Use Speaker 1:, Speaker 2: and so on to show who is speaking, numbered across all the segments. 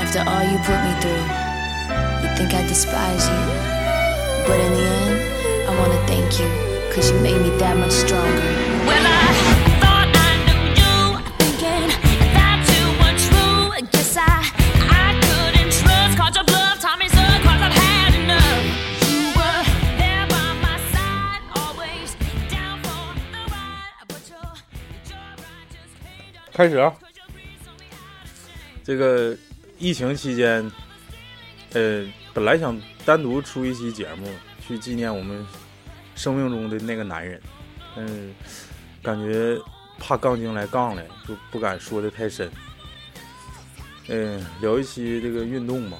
Speaker 1: After all you put me through, you think I despise you. But in the end, I wanna thank you, cause you made me that much stronger.
Speaker 2: Well, I thought I knew you, thinking that you were true. Guess I, I couldn't trust. Called your bluff, Tommy Sir, cause I've had enough. You were there by my side, always down for the ride. But your, your righteous pain
Speaker 3: 开始啊！
Speaker 2: could you read so me out of shame?
Speaker 3: 这个疫情期间，呃，本来想单独出一期节目去纪念我们生命中的那个男人，但是感觉怕杠精来杠来，就不敢说的太深。嗯、聊一期这个运动吧，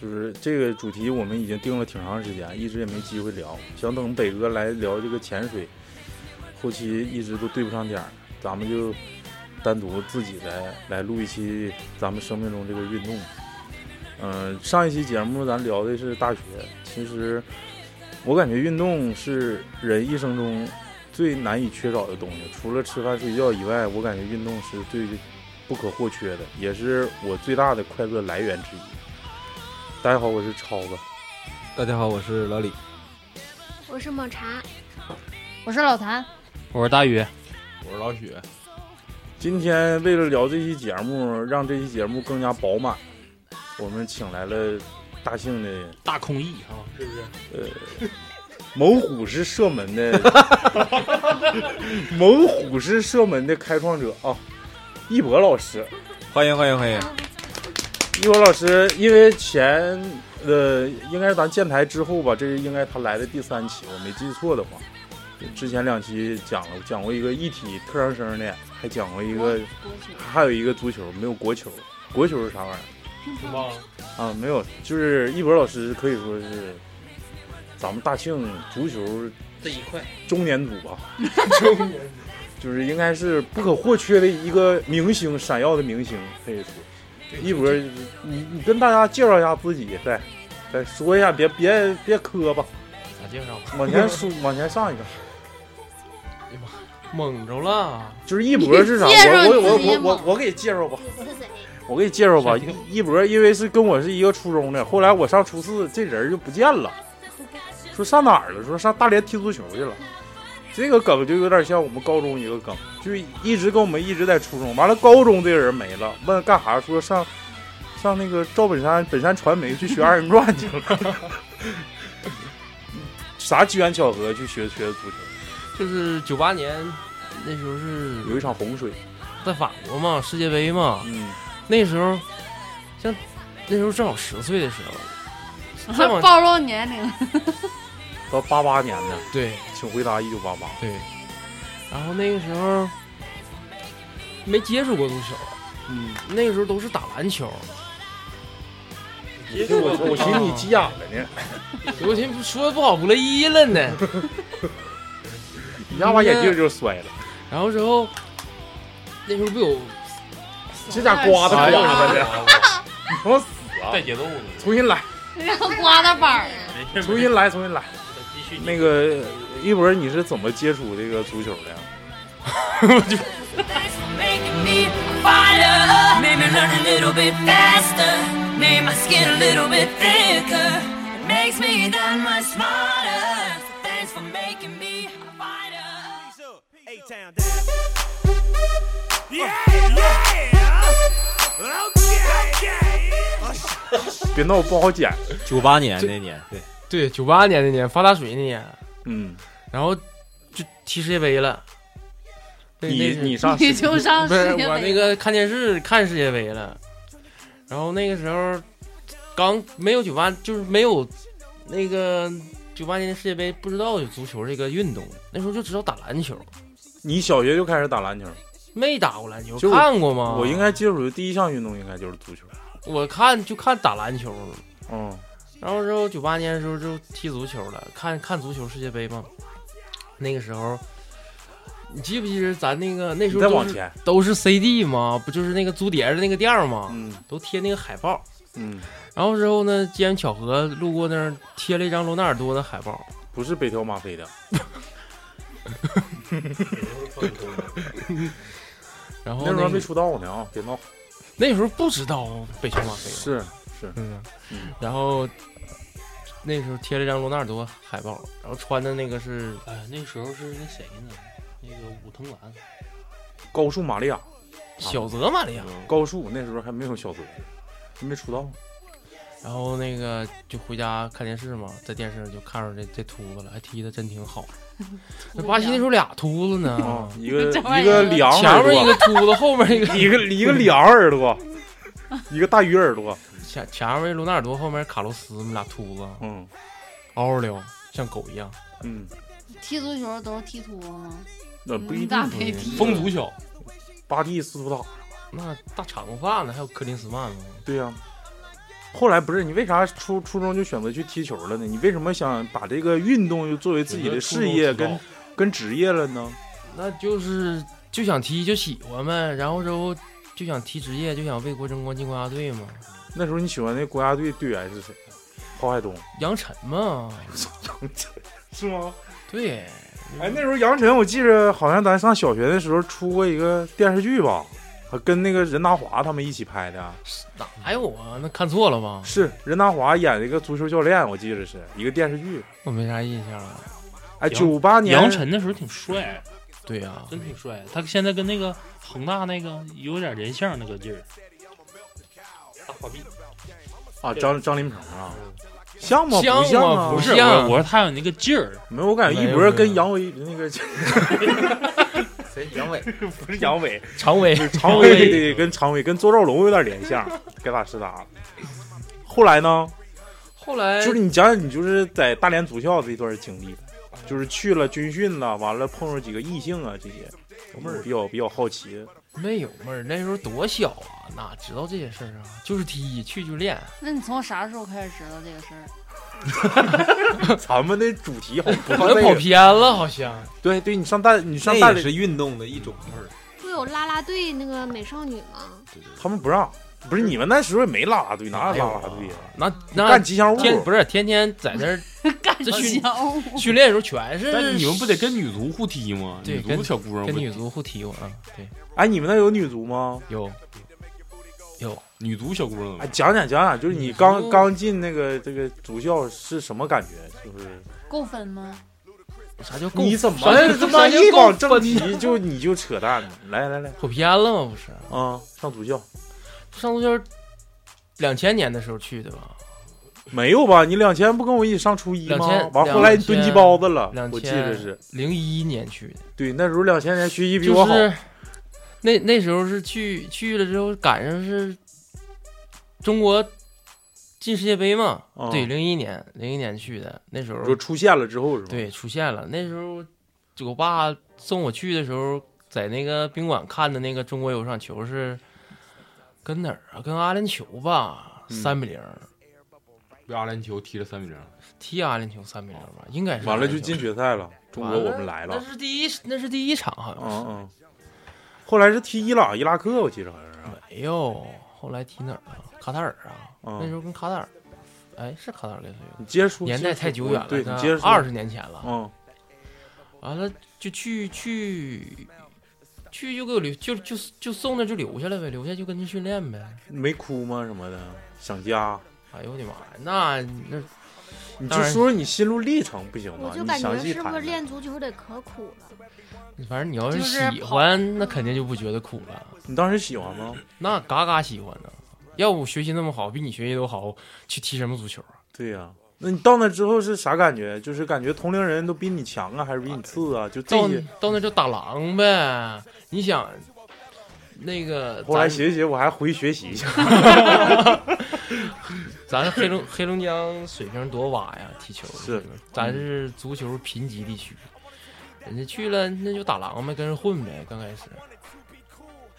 Speaker 3: 就是这个主题我们已经定了挺长时间，一直也没机会聊。想等北哥来聊这个潜水，后期一直都对不上点儿，咱们就单独自己来来录一期咱们生命中这个运动。嗯、上一期节目咱聊的是大学，其实我感觉运动是人一生中最难以缺少的东西，除了吃饭睡觉以外，我感觉运动是最不可或缺的，也是我最大的快乐来源之一。大家好，我是超子。
Speaker 4: 大家好，我是老李。
Speaker 5: 我是抹 茶，
Speaker 6: 我是老谭，
Speaker 7: 我是大宇，
Speaker 4: 我是老许，
Speaker 3: 今天为了聊这期节目，让这期节目更加饱满，我们请来了大庆的
Speaker 7: 大空翼啊，是不是？
Speaker 3: 某虎式射门的， 某虎式射门的开创者啊，一博老师。
Speaker 4: 欢迎欢迎欢迎！
Speaker 3: 一博老师，因为前呃，应该是咱建台之后吧，这是应该他来的第三期，我没记错的话。之前两期讲了，讲过一个一体特长生的，还讲过一个，还有一个足球，没有国球。国球是啥玩意儿
Speaker 7: 忘
Speaker 3: 啊？没有，就是一博老师可以说是咱们大庆足球
Speaker 7: 这一块，
Speaker 3: 中年组 吧，中年就是应该是不可或缺的一个明星，闪耀的明星可以说。一博，你你跟大家介绍一下自己，再再说一下，别别别磕巴，
Speaker 7: 咋介绍？哎
Speaker 3: 往前说，往前上一个。
Speaker 7: 蒙着了，
Speaker 3: 就是一博是啥？
Speaker 6: 你介绍
Speaker 3: 我我我
Speaker 6: 你自己
Speaker 3: 我
Speaker 6: 吗
Speaker 3: 我我给介绍吧，
Speaker 5: 你是谁？
Speaker 3: 我给介绍吧。一一博因为是跟我是一个初中的，后来我上初四，这人就不见了，说上哪儿了？说上大连踢足球去了。这个梗就有点像我们高中一个梗，就一直跟我们一直在初中，完了高中这个人没了，问干啥？说上上那个赵本山本山传媒去学二人转去了。 啥机缘巧合去学学足球？
Speaker 7: 就是九八年那时候是
Speaker 3: 有一场洪水，
Speaker 7: 在法国嘛，世界杯嘛，
Speaker 3: 嗯，
Speaker 7: 那时候像那时候正好十岁的时候，再往
Speaker 6: 暴露年龄。
Speaker 3: 到八八年的，
Speaker 7: 对
Speaker 3: 请回答一九八八。
Speaker 7: 对，然后那个时候没接触过足球，
Speaker 3: 嗯，
Speaker 7: 那个时候都是打 篮球，
Speaker 3: 我我寻思你急眼了呢，
Speaker 7: 我寻思说不好不乐意了呢。
Speaker 3: 一下把眼镜就摔了，
Speaker 7: 然后之后那时候不有
Speaker 3: 这家刮的
Speaker 7: 哎
Speaker 3: 刮
Speaker 7: 呀
Speaker 3: 的呢，你他妈死啊！
Speaker 8: 节奏呢，
Speaker 3: 重新来，
Speaker 6: 然后刮的板儿，
Speaker 3: 重新来，重新来。
Speaker 8: 必须
Speaker 3: 那个一博，你是怎么接触这个足球的呀？
Speaker 2: Thanks for making me fire. Made me learn a little bit faster. Made my skin a little bit thicker. It makes me that much smarter. So thanks for making me a fighter.
Speaker 8: A town down. Yeah, yeah. Okay, okay.
Speaker 3: 别闹，不好剪。
Speaker 4: 九八年那年，对，
Speaker 7: 对九八年那年发大水那年，
Speaker 3: 嗯，
Speaker 7: 然后就踢世界杯了。那
Speaker 3: 你
Speaker 7: 那
Speaker 3: 你上
Speaker 6: 你就上
Speaker 7: 不是
Speaker 6: 世界
Speaker 7: 我那
Speaker 6: 杯。
Speaker 7: 个看电视看世界杯了，然后那个时候刚没有九八，就是没有那个九八年的世界杯，不知道有足球这个运动，那时候就知道打篮球，
Speaker 3: 你小学就开始打篮球，
Speaker 7: 没打过篮球，
Speaker 3: 就
Speaker 7: 看过吗？
Speaker 3: 我应该接触的第一项运动应该就是足球。
Speaker 7: 我看就看打篮球，
Speaker 3: 嗯，
Speaker 7: 然后之后九八年的时候就踢足球了，看看足球世界杯嘛。那个时候，你记不记得咱那个那时
Speaker 3: 你
Speaker 7: 候
Speaker 3: 再
Speaker 7: 都
Speaker 3: 往
Speaker 7: 是
Speaker 3: 前。
Speaker 7: 都是 CD 吗？不就是那个租碟儿的那个店儿吗？
Speaker 3: 嗯
Speaker 7: 都贴那个海报。
Speaker 3: 嗯，
Speaker 7: 然后之后呢，机缘巧合路过那儿贴了一张罗纳尔多的海报，
Speaker 3: 不是北条马飞的。
Speaker 7: 然后
Speaker 3: 那时候还
Speaker 7: 那
Speaker 3: 没
Speaker 7: 个
Speaker 3: 出道呢啊，别闹。
Speaker 7: 那时候不知道北球马飞，
Speaker 3: 是是，
Speaker 7: 嗯
Speaker 3: 嗯，
Speaker 7: 然后那时候贴了一张罗纳尔多海报，然后穿的那个是，哎，那时候是那谁呢？那个武藤兰，
Speaker 3: 高数玛利亚，
Speaker 7: 小泽玛利亚。
Speaker 3: 高数那时候还没有小泽，还没出道。
Speaker 7: 然后那个就回家看电视嘛，在电视上就看上这这秃子了，还踢的真挺好。那巴西那时候俩秃子
Speaker 3: 啊
Speaker 7: 呢，，
Speaker 3: 一个
Speaker 6: 这玩
Speaker 3: 一
Speaker 6: 意
Speaker 3: 个
Speaker 6: 儿
Speaker 3: 两
Speaker 7: 前面一个秃子，后面一个
Speaker 3: 一个一个两耳朵，一个大鱼耳朵，
Speaker 7: 前前面罗纳尔多，后面卡洛斯，俩秃子
Speaker 3: 嗯
Speaker 7: 嗷嗷溜，像狗一样。
Speaker 3: 嗯，
Speaker 6: 踢足球都是踢秃子吗？
Speaker 3: 那不一
Speaker 6: 你
Speaker 3: 定
Speaker 6: 咋
Speaker 3: 不
Speaker 6: 没
Speaker 3: 一定
Speaker 6: 踢
Speaker 7: 嗯风足小，
Speaker 3: 巴蒂斯图塔，
Speaker 7: 那大长发呢，还有柯林斯曼呢。
Speaker 3: 对呀、后来不是你为啥初初中就选择去踢球了呢？你为什么想把这个运动又作为自己的事业跟跟职业了呢？
Speaker 7: 那就是就想踢就喜欢呗，然后之后就想踢职业，就想为国争光进国家队嘛。
Speaker 3: 那时候你喜欢那国家队队员是谁？郝海东
Speaker 7: 杨晨嘛，
Speaker 3: 是吗？
Speaker 7: 对，
Speaker 3: 哎，那时候杨晨，我记着好像咱上小学的时候出过一个电视剧吧，还跟那个任达华他们一起拍的。啊
Speaker 7: 哪有啊？那看错了吧？
Speaker 3: 是任达华演的一个足球教练，我记着是一个电视剧。
Speaker 7: 我没啥印象了。
Speaker 3: 哎，九八年
Speaker 9: 杨晨那时候挺帅，
Speaker 7: 对呀、
Speaker 9: 真挺帅。他现在跟那个恒大那个有点人像那个劲儿。大花臂
Speaker 3: 啊，张张林鹏啊，像吗？
Speaker 7: 像
Speaker 3: 不像啊？
Speaker 7: 吗
Speaker 9: 不是，
Speaker 7: 像
Speaker 9: 我我说他有那个劲儿，
Speaker 3: 没有，我感觉一
Speaker 7: 没有
Speaker 3: 博跟
Speaker 7: 没有
Speaker 3: 杨伟那个
Speaker 4: 谁？杨伟，
Speaker 3: 不是杨伟，
Speaker 7: 常委
Speaker 3: 常伟对对，跟常伟跟邹兆龙有点联想， 该咋是咋。后来呢，
Speaker 7: 后来
Speaker 3: 就是你讲讲你就是在大连足校这段经历，就是去了军训呐，完了碰上几个异性啊这些，我们比较比较好奇。
Speaker 7: 没有妹儿，那时候多小啊，哪知道这些事儿啊？就是踢，去就练。
Speaker 6: 那你从啥时候开始知道这个事儿？
Speaker 3: 咱们的主题好像 不
Speaker 7: 好
Speaker 3: 是
Speaker 7: 像
Speaker 3: 这个，
Speaker 7: 跑偏了，好像
Speaker 3: 对对，你上大你上大
Speaker 4: 那也
Speaker 3: 连
Speaker 4: 是运动的一种味儿。
Speaker 5: 不有啦啦队那个美少女吗？
Speaker 3: 他们不让，不是你们那时候也没拉拉队，哪
Speaker 7: 没
Speaker 3: 有
Speaker 7: 有
Speaker 3: 拉
Speaker 7: 啊
Speaker 3: 拉队啊？
Speaker 7: 那那
Speaker 3: 干吉祥物，
Speaker 7: 天不是天天在那儿这训
Speaker 6: 小
Speaker 7: 训练的时候全是
Speaker 4: 哎
Speaker 9: 但你们不得跟女足互踢吗？
Speaker 7: 对
Speaker 9: 女足小姑娘
Speaker 7: 跟
Speaker 9: 不
Speaker 7: 女足互踢过啊？对，
Speaker 3: 哎，你们那有女足吗？
Speaker 7: 有有
Speaker 9: 女足小姑娘
Speaker 3: 哎，讲讲讲讲，就是你刚刚进那个这个足校是什么感觉？就是
Speaker 6: 够分吗？
Speaker 7: 啥叫够
Speaker 3: 你怎么
Speaker 7: 啥叫
Speaker 3: 他妈
Speaker 7: 啥叫
Speaker 3: 一
Speaker 7: 够
Speaker 3: 往正题就你就扯淡呢？来来来，
Speaker 7: 跑偏了吗？不是，
Speaker 3: 啊，上足校
Speaker 7: 上足球两千年的时候去的吧？
Speaker 3: 没有吧？你两千不跟我一起上初一吗
Speaker 7: 2000？
Speaker 3: 完后来你蹲鸡包子了
Speaker 7: 两，
Speaker 3: 我记
Speaker 7: 千
Speaker 3: 得是
Speaker 7: 零一年去的，
Speaker 3: 对，那时候两千年学习比我
Speaker 7: 就
Speaker 3: 好，
Speaker 7: 是那那时候是去去了之后赶上是中国进世界杯嘛？
Speaker 3: 啊
Speaker 7: 对，零一年零一年去的，那时候
Speaker 3: 你说出现了之后是吧？，
Speaker 7: 对，出现了。那时候就我爸送我去的时候，在那个宾馆看的那个中国有场球是跟哪儿啊？跟阿联酋吧，
Speaker 3: 嗯
Speaker 7: 三比零、
Speaker 4: 被阿联酋踢了三比零，
Speaker 7: 踢阿联酋三比零吧，应该是。
Speaker 3: 完了就进。决赛了，中国我们来了
Speaker 7: 那，是第一，那是第一场好
Speaker 3: 嗯
Speaker 7: 像是。
Speaker 3: 嗯。后来是踢伊朗、伊拉克，我记得好像是啊，
Speaker 7: 没有，哎后来踢哪儿了？卡塔尔啊，
Speaker 3: 嗯
Speaker 7: 那时候跟卡塔尔，哎，是卡塔尔跟谁有？
Speaker 3: 你接着说，
Speaker 7: 年代太久远了，
Speaker 3: 对你接着说，
Speaker 7: 二十年前了。
Speaker 3: 嗯，
Speaker 7: 完了就去去去就给我留就就就送那就留下来呗，留下就跟着训练呗。
Speaker 3: 没哭吗？什么的，想家。
Speaker 7: 哎呦我的妈呀，那那
Speaker 3: 你就
Speaker 7: 当然
Speaker 3: 说说你心路历程不行
Speaker 5: 我
Speaker 3: 吗？
Speaker 5: 就
Speaker 3: 你
Speaker 5: 感
Speaker 3: 详
Speaker 5: 觉
Speaker 3: 细
Speaker 5: 是不
Speaker 3: 谈
Speaker 5: 是
Speaker 3: 谈。
Speaker 5: 练足球得可苦了？
Speaker 7: 反正你要是
Speaker 6: 就
Speaker 7: 喜
Speaker 6: 是
Speaker 7: 欢，那肯定就不觉得苦了，
Speaker 3: 你当时喜欢吗？
Speaker 7: 那嘎嘎喜欢呢。要不我学习那么好，比你学习都好，去踢什么足球啊？
Speaker 3: 对呀、那你到那之后是啥感觉？就是感觉同龄人都比你强啊，还是比你次啊？就这
Speaker 7: 到
Speaker 3: 些。
Speaker 7: 到那就打狼呗。你想，那个
Speaker 3: 后来
Speaker 7: 咱
Speaker 3: 写写，我还回去学习去。
Speaker 7: 咱黑龙黑龙江水平多洼呀，踢球
Speaker 3: 是，
Speaker 7: 咱是足球贫瘠地区，人家去了那就打狼呗，跟人混呗，刚开始。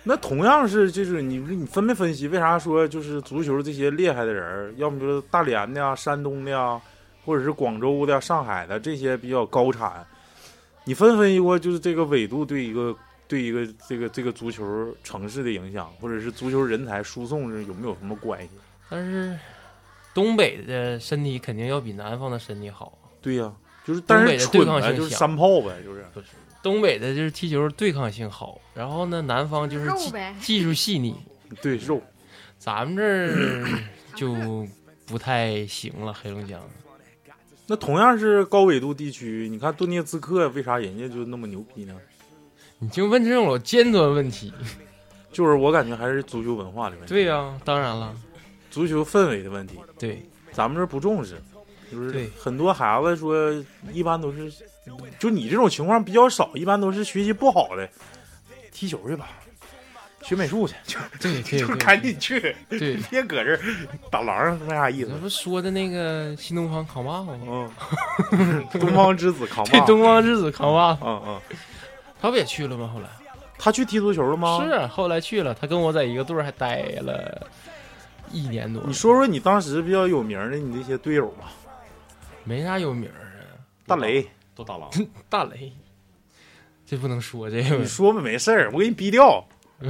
Speaker 3: 那同样是，就是你你分没分析？为啥说就是足球这些厉害的人儿，要么就是大连的呀、山东的呀，或者是广州的呀、上海的这些比较高产？你分分析过就是这个纬度对一个对一个这个这个足球城市的影响，或者是足球人才输送是有没有什么关系？
Speaker 7: 但是东北的身体肯定要比南方的身体好，
Speaker 3: 对呀、就是
Speaker 7: 东
Speaker 3: 但
Speaker 7: 北
Speaker 3: 是
Speaker 7: 的
Speaker 3: 蠢
Speaker 7: 对抗
Speaker 3: 呗，
Speaker 7: 性
Speaker 3: 就是
Speaker 7: 强
Speaker 3: 山炮呗，就是
Speaker 7: 东北的就是踢球对抗性好，然后呢南方就是
Speaker 5: 肉
Speaker 7: 技
Speaker 5: 呗
Speaker 7: 技术细腻，
Speaker 3: 对肉，
Speaker 7: 咱们这儿就不太行了，黑龙江。
Speaker 3: 那同样是高纬度地区，你看顿涅茨克为啥人家就那么牛逼呢？
Speaker 7: 你就问这种老尖端问题，
Speaker 3: 就是我感觉还是足球文化的问题，
Speaker 7: 对呀、啊当然了，
Speaker 3: 足球氛围的问题，
Speaker 7: 对
Speaker 3: 咱们这儿不重视。就是
Speaker 7: 对
Speaker 3: 很多孩子说，一般都是，就你这种情况比较少，一般都是学习不好的，踢球去吧，学美术去，就
Speaker 7: 对对，
Speaker 3: 就是
Speaker 7: 对
Speaker 3: 赶紧去，
Speaker 7: 对。
Speaker 3: 别搁这儿打狼，没啥意思
Speaker 7: 这。不说的那个新东方扛把子 吗？
Speaker 3: 嗯，东方之子扛
Speaker 7: 对，
Speaker 3: 把，
Speaker 7: 东方之子扛把子，
Speaker 3: 嗯嗯，
Speaker 7: 他不也去了吗？后来、
Speaker 3: 他去踢足球了吗？
Speaker 7: 是。啊后来去了，他跟我在一个队儿还待了一年多
Speaker 3: 你，说说你当时比较有名的你那些队友吧，
Speaker 7: 没啥有名儿啊。
Speaker 3: 大雷，
Speaker 4: 都打狼，
Speaker 7: 大雷，这不能说这个
Speaker 3: 你说吧，没事儿，我给你逼掉。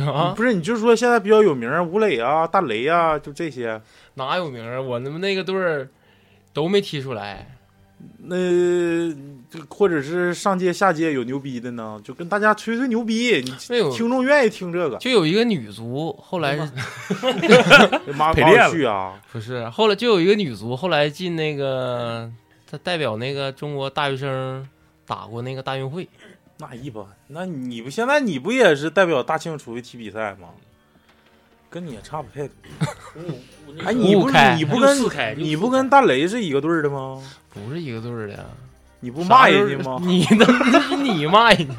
Speaker 7: 啊，
Speaker 3: 不是，你就说现在比较有名儿，吴磊啊、大雷啊，就这些。
Speaker 7: 哪有名儿？我他妈那个队儿都没踢出来，
Speaker 3: 那就或者是上届、下届有牛逼的呢，就跟大家吹吹牛逼，你
Speaker 9: 哎
Speaker 7: 没有
Speaker 3: 听众愿意听这个。
Speaker 7: 就有一个女足，后来
Speaker 3: 妈
Speaker 9: 陪
Speaker 3: 马
Speaker 9: 练
Speaker 3: 尔
Speaker 9: 了
Speaker 3: 去啊，
Speaker 7: 不是，后来就有一个女足，后来进那个，她代表那个中国大学生打过那个大运会。
Speaker 3: 那一般。那你不现在你不也是代表大庆出去踢比赛吗？跟你也差不太 多。哎，你
Speaker 7: 五
Speaker 3: 不
Speaker 7: 五
Speaker 3: 是
Speaker 7: 开
Speaker 3: 你不跟
Speaker 9: 六四开
Speaker 3: 你不跟大雷是一个队儿的吗？
Speaker 7: 不是一个队儿的，
Speaker 3: 你不骂
Speaker 7: 啥时候
Speaker 3: 人家吗？
Speaker 7: 你能那是 你骂人家？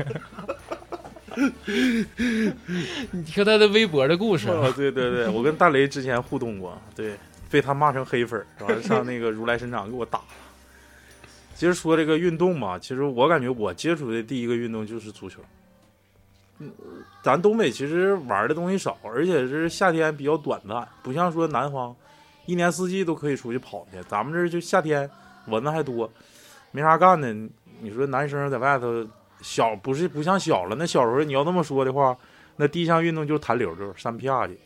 Speaker 7: 你看他的微博的故事，
Speaker 3: 哦，对对对，我跟大雷之前互动过，对，被他骂成黑粉儿，然后上那个如来神掌给我打了。其实说这个运动嘛，其实我感觉我接触的第一个运动就是足球。嗯，咱东北其实玩的东西少，而且是夏天比较短暂，不像说南方一年四季都可以出去跑去。咱们这儿就夏天蚊子还多，没啥干的。你说男生在外头小不是不像小了，那小时候你要那么说的话，那第一项运动就是弹溜溜、扇啪去，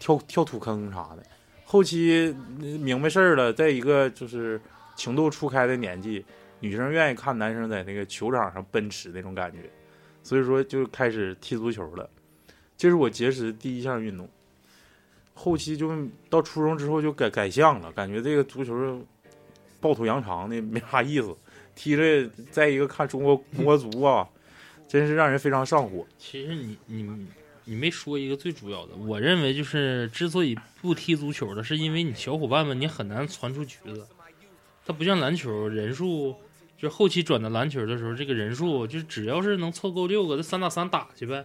Speaker 3: 跳跳土坑啥的。后期呃明白事儿了，再一个就是情窦初开的年纪，女生愿意看男生在那个球场上奔驰那种感觉，所以说就开始踢足球了。这是我结识的第一项运动。后期就到初中之后就改改项了，感觉这个足球抱土扬长的没啥意思，踢着再一个看中国中国足啊，真是让人非常上火。
Speaker 9: 其实你你你没说一个最主要的，我认为就是之所以不踢足球的，是因为你小伙伴们你很难传出局子，它不像篮球人数，就后期转到篮球的时候，这个人数就是只要是能凑够六个，这三打三打去呗。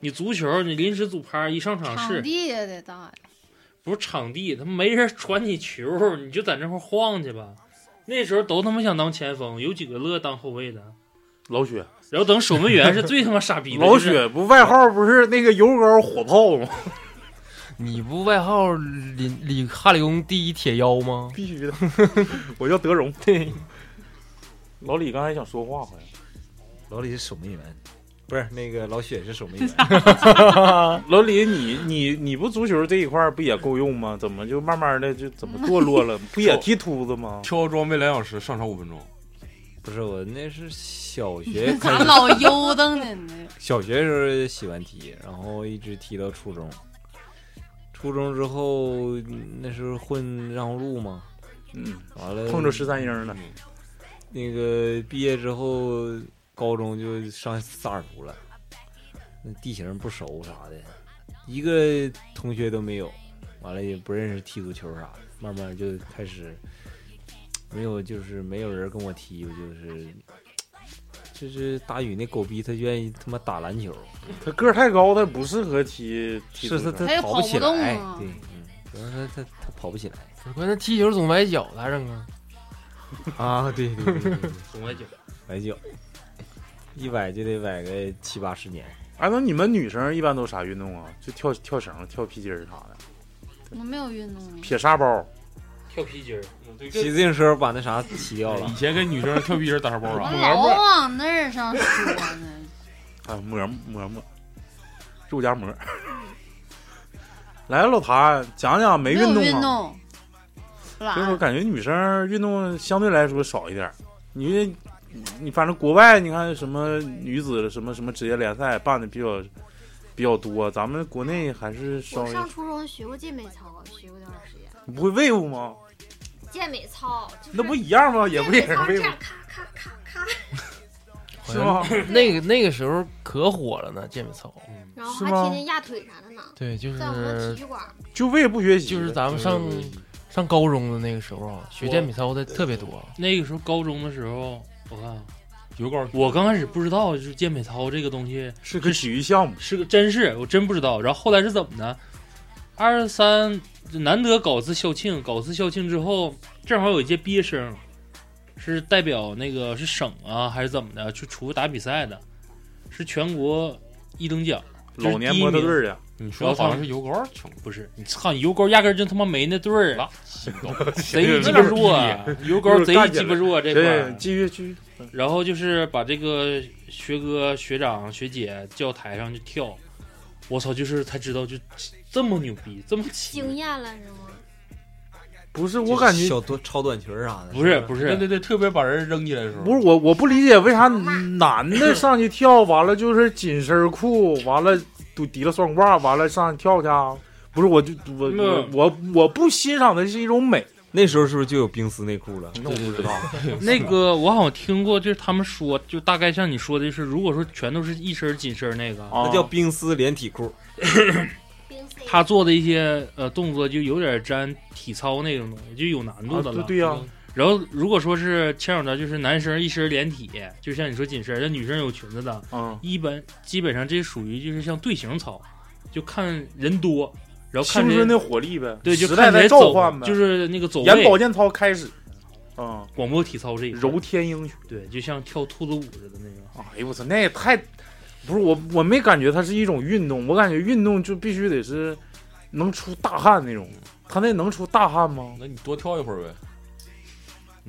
Speaker 9: 你足球你临时组拍一上场
Speaker 6: 场
Speaker 9: 是
Speaker 6: 地也得啊大呀。
Speaker 9: 不是场地，他妈没人传你球，你就在那块儿晃去吧。那时候都他妈想当前锋，有几个乐当后卫的。
Speaker 3: 老雪，
Speaker 9: 然后等守门员是最他妈傻逼的，
Speaker 3: 老
Speaker 9: 就是
Speaker 3: 雪不外号不是那个油膏火炮吗？
Speaker 7: 你不外号李李哈里翁第一铁腰吗？
Speaker 3: 必须的， 我叫德荣。
Speaker 7: 对，
Speaker 3: 老李刚才想说话，好像
Speaker 10: 老李是守门员，不是那个老雪是守 门员。
Speaker 3: 老李你，你你不足球这一块儿不也够用吗？怎么就慢慢的就怎么堕落了？不 也踢秃子吗？
Speaker 4: 挑装备两小时，上场五分钟。
Speaker 10: 不是我那是小学开
Speaker 6: 咋
Speaker 10: 始，
Speaker 6: 老悠瞪呢？你这
Speaker 10: 小学时候喜欢踢，然后一直踢到初中。初中之后那时候混让红路嘛，
Speaker 3: 嗯，
Speaker 10: 完了
Speaker 3: 碰着十三英了，
Speaker 10: 那个毕业之后，高中就上萨尔图了，那地形不熟啥的，一个同学都没有，完了也不认识踢足球啥的，慢慢就开始没有，就是没有人跟我踢，我就是。就是大宇那狗逼，他愿意他妈打篮球，
Speaker 3: 他个儿太高，他不适合踢踢足
Speaker 10: 是
Speaker 3: 球。
Speaker 10: 他他
Speaker 6: 他也
Speaker 10: 跑
Speaker 6: 跑不
Speaker 10: 起
Speaker 6: 动
Speaker 10: 来，
Speaker 6: 啊
Speaker 10: 对，嗯，主要是他他他跑不起来
Speaker 7: 关键踢球总崴脚，咋整啊？
Speaker 10: 啊，对对对对，
Speaker 9: 总外脚。
Speaker 10: 崴脚，一崴就得崴个七八十年。
Speaker 3: 哎，那你们女生一般都啥运动啊？就跳跳绳、跳皮筋儿啥的，
Speaker 6: 我没有运动吗？
Speaker 3: 撇沙包。
Speaker 9: 跳皮筋儿，
Speaker 10: 骑自行车把那啥骑掉了
Speaker 4: 以。前跟女 生跳皮筋打啊沙包
Speaker 6: 我
Speaker 4: 啥，
Speaker 6: 老往那儿上说呢。
Speaker 3: 啊，馍馍馍，肉夹馍。来，老谭，讲讲没
Speaker 6: 没
Speaker 3: 运动
Speaker 6: 有
Speaker 3: 吗？
Speaker 6: 运动，懒
Speaker 3: 就是
Speaker 5: 啊
Speaker 3: 感觉女生运动相对来说少一点儿。你你反正国外你看什么女子什么什么职业联赛办的比较比较多，咱们国内还是稍
Speaker 5: 我
Speaker 3: 微
Speaker 5: 上初中学过健美操，啊学过一段时间。
Speaker 3: 你不会喂物吗？
Speaker 5: 健美操就是
Speaker 3: 那不一样吗？也不也
Speaker 5: 健美
Speaker 3: 是
Speaker 5: 操
Speaker 3: 喂
Speaker 5: 这
Speaker 3: 物
Speaker 5: 样咔咔咔咔，
Speaker 3: 是吗？
Speaker 7: 那个那个时候可火了呢，健美操。
Speaker 5: 然后
Speaker 3: 是
Speaker 5: 还
Speaker 3: 吗
Speaker 5: 天天压腿啥的呢，
Speaker 7: 对，就
Speaker 5: 在我们
Speaker 7: 是
Speaker 5: 体育馆。
Speaker 3: 就为不学习，
Speaker 7: 就是咱
Speaker 3: 嗯
Speaker 7: 们上上高中的那个时候啊，学健美操的特别多。
Speaker 9: 那个时候高中的时候，我看啊有高，我刚开始不知道就是健美操这个东西
Speaker 3: 是个体育项目，
Speaker 9: 是个，真是我真不知道。然后后来是怎么的？二三就难得搞次校庆，搞次校庆之后，正好有一届毕业生，是代表那个是省啊还是怎么的，去出去打比赛的，是全国一等奖。
Speaker 3: 老年模特队儿啊的，
Speaker 4: 你说好像是油膏穷，
Speaker 9: 不是，你操，你油膏压根儿就他妈没那对儿，
Speaker 4: 拉
Speaker 9: 贼鸡巴弱啊，油膏贼鸡巴弱这块
Speaker 3: 对，
Speaker 9: 儿。
Speaker 3: 继续继续，
Speaker 9: 然后就是把这个学哥、学长、学姐叫台上去跳，我操，就是才知道就这么牛逼，这么奇
Speaker 5: 惊艳了是吗？
Speaker 3: 不是嗯我感觉
Speaker 10: 小短超短裙儿啥的，
Speaker 9: 不是不
Speaker 4: 对
Speaker 9: 是，
Speaker 4: 对对，特别把人扔起来的时候，
Speaker 3: 不是我，我不理解为啥男的上去跳，完了就是紧身裤，完了都提了双褂，完了上去跳去啊？不是，我就我我
Speaker 9: 嗯
Speaker 3: 我我不欣赏的是一种美，
Speaker 10: 那时候是不是就有冰丝内裤了？
Speaker 3: 那我不知道。
Speaker 9: 那个我好像听过，就是他们说，就大概像你说的是，如果说全都是一身紧身那个，
Speaker 3: 啊
Speaker 10: 那叫冰丝连体裤，
Speaker 5: 冰碎
Speaker 9: 他做的一些呃动作就有点沾体操那种东西，就有难度的
Speaker 3: 啊
Speaker 9: 了。
Speaker 3: 对对呀
Speaker 9: 然后如果说是牵扯到就是男生一身连体，就像你说紧身，那女生有裙子的，
Speaker 3: 嗯，
Speaker 9: 一般基本上这属于就是像队形操，就看人多，然后看
Speaker 3: 青春
Speaker 9: 谁
Speaker 3: 的火力呗，
Speaker 9: 对就
Speaker 3: 时代
Speaker 9: 看
Speaker 3: 在
Speaker 9: 谁
Speaker 3: 召
Speaker 9: 走
Speaker 3: 唤呗，，
Speaker 9: 就是那个走
Speaker 3: 眼保
Speaker 9: 位
Speaker 3: 健操开始，嗯，
Speaker 9: 广播体操这一块
Speaker 3: 揉天鹰拳。
Speaker 9: 对，就像跳兔子舞似的那种。
Speaker 3: 哎呦我操，那也太不是我，我没感觉它是一种运动，我感觉运动就必须得是能出大汗那种。他那能出大汗吗？
Speaker 4: 那你多跳一会儿呗。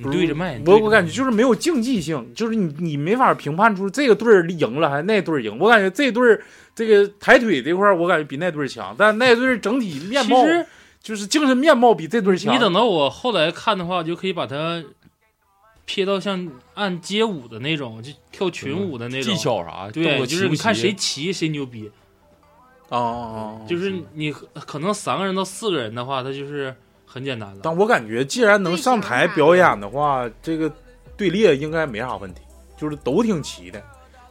Speaker 9: 你对着麦，你对
Speaker 3: 我
Speaker 9: 着
Speaker 3: 我感觉
Speaker 9: 麦
Speaker 3: 就是没有竞技性，就是你你没法评判出这个队儿赢了还是那队儿赢。我感觉这队儿这个抬腿这块儿，我感觉比那队儿强，但那队儿整体面
Speaker 9: 其
Speaker 3: 貌
Speaker 9: 实
Speaker 3: 就是精神面貌比这队儿强。
Speaker 9: 你等到我后来看的话，就可以把它撇到像按街舞的那种，就跳群舞的那种
Speaker 4: 技。巧啥，动
Speaker 9: 对，
Speaker 4: 作
Speaker 9: 就
Speaker 4: 齐
Speaker 9: 是
Speaker 4: 不
Speaker 9: 你看
Speaker 4: 齐
Speaker 9: 谁齐谁牛逼，
Speaker 3: 啊啊啊！，
Speaker 9: 就是是你可能三个人到四个人的话，他就是很简单了。
Speaker 3: 但我感觉既然能上台表演的话，这个队列应该没啥问题，就是都挺齐的。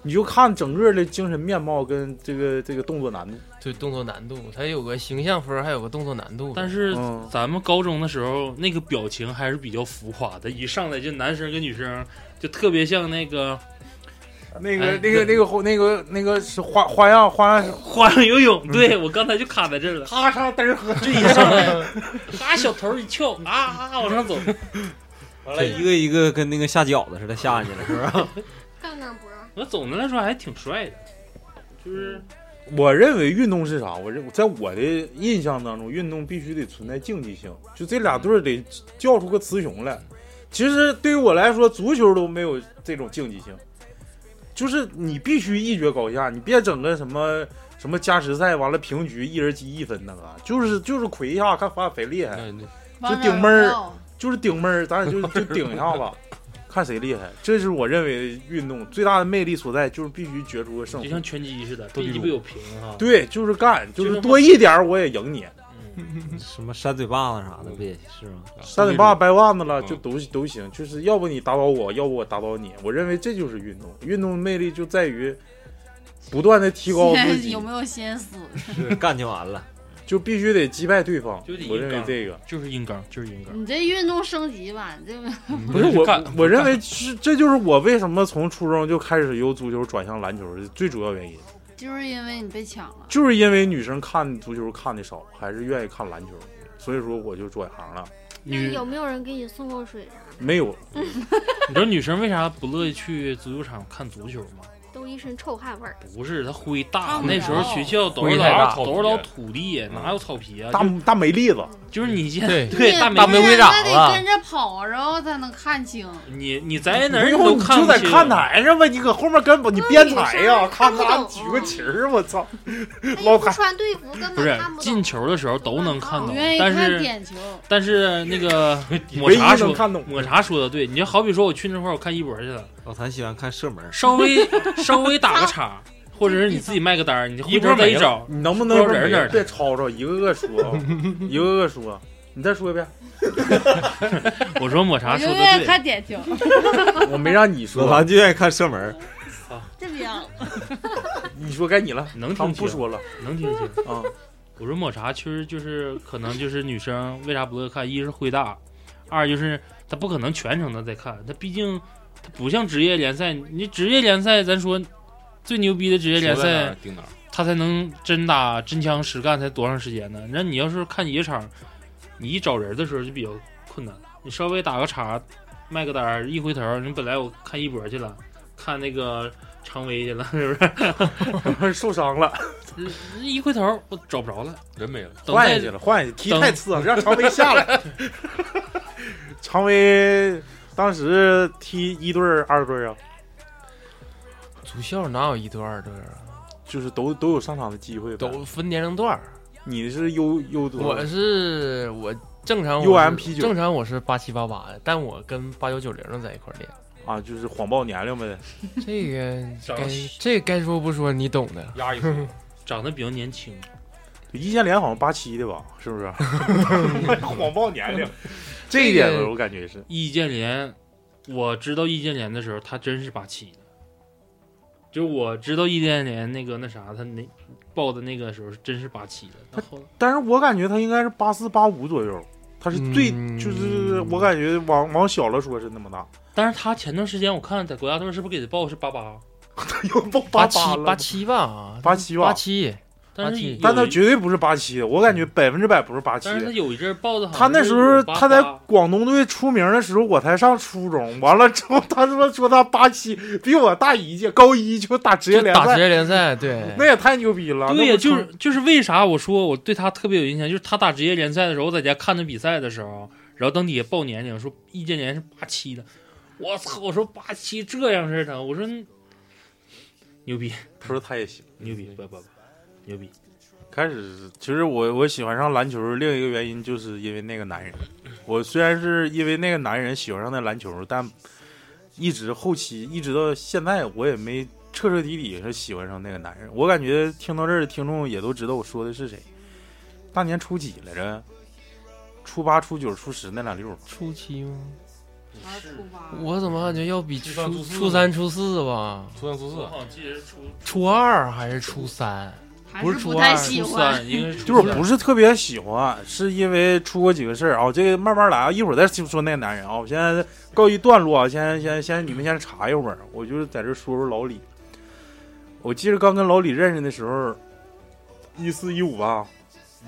Speaker 3: 你就看整个的精神面貌跟这个这个动作难度。
Speaker 7: 对，动作难度，它有个形象分儿，还有个动作难度。
Speaker 9: 但是
Speaker 3: 嗯
Speaker 9: 咱们高中的时候，那个表情还是比较浮夸的，一上来就男生跟女生就特别像那个
Speaker 3: 那个
Speaker 9: 个那
Speaker 3: 那个那
Speaker 9: 个
Speaker 3: 个那个那个是花花样花样
Speaker 9: 花样游泳。对我刚才就卡在这儿了，
Speaker 3: 咔嚓嘚喝，
Speaker 9: 这一上 来，啊，小头一翘，啊啊啊往上走，
Speaker 10: 完了一个一个跟那个下饺子似的下去了，是吧？
Speaker 5: 杠杠脖儿，
Speaker 9: 我总的来说还挺帅的，就是
Speaker 3: 我认为运动是啥？我认在我的印象当中，运动必须得存在竞技性，就这俩队儿得叫出个雌雄来。其实对于我来说，足球都没有这种竞技性，就是你必须一决高下，你别整个什么什么加时赛，完了平局一人积一分那个，就是就是魁一下看发谁厉害，
Speaker 7: 哎
Speaker 4: 那那
Speaker 6: 王者
Speaker 3: 顶闷儿
Speaker 6: 荣耀
Speaker 3: 就是顶闷儿，咱俩就就顶一下子， 看谁厉害。这是我认为运动最大的魅力所在，就是必须决出个胜
Speaker 9: 就
Speaker 3: 负。
Speaker 9: 像拳击似的，
Speaker 4: 斗
Speaker 9: 地
Speaker 4: 地
Speaker 9: 不嗯有平啊哈。
Speaker 3: 对，就是干，就
Speaker 9: 就是是
Speaker 3: 多一点儿我也赢你。
Speaker 9: 嗯
Speaker 10: 什么扇嘴巴子啥的，不也是吗？
Speaker 4: 啊
Speaker 11: 啊
Speaker 3: 三点八掰腕子了，
Speaker 4: 嗯
Speaker 3: 就都都行，就是要不你打倒我，要不我打倒你。我认为这就是运动，运动的魅力就在于不断的提高 自己
Speaker 6: 有，没有先死？
Speaker 10: 是 干就完了。
Speaker 3: 就必须得击败对方
Speaker 9: 就得。
Speaker 3: 我
Speaker 9: 硬
Speaker 3: 认为
Speaker 9: 刚
Speaker 3: 这个
Speaker 9: 就是硬刚，就是硬刚。
Speaker 6: 你这运动升级吧，你这
Speaker 3: 不是我
Speaker 4: 干，
Speaker 3: 我认为是这就是我为什么从初中就开始由足球转向篮球的最主要原因，
Speaker 6: 就是因为你被抢了。
Speaker 3: 就是因为女生看足球看的少，还是愿意看篮球，所以说我就转行了。
Speaker 9: 女，
Speaker 5: 有没有人给你送过水啥的？
Speaker 3: 没有，
Speaker 9: 你知道女生为啥不乐意去足球场看足球吗？
Speaker 5: 都一身臭汗味儿，
Speaker 9: 不是，她灰大
Speaker 6: 看，不
Speaker 9: 那时候学校都
Speaker 7: 灰
Speaker 9: 是
Speaker 7: 太
Speaker 9: 老
Speaker 7: 大
Speaker 9: 都是老土地，哪有草皮啊？
Speaker 3: 大
Speaker 9: 就
Speaker 3: 大梅粒子，
Speaker 9: 就是你现
Speaker 7: 对
Speaker 9: 对
Speaker 6: 你
Speaker 9: 大
Speaker 7: 大玫
Speaker 9: 美，
Speaker 7: 瑰长
Speaker 6: 那
Speaker 7: 了
Speaker 6: 得跟着跑，然后才能看清。
Speaker 9: 你你在
Speaker 3: 不
Speaker 9: 哪儿你
Speaker 3: 用
Speaker 9: 都
Speaker 3: 你
Speaker 9: 看
Speaker 3: 就在
Speaker 9: 不清
Speaker 3: 看台上呗，你搁后面跟你编排呀，咔
Speaker 5: 看不
Speaker 3: 咔
Speaker 5: 懂
Speaker 3: 举个旗儿，我操！
Speaker 5: 他
Speaker 3: 老
Speaker 5: 又不
Speaker 3: 看
Speaker 5: 穿队服，根
Speaker 9: 不是
Speaker 5: 本看不懂
Speaker 9: 进。球的时候都能看
Speaker 6: 我
Speaker 9: 懂
Speaker 6: 愿，意
Speaker 9: 嗯但
Speaker 6: 看
Speaker 9: 是
Speaker 6: 点球，
Speaker 9: 但是 那个抹
Speaker 3: 唯一
Speaker 9: 茶
Speaker 3: 能
Speaker 9: 说
Speaker 3: 看懂
Speaker 9: 抹茶说的对，你就好比说我去那块儿我看一博去了，
Speaker 10: 老谭喜欢看射门，
Speaker 9: 稍微稍微打个岔，或者是你自己卖个单儿，你
Speaker 3: 一
Speaker 9: 回
Speaker 3: 波
Speaker 9: 头再
Speaker 3: 没
Speaker 9: 一找
Speaker 3: 了，，你能不
Speaker 9: 不
Speaker 3: 能
Speaker 9: 知道人哪儿去
Speaker 3: 别吵吵，一个个 说啊，一个个说，你再说一遍，
Speaker 9: 我说抹茶
Speaker 6: 我
Speaker 9: 说
Speaker 6: 就
Speaker 9: 的
Speaker 6: 愿意
Speaker 9: 对，
Speaker 6: 看点球，
Speaker 3: 我没让你
Speaker 10: 老
Speaker 3: 说，
Speaker 10: 谭就愿意看射门，
Speaker 6: 这边
Speaker 3: 你说该你了，
Speaker 9: 能
Speaker 3: 他
Speaker 9: 听
Speaker 3: 们
Speaker 9: 清
Speaker 3: 不，说了
Speaker 9: 能听清。
Speaker 3: 啊，
Speaker 9: 我说抹茶其实就是可能就是女生为啥不乐意看，一是灰大，二就是她不可能全程的在看，她毕竟她不像职业联赛，你职业联赛咱说最牛逼的职业联
Speaker 4: 球在哪
Speaker 9: 赛
Speaker 4: 儿，定哪儿，
Speaker 9: 他才能真打真枪实干才多长时间呢？那你要是看一场，你一找人的时候就比较困难。你稍微打个岔，卖个单儿，一回头，你本来我看一博去了，看那个常威去了， 是不
Speaker 3: 受伤了，
Speaker 9: 是？一回头我找不着了，
Speaker 4: 人没了，
Speaker 9: 等
Speaker 3: 换下
Speaker 9: 再
Speaker 3: 去了，换下去，踢
Speaker 9: 等
Speaker 3: 太次了，让常威下 来。常威当时踢一队儿二队儿啊，
Speaker 7: 足校哪有一对二对啊？
Speaker 3: 就是都都有上场的机会呗。
Speaker 7: 都分年龄段儿。啊
Speaker 3: 你是 U U 多，
Speaker 7: 我是我正常我是
Speaker 3: UMP9
Speaker 7: 正常我是八七八八的，但我跟八九九零的在一块儿练。
Speaker 3: 啊，就是谎报年龄呗。
Speaker 7: 这个
Speaker 9: 找
Speaker 7: 该这该说不说，你懂的。
Speaker 9: 压一回，长得比较年轻，
Speaker 3: 易建联好像八七的吧，是不是？ 谎报年龄，这一点我感觉是
Speaker 9: 易建联，我知道易建联的时候，他真是八七的。就我知道易建联那个那啥，他那报的那个时候是真是八七的。那后来
Speaker 3: 但是我感觉他应该是八四八五左右，他是最、
Speaker 7: 嗯
Speaker 3: 就是我感觉往往小了说是那么大，
Speaker 9: 但是他前段时间我看在国家队是不是给他报是八八？
Speaker 3: 又报
Speaker 7: 八
Speaker 3: 七
Speaker 7: 七
Speaker 3: 八
Speaker 7: 八七吧啊，
Speaker 3: 八七吧
Speaker 7: 八，七，
Speaker 9: 但
Speaker 7: 87
Speaker 9: 是有
Speaker 3: 但他
Speaker 9: 一
Speaker 3: 绝对不是八七的，我感觉百分之百不是八七
Speaker 9: 但是他
Speaker 3: 的。
Speaker 9: 有一阵儿报的好
Speaker 3: 他
Speaker 9: 像
Speaker 3: 那
Speaker 9: 是
Speaker 3: 时候
Speaker 9: 88
Speaker 3: 他在广东队出名的时候，我才上初中。完了之后，他说说他八七，比我大一届，高一就打职业
Speaker 7: 就
Speaker 3: 联
Speaker 7: 打职
Speaker 3: 赛，
Speaker 7: 业联赛，对
Speaker 3: 那，也太牛逼了。
Speaker 9: 对
Speaker 3: 那
Speaker 9: 呀，
Speaker 3: 不
Speaker 9: 就是就是为啥我说我对他特别有印象，就是他打职业联赛的时候，我在家看他比赛的时候，然后登底下报年龄，说易建联是八七的，我操！我说八七这样式的，我说牛逼
Speaker 3: 他说他也行。
Speaker 9: 牛逼，不不不，牛逼！
Speaker 3: 开始，其实我我喜欢上篮球，另一个原因就是因为那个男人。我虽然是因为那个男人喜欢上那篮球，但一直后期一直到现在，我也没彻彻底底是喜欢上那个男人。我感觉听到这儿的听众也都知道我说的是谁。大年初几来着？初八、初九、初十那俩六，
Speaker 7: 初七吗？
Speaker 6: 啊初八，
Speaker 7: 我怎么感觉要比初
Speaker 4: 初三初四
Speaker 7: 初三、初四吧，
Speaker 4: 初三初四
Speaker 9: 我，好像记得是初
Speaker 7: 初二还是初三？
Speaker 6: 还
Speaker 7: 不是
Speaker 6: 是
Speaker 7: 初
Speaker 6: 不太
Speaker 7: 二
Speaker 6: 喜
Speaker 9: 初
Speaker 6: 欢。
Speaker 9: 三，应该是
Speaker 3: 就是
Speaker 9: 初三
Speaker 3: 不是特别喜欢，是因为出过几个事儿啊、这个慢慢来啊，一会儿再说那个男人啊。我现在告一段落啊，先先先你们先查一会儿，我就是在这说说老李。我记得刚跟老李认识的时候，一四一五吧，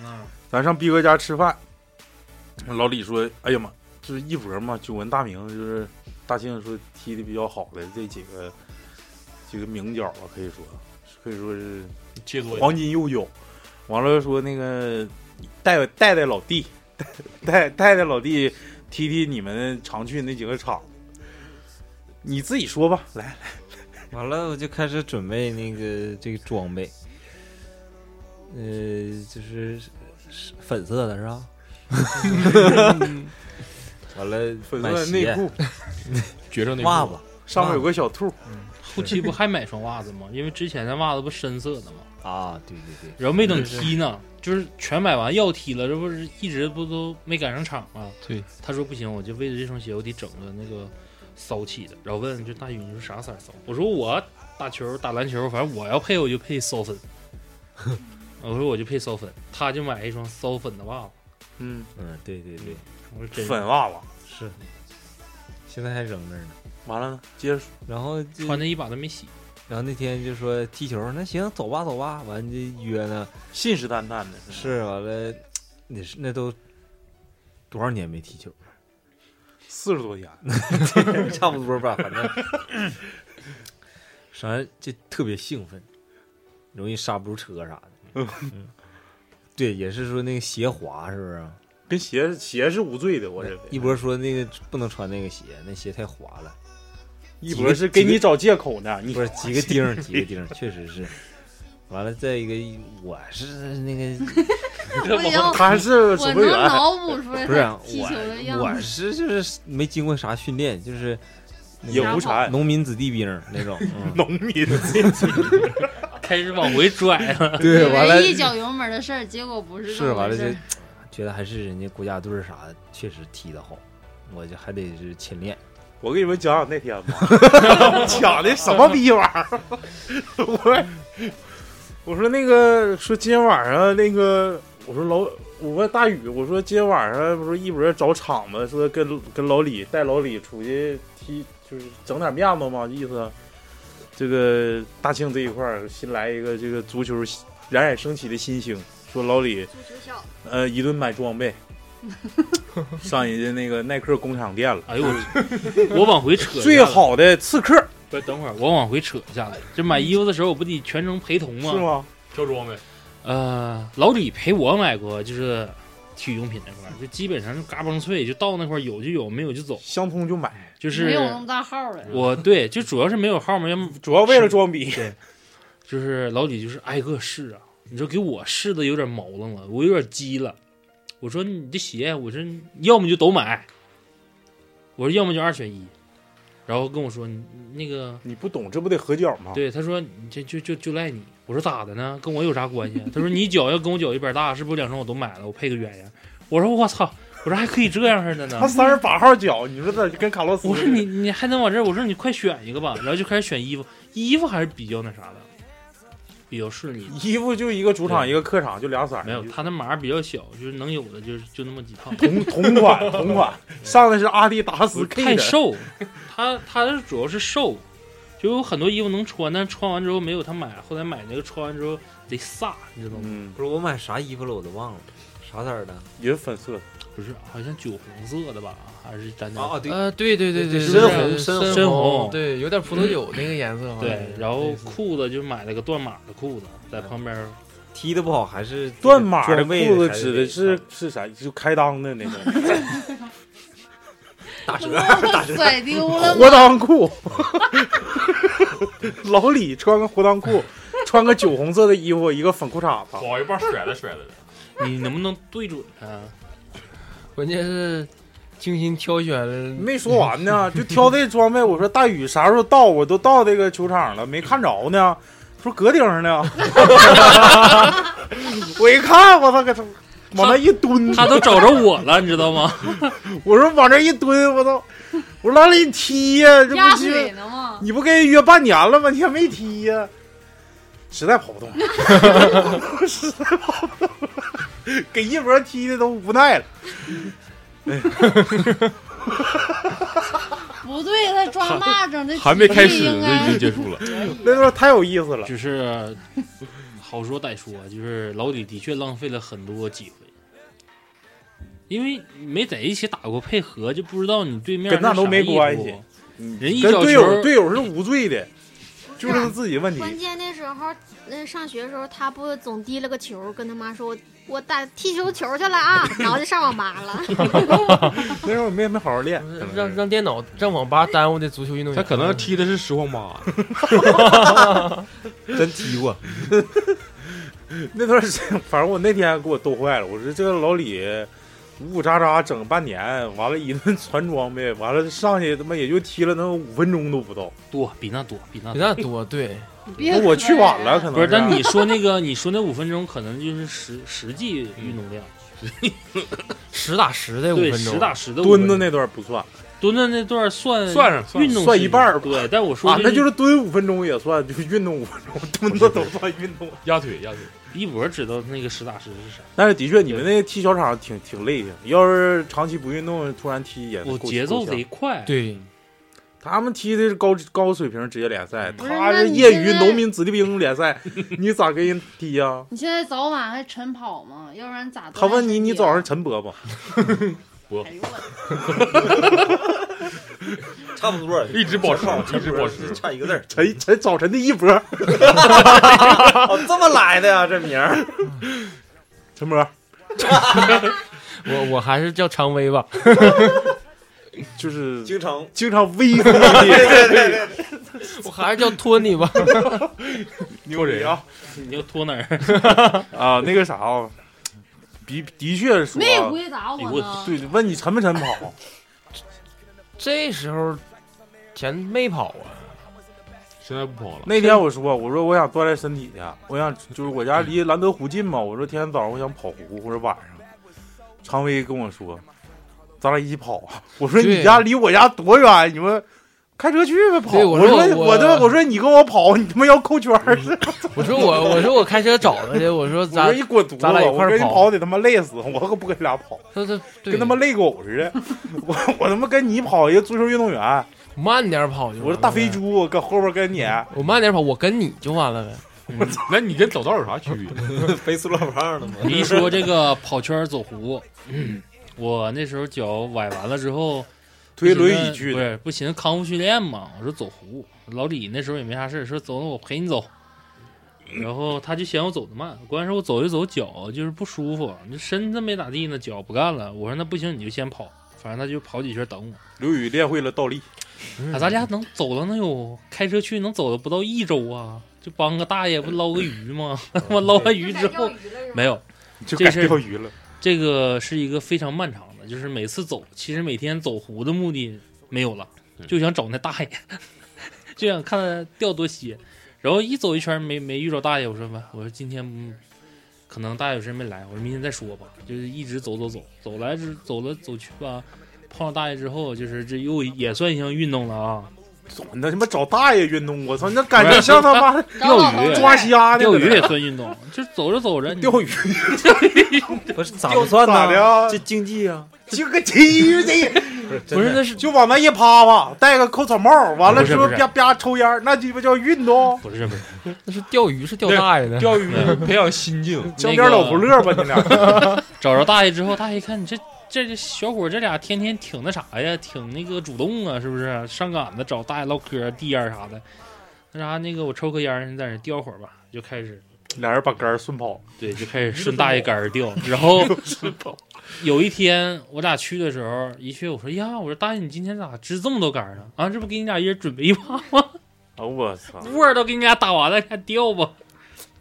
Speaker 9: 嗯
Speaker 3: 咱上逼哥家吃饭，老李说：“哎呀妈，就是一博嘛，久闻大名，就是大庆说踢的比较好的这几个几个名角啊，可以说可以说是
Speaker 4: 切磋一下
Speaker 3: 黄金右脚。完了说那个带带带老弟， 带带带老弟踢踢你们常去那几个场，你自己说吧，来，
Speaker 10: 完了我就开始准备那个这个装备，呃，就是是粉色的是吧？ 嗯完了，
Speaker 3: 粉
Speaker 10: 买
Speaker 3: 色
Speaker 10: 鞋
Speaker 3: 内、裤
Speaker 4: 决胜那
Speaker 10: 袜子
Speaker 3: 上面有个小兔，
Speaker 9: 后期不还买双袜子吗？因为之前的袜子不深色的吗？
Speaker 10: 啊，对对对，
Speaker 9: 然后没等踢呢，就是全买完要踢了，这不是一直不都没赶上场吗？
Speaker 7: 对，
Speaker 9: 他说不行，我就为了这双鞋，我得整个那个骚气的。然后问就大宇，你说啥色儿骚？我说我打球打篮球，反正我要配我就配骚 粉。我说我就配骚粉，他就买一双骚粉的袜子。
Speaker 3: 嗯，
Speaker 10: 嗯，对对对，
Speaker 9: 我说真
Speaker 3: 粉袜子。
Speaker 10: 是，现在还扔那儿呢。
Speaker 3: 完了呢，接着说，
Speaker 10: 然后就
Speaker 9: 穿那一把都没洗。
Speaker 10: 然后那天就说踢球，那行走吧走吧，完就约呢，
Speaker 3: 信誓旦旦的
Speaker 10: 是完了，那是那都多少年没踢球，
Speaker 3: 四十多天，
Speaker 10: 差不多吧，反正， 啥就特别兴奋，容易刹不住车啥的。嗯，对，也是说那个鞋滑是不是？
Speaker 3: 跟鞋鞋是无罪的，我认为。
Speaker 10: 一博说那个不能穿那个鞋，那鞋太滑了。
Speaker 3: 一博是给你找借口呢，你
Speaker 10: 不是几个钉儿，几个钉儿，确实是。完了，再一个，我是那个
Speaker 6: 不行，
Speaker 3: 他是守
Speaker 6: 我
Speaker 3: 门
Speaker 6: 能
Speaker 3: 员，
Speaker 6: 脑补出来
Speaker 10: 不是
Speaker 6: 他
Speaker 10: 啊
Speaker 6: 踢球的样
Speaker 10: 我，我
Speaker 6: 子。
Speaker 10: 是就是没经过啥训练，就是
Speaker 3: 也无
Speaker 6: 啥
Speaker 3: 产
Speaker 10: 农民子弟兵儿那种。嗯、
Speaker 3: 农民，
Speaker 9: 开始往回拽了。
Speaker 10: 对，完了
Speaker 6: 以为一脚油门的事儿，结果不是这
Speaker 10: 是
Speaker 6: 么
Speaker 10: 完
Speaker 6: 回
Speaker 10: 了
Speaker 6: 事
Speaker 10: 就
Speaker 6: 儿。
Speaker 10: 觉得还是人家国家队儿啥的确实踢得好，我就还得是勤练。
Speaker 3: 我给你们讲讲那天吧，讲的什么逼玩意儿？ 我我说那个说今天晚上那个我说老我问大宇我说今天晚上不是一博找场子说跟跟老李带老李出去踢就是整点面子嘛意思。这个大庆这一块儿新来一个这个足球冉冉升起的新星，说老李
Speaker 5: 足球小子
Speaker 3: 呃一顿买装备，上人家那个耐克工厂店了。
Speaker 9: 哎呦我， 我往回扯一下子。
Speaker 3: 最好的刺客
Speaker 9: 不是，等会儿我往回扯一下子。这买衣服的时候，我不得全程陪同吗？
Speaker 3: 是？吗？
Speaker 4: 挑装呗，
Speaker 9: 呃，老李陪我买过，就是体育用品那块儿，就基本上就嘎嘣脆，就到那块儿有就有，没有就走，
Speaker 3: 相通就买，
Speaker 9: 就是
Speaker 6: 没有那么大号 了。
Speaker 9: 我对，就主要是没有号嘛，要么
Speaker 3: 主要为了装逼。
Speaker 9: 就是老李就是挨个试啊。你说给我试的有点毛愣了，我有点急了。我说你这鞋，我说你要么就都买，我说要么就二选一。然后跟我说你那个
Speaker 3: 你不懂，这不得合脚吗？
Speaker 9: 对，他说你这就就就赖你。我说咋的呢？跟我有啥关系啊？他说你脚要跟我脚一边大，是不是两双我都买了，我配个鸳鸯？我说我操，我说还可以这样式的呢
Speaker 3: 他。三十八号脚，你说他跟卡洛斯？
Speaker 9: 我说你你还能往这儿？我说你快选一个吧。然后就开始选衣服，衣服还是比较那啥的，比较顺利的。
Speaker 3: 衣服就一个主场
Speaker 9: 对
Speaker 3: 一个客场，就俩色儿。
Speaker 9: 没有，他那码儿比较小，就是能有的就是就那么几 套。
Speaker 3: 同同款 同款，上的是阿迪达斯 K
Speaker 9: 太
Speaker 3: 的，
Speaker 9: 瘦，他他是主要是瘦，就有很多衣服能穿，但穿完之后没有他买，后来买那个穿完之后贼飒，你知道吗？
Speaker 3: 嗯，
Speaker 10: 不是我买啥衣服了，我都忘了，啥色儿的？
Speaker 3: 也是粉色的。
Speaker 9: 不是，好像酒红色的吧，还是咱家
Speaker 10: 啊啊，对，
Speaker 7: 呃，对对对对，
Speaker 10: 对
Speaker 7: 对
Speaker 10: 深红
Speaker 7: 深
Speaker 10: 深
Speaker 9: 深红
Speaker 7: 红，对，有点葡萄酒那个颜色。啊好像
Speaker 9: 对
Speaker 7: 是，
Speaker 9: 然后
Speaker 7: 类似嗯
Speaker 9: 裤子就买了个断码的裤子，在旁边儿
Speaker 10: 踢的不好还是
Speaker 3: 断码的
Speaker 10: 装备
Speaker 3: 裤子
Speaker 10: 还
Speaker 3: 指的
Speaker 10: 得
Speaker 3: 是是啥？就开裆的那个
Speaker 10: 打折，
Speaker 6: 甩丢了
Speaker 3: 活
Speaker 6: 吗？
Speaker 3: 裆裤。 老李穿个活裆裤，穿个酒红色的衣服，一个粉裤衩子。
Speaker 4: 跑一半甩了甩了的，
Speaker 9: 你能不能对准 啊？
Speaker 7: 关键是精心挑选了，
Speaker 3: 没说完呢，就挑这装备。我说大宇啥时候到？我都到这个球场了，没看着呢。说搁顶上呢。 我一看，我操，给他往那一蹲，
Speaker 9: 他都找着我了，你知道吗？
Speaker 3: 我说往这一蹲，我操，我说老李你踢呀、这
Speaker 6: 压
Speaker 3: 不
Speaker 6: 水
Speaker 3: 是
Speaker 6: 呢吗？
Speaker 3: 你不跟人约半年了吗？你还没踢呀、实在跑不动， 实在跑不动，给一博踢的都无奈了。
Speaker 6: 不对，他抓蚂蚱那
Speaker 4: 还没开
Speaker 6: 体
Speaker 4: 始
Speaker 6: 力应该
Speaker 4: 就已经结束了，
Speaker 3: 那时候太有意思了，
Speaker 9: 就是好说歹说，就是老李的确浪费了很多机会，因为没在一起打过配合，就不知道你对面
Speaker 3: 跟那
Speaker 9: 是啥
Speaker 3: 都没
Speaker 9: 意图
Speaker 3: 关系人
Speaker 9: 人一
Speaker 3: 跟
Speaker 9: 脚
Speaker 3: 队
Speaker 9: 球
Speaker 3: 友
Speaker 9: 儿
Speaker 3: 队友是无罪的，就是他自己问题。
Speaker 5: 关键那时候，那上学的时候，他不总提了个球，跟他妈说：“我我打踢球球去了啊！”然后就上网吧了。
Speaker 3: 那时候没没好好练，可能是
Speaker 7: 让让电脑让网吧耽误的足球运动
Speaker 4: 他
Speaker 7: 员。
Speaker 4: 可能踢的是实况八，啊
Speaker 10: 真踢过，
Speaker 3: 那段时间，反正我那天给我逗坏了。我说这个老李呜呜喳喳整半年，完了一顿传装备，完了上去他妈也就踢了能五分钟都不到。
Speaker 9: 多比那多比那
Speaker 7: 比
Speaker 9: 多。
Speaker 7: 那多，对，
Speaker 6: 别
Speaker 3: 我去晚
Speaker 6: 啊
Speaker 3: 了，可能
Speaker 9: 不是，但
Speaker 3: 是
Speaker 9: 你说那个，你说那五分钟可能就是实实际运动量，
Speaker 7: 十打十
Speaker 3: 嗯
Speaker 7: 的五
Speaker 9: 对，
Speaker 7: 分钟，
Speaker 9: 实打实的五
Speaker 3: 蹲的
Speaker 9: 分钟
Speaker 3: 那段不算
Speaker 9: 蹲的那段算
Speaker 4: 算上算上
Speaker 9: 运动
Speaker 3: 算
Speaker 9: 时
Speaker 3: 一半儿吧
Speaker 9: 对，但我说
Speaker 3: 啊，那就是是蹲五分钟也算，就是运动五分钟，蹲的都算运动。
Speaker 4: 压腿压腿，
Speaker 9: 一博知道那个实打实是啥，
Speaker 3: 但是的确，你们那踢小场挺挺累的，要是长期不运动，突然踢也
Speaker 9: 我
Speaker 3: 够
Speaker 9: 节奏
Speaker 3: 够呛
Speaker 9: 贼 快，
Speaker 7: 对，
Speaker 3: 他们踢的是高高水平职业联赛，
Speaker 6: 不是
Speaker 3: 他
Speaker 6: 那
Speaker 3: 是
Speaker 6: 你
Speaker 3: 业
Speaker 6: 现
Speaker 3: 余
Speaker 6: 在
Speaker 3: 农民子弟兵联赛， 你咋跟人踢呀、
Speaker 6: 你现在早晚还晨跑吗？要不然咋？
Speaker 3: 他问你，你早上。晨勃不？
Speaker 6: 哎呦我，
Speaker 10: 差不多，
Speaker 4: 一直保持，一直保持，
Speaker 10: 差一个字儿。
Speaker 3: 晨晨早晨的一波，
Speaker 10: 哦，这么来的呀，这名儿。
Speaker 3: 陈波
Speaker 7: 我我还是叫常威吧。
Speaker 3: 就是
Speaker 10: 经常
Speaker 3: 经常威 风的
Speaker 7: 我还是叫托尼吧。
Speaker 3: 牛人啊
Speaker 9: 你要拖哪儿？
Speaker 3: 啊那个啥啊，的的确说
Speaker 6: 没
Speaker 3: 啊
Speaker 6: 回答我呢。
Speaker 3: 对，问你晨不晨跑，
Speaker 7: 这时候钱没跑啊，
Speaker 4: 现在不跑了。
Speaker 3: 那天我说，我说我想锻炼身体去，我想就是我家离兰德湖近嘛，我说天天早上我想跑湖或者晚上，常威跟我说，咱俩一起跑啊。我说
Speaker 11: 对
Speaker 3: 你家离我家多远？你们开车去呗，跑。
Speaker 7: 对
Speaker 3: 我
Speaker 7: 我说我
Speaker 3: 我这我说你跟我跑，你他妈要扣圈儿是吧？
Speaker 7: 我说我我说我开车找他去，我说咱
Speaker 3: 我说一哎滚犊子，
Speaker 7: 咱俩一块
Speaker 3: 我
Speaker 7: 儿
Speaker 3: 跟你
Speaker 7: 跑。
Speaker 3: 跑得他妈累死，我可不跟你俩跑，跟他妈累狗似的。我我他妈跟你跑一个足球运动员，
Speaker 7: 慢点跑
Speaker 3: 我说大肥猪，我搁后边跟你。
Speaker 7: 我慢点跑，我跟你就完了呗。
Speaker 4: 那你跟走道有啥区别？
Speaker 10: 肥塑料胖了吗
Speaker 9: 你一说这个跑圈儿走湖，嗯我那时候脚崴完了之后，
Speaker 3: 推轮椅
Speaker 9: 不寻思
Speaker 3: 去的
Speaker 9: 不是不寻思康复训练嘛？我说走湖，老李那时候也没啥事儿说走，我陪你走。然后他就嫌我走得慢，关键是我走一走脚就是不舒服，你身子没咋地呢，脚不干了。我说那不行，你就先跑，反正他就跑几圈等我。
Speaker 3: 刘宇练会了倒立，嗯
Speaker 9: 啊，咱俩能走了能有开车去能走了不到一周啊，就帮个大爷不捞个鱼吗？ 他妈捞完鱼之后没有，
Speaker 3: 嗯就
Speaker 9: 这
Speaker 3: 改
Speaker 9: 事儿
Speaker 3: 钓鱼了。
Speaker 9: 这个是一个非常漫长的，就是每次走，其实每天走湖的目的没有了，就想找那大爷， 就想看他钓多些。然后一走一圈没没遇着大爷，我说吧，我说今天嗯可能大爷有事没来，我说明天再说吧。就是一直走走走，走来之走了走去吧，碰上大爷之后，就是这又也算一项运动了啊。
Speaker 3: 那他妈找大爷运动，我操，那感觉像他 妈
Speaker 9: 钓鱼、
Speaker 3: 抓虾呢，
Speaker 9: 钓鱼
Speaker 3: 搁那啊
Speaker 9: 也算运动。就是走着 走着，
Speaker 3: 钓鱼
Speaker 10: 不是咋
Speaker 3: 不算呢
Speaker 10: 这竞技啊，
Speaker 3: 就个鸡这，
Speaker 10: 真的不是那
Speaker 3: 是就往那一趴吧，戴个扣草帽，完了
Speaker 9: 不是
Speaker 3: 之后
Speaker 9: 不是
Speaker 3: 啪啪抽烟，那鸡巴叫运动。
Speaker 9: 不是 不是，
Speaker 7: 那是钓鱼是钓大爷的，
Speaker 9: 钓鱼是
Speaker 4: 培养心境
Speaker 3: 整点老不乐吧，你俩。
Speaker 9: 找着大爷之后，大爷一看你这这这小伙儿这俩天天挺那啥呀，挺那个主动啊，是不是？上杆子找大爷唠嗑、递烟儿啥的。那啥，那个我抽颗烟儿，你在那儿吊会儿吧，就开始
Speaker 3: 俩人把杆儿顺跑，
Speaker 9: 对，就开始顺大爷杆儿吊。 然后 有一天我俩去的时候，一去我说哎呀，我说大爷你今天咋支这么多杆儿呢？啊，这不给你俩一人准备一把吗？
Speaker 3: 啊，我操，
Speaker 9: 窝儿都给你俩打完了，还吊吧？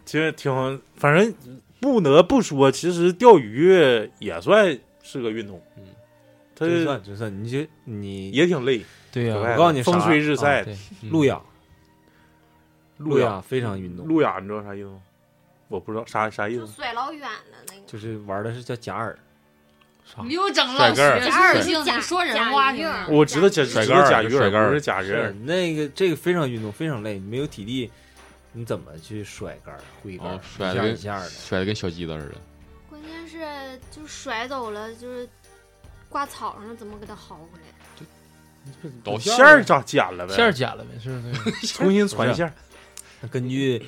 Speaker 3: 其实挺，反正不得不说，其实钓鱼也算是个运动，嗯，它
Speaker 10: 真算真算，你就你
Speaker 3: 也挺累。
Speaker 7: 对呀
Speaker 3: 可外
Speaker 10: 我告诉你啥，
Speaker 3: 风吹日晒
Speaker 10: 啊对
Speaker 3: 嗯
Speaker 10: 路亚，
Speaker 3: 路
Speaker 10: 路亚非常运动，
Speaker 3: 路亚你知道啥意思吗？我不知道啥啥意思。
Speaker 5: 甩老远了那个。
Speaker 10: 就是玩的是叫假饵，啥
Speaker 6: 你又整老
Speaker 3: 甩
Speaker 6: 学
Speaker 3: 杆儿
Speaker 6: 术性，你说人话
Speaker 5: 假鱼
Speaker 6: 呢？
Speaker 3: 我知道假
Speaker 4: 甩
Speaker 3: 知
Speaker 4: 杆儿
Speaker 3: 道假鱼
Speaker 4: 甩杆
Speaker 3: 饵
Speaker 4: 儿
Speaker 3: 不是假
Speaker 10: 是
Speaker 3: 人，
Speaker 10: 那个这个非常运动，非常累，你没有体力，你怎么去甩杆儿、挥杆儿、
Speaker 3: 哦
Speaker 11: 啊，甩的
Speaker 10: 一下
Speaker 11: 跟
Speaker 10: 一下的？
Speaker 11: 甩的跟小鸡子似的。
Speaker 5: 关键是就甩走了，就是挂草上怎么给它薅回来？
Speaker 11: 导线
Speaker 3: 线儿咋剪了呗？
Speaker 7: 线儿剪了呗，是不是？
Speaker 3: 重新穿线儿。
Speaker 10: 那根据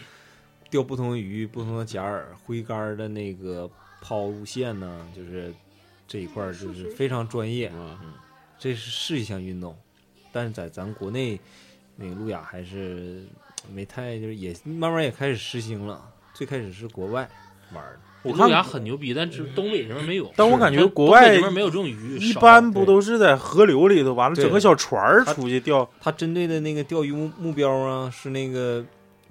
Speaker 10: 钓不同鱼、不同的假饵、挥杆儿的那个抛物线呢，就是这一块儿就是非常专业。啊
Speaker 11: 嗯，
Speaker 10: 这是是一项运动，但是在咱国内那个路亚还是没太就是也慢慢也开始实行了。最开始是国外玩儿的，
Speaker 3: 我
Speaker 9: 路
Speaker 3: 看
Speaker 9: 亚很牛逼，但是东北这边没有。
Speaker 3: 但我感觉
Speaker 9: 东
Speaker 3: 国外
Speaker 9: 东北这边没有这种鱼，
Speaker 3: 一
Speaker 9: 少
Speaker 3: 般不都是在河流里头，完了
Speaker 10: 对
Speaker 3: 整个小船儿出去钓？
Speaker 10: 它针对的那个钓鱼目目标啊是那个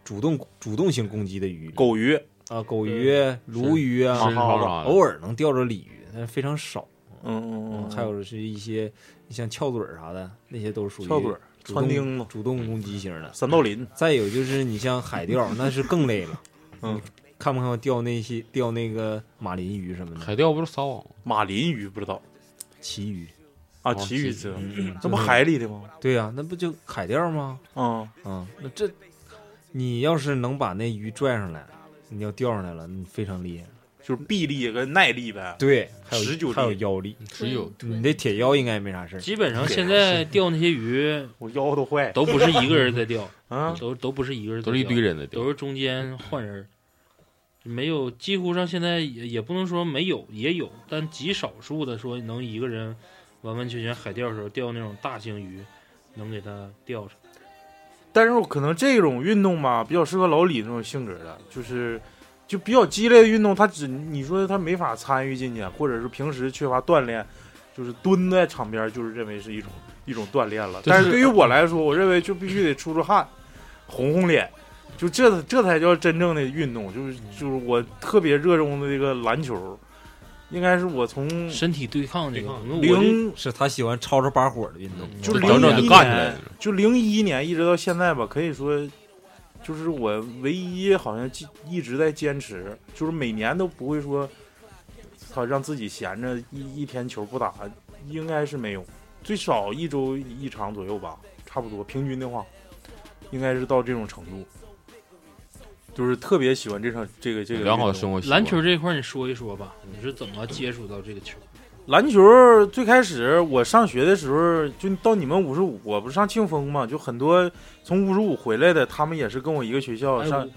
Speaker 10: 主动主动性攻击的鱼，
Speaker 3: 狗鱼，
Speaker 10: 啊狗鱼、鲈鱼啊，
Speaker 11: 是是
Speaker 10: 偶
Speaker 11: 是
Speaker 10: 尔偶尔能钓着鲤鱼，但是非常少。
Speaker 3: 嗯嗯
Speaker 10: 嗯，还有是一些你像翘嘴儿啥的，那些都是属于
Speaker 3: 翘嘴儿
Speaker 10: 主
Speaker 3: 穿
Speaker 10: 动
Speaker 3: 钉子
Speaker 10: 主动攻击型的。
Speaker 3: 嗯三道鳞，
Speaker 10: 再有就是你像海钓，那是更累了。
Speaker 3: 嗯
Speaker 10: 你看没看过钓那些钓那个马林鱼什么的，
Speaker 11: 海钓不是撒网吗？
Speaker 3: 马林鱼不知道
Speaker 10: 旗鱼？
Speaker 3: 啊，
Speaker 11: 哦
Speaker 3: 旗鱼
Speaker 11: 旗
Speaker 3: 知道
Speaker 10: 嗯，
Speaker 3: 这不海里的吗？
Speaker 10: 对呀、那不就海钓吗？
Speaker 3: 嗯，
Speaker 10: 啊、那这你要是能把那鱼拽上来，你要钓上来了，你非常厉害。
Speaker 3: 就是臂力跟耐力呗。
Speaker 10: 对，还有
Speaker 3: 持久力
Speaker 10: 还有腰力，
Speaker 11: 只有
Speaker 10: 你这铁腰应该没啥事儿。
Speaker 9: 基本上
Speaker 11: 啊
Speaker 9: 现在钓那些鱼
Speaker 3: 我腰都坏
Speaker 9: 都不是一个人在钓，
Speaker 3: 啊！
Speaker 9: 都都不是一个人在钓，
Speaker 11: 都是一堆人在钓
Speaker 9: 都，是中间换人儿，没有几乎上现在也也不能说没有，也有，但极少数的说能一个人完完全全海钓的时候钓那种大型鱼，能给它钓上。
Speaker 3: 但是我可能这种运动吧，比较适合老李那种性格的，就是就比较激烈的运动，他只你说他没法参与进去，或者是平时缺乏锻炼，就是蹲在场边，就是认为是一种一种锻炼了。
Speaker 11: 就是
Speaker 3: 但是对于我来说，我认为就必须得出出汗，红红脸，就嗯这这才叫真正的运动。就是就是我特别热衷的这个篮球，应该是我从
Speaker 9: 身体对抗这个
Speaker 3: 零
Speaker 10: 是他喜欢吵吵把火的运动，
Speaker 11: 嗯
Speaker 3: 就零一年，就零一年一直到现在吧，可以说就是我唯一好像记一直在坚持，就是每年都不会说，操让自己闲着一一天球不打，应该是没有，最少一周一场左右吧，差不多平均的话，应该是到这种程度。就是特别喜欢这场这个这个运动
Speaker 9: 篮球这一块儿你说一说吧，你是怎么接触到这个球？
Speaker 3: 篮球最开始我上学的时候，就到你们五十五，我不是上庆丰嘛，就很多从五十五回来的，他们也是跟我一个学校
Speaker 9: 哎
Speaker 3: 上、
Speaker 9: 我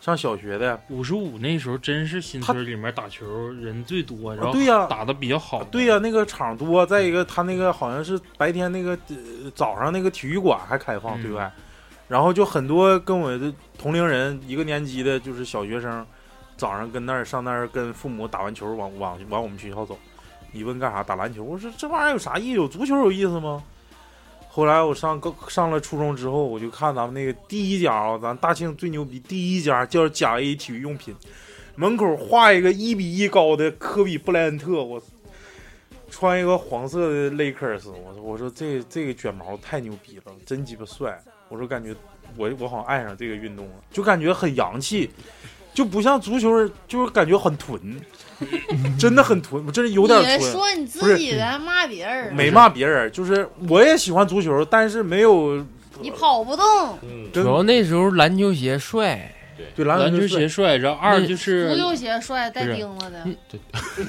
Speaker 3: 上小学的。
Speaker 9: 五十五那时候真是新村里面打球人最多，然后
Speaker 3: 啊对呀啊
Speaker 9: 打的比较好。
Speaker 3: 对呀、那个场多，再一个他那个好像是白天那个、呃早上那个体育馆还开放
Speaker 9: 嗯
Speaker 3: 对外，然后就很多跟我的同龄人一个年级的，就是小学生，早上跟那儿上那儿跟父母打完球往往往我们学校走，你问干啥？打篮球？我说这玩意儿有啥意思？有足球有意思吗？后来我上高上了初中之后，我就看咱们那个第一家啊、咱大庆最牛逼第一家叫甲 A 体育用品，门口画一个一比一高的科比布莱恩特，我穿一个黄色的 Lakers，我说我说这这个卷毛太牛逼了，真鸡巴帅！我说感觉我我好像爱上这个运动了，就感觉很洋气，就不像足球，就是感觉很 囤，真的很囤，我真是有点
Speaker 6: 你
Speaker 3: 囤。
Speaker 6: 说你
Speaker 3: 不是
Speaker 6: 自己的，骂别人，
Speaker 3: 没骂，别人，就是我也喜欢足球，但是没有
Speaker 6: 你跑不动。
Speaker 7: 主要那时候篮球鞋帅，
Speaker 3: 对篮
Speaker 9: 篮球鞋帅，然后二就是
Speaker 6: 足球鞋帅带
Speaker 7: 不是
Speaker 6: 钉子的，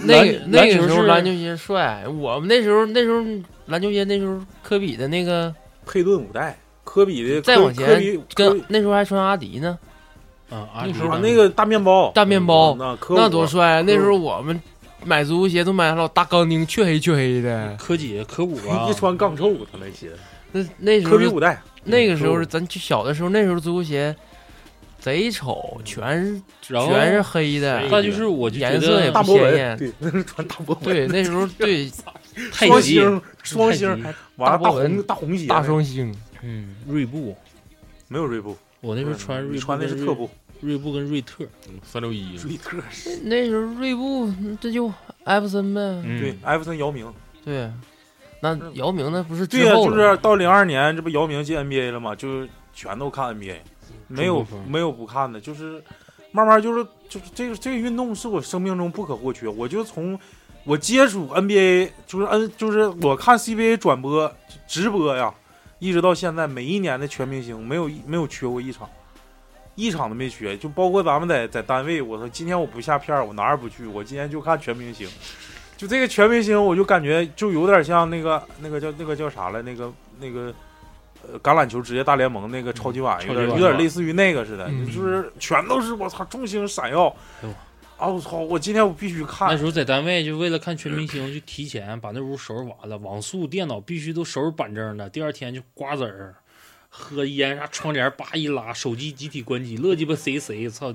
Speaker 7: 那个
Speaker 9: 篮
Speaker 7: 那
Speaker 9: 篮
Speaker 7: 个
Speaker 9: 球
Speaker 7: 时候
Speaker 9: 是
Speaker 7: 篮球鞋帅，我们那时候那时候篮球鞋那时候科比的那个
Speaker 3: 佩顿五代，科比的
Speaker 7: 再
Speaker 3: 科
Speaker 7: 往
Speaker 3: 科
Speaker 7: 前
Speaker 3: 比科
Speaker 7: 跟
Speaker 3: 比
Speaker 7: 那时候还穿阿迪呢，
Speaker 9: 啊
Speaker 3: 阿迪啊那个大面包
Speaker 7: 大面包
Speaker 3: 嗯那科
Speaker 7: 那
Speaker 3: 五
Speaker 7: 多帅啊！
Speaker 3: 科
Speaker 7: 那时候
Speaker 3: 五
Speaker 7: 我们买足球鞋都买老大钢钉，黢黑黢黑的，
Speaker 9: 科几科五
Speaker 3: 一穿杠臭他那鞋，
Speaker 7: 那那时候
Speaker 3: 科比
Speaker 7: 是
Speaker 3: 五代，
Speaker 9: 嗯
Speaker 7: 那个时候
Speaker 3: 科
Speaker 7: 是
Speaker 3: 五
Speaker 7: 咱去小的时候，那时候足球鞋贼丑，全是
Speaker 9: 然后
Speaker 7: 全是 黑的。
Speaker 9: 那就是我就觉得
Speaker 7: 颜色也
Speaker 9: 大
Speaker 7: 不
Speaker 9: 波纹
Speaker 7: 鲜艳，
Speaker 9: 对
Speaker 3: 那是 穿大波纹
Speaker 7: 对，那时候对
Speaker 9: 太
Speaker 3: 双
Speaker 9: 极
Speaker 3: 星双星
Speaker 9: 太极，
Speaker 3: 完了
Speaker 9: 大
Speaker 3: 大
Speaker 9: 波纹
Speaker 3: 红大红鞋，
Speaker 9: 大双
Speaker 7: 星，
Speaker 9: 嗯，锐步
Speaker 3: 没有锐步，嗯
Speaker 9: 我那时候穿锐步
Speaker 3: 你穿的
Speaker 9: 跟
Speaker 3: 是
Speaker 9: 锐
Speaker 3: 特步，
Speaker 9: 锐步跟锐特，
Speaker 11: 三六一
Speaker 3: 锐特是
Speaker 7: 那时候锐步嗯这就艾弗森呗，
Speaker 9: 嗯
Speaker 3: 对，艾弗森、姚明，
Speaker 7: 对，那姚明那不是
Speaker 3: 对
Speaker 7: 之
Speaker 3: 呀，
Speaker 7: 后
Speaker 3: 就
Speaker 7: 了吗
Speaker 3: 是到零二年，这不姚明进 NBA 了吗？就是全都看 NBA，没
Speaker 9: 嗯
Speaker 3: 有
Speaker 7: 中国风
Speaker 3: 没有不看的，就是慢慢就是就是这个这个运动是我生命中不可或缺。我就从我接触 NBA，就是 N 就是我看 CBA 转播直播呀，一直到现在，每一年的全明星没有一没有缺过一场。一场都没缺，就包括咱们在在单位，我操，今天我不下片儿，我哪儿也不去，我今天就看全明星。就这个全明星，我就感觉就有点像那个那个叫那个叫啥来，那个那个呃橄榄球职业大联盟那个超级碗，有点
Speaker 9: 嗯超级碗
Speaker 3: 有点类似于那个似的，
Speaker 9: 嗯
Speaker 3: 就是全都是我操众星闪耀。
Speaker 9: 哎呦
Speaker 3: 啊！我操！我今天我必须看。
Speaker 9: 那时候在单位就为了看全明星，就提前把那屋收拾完了，网速、电脑必须都收拾板正的。第二天就瓜子儿、喝烟啥，窗帘叭一拉，手机集体关机，乐鸡巴谁谁操！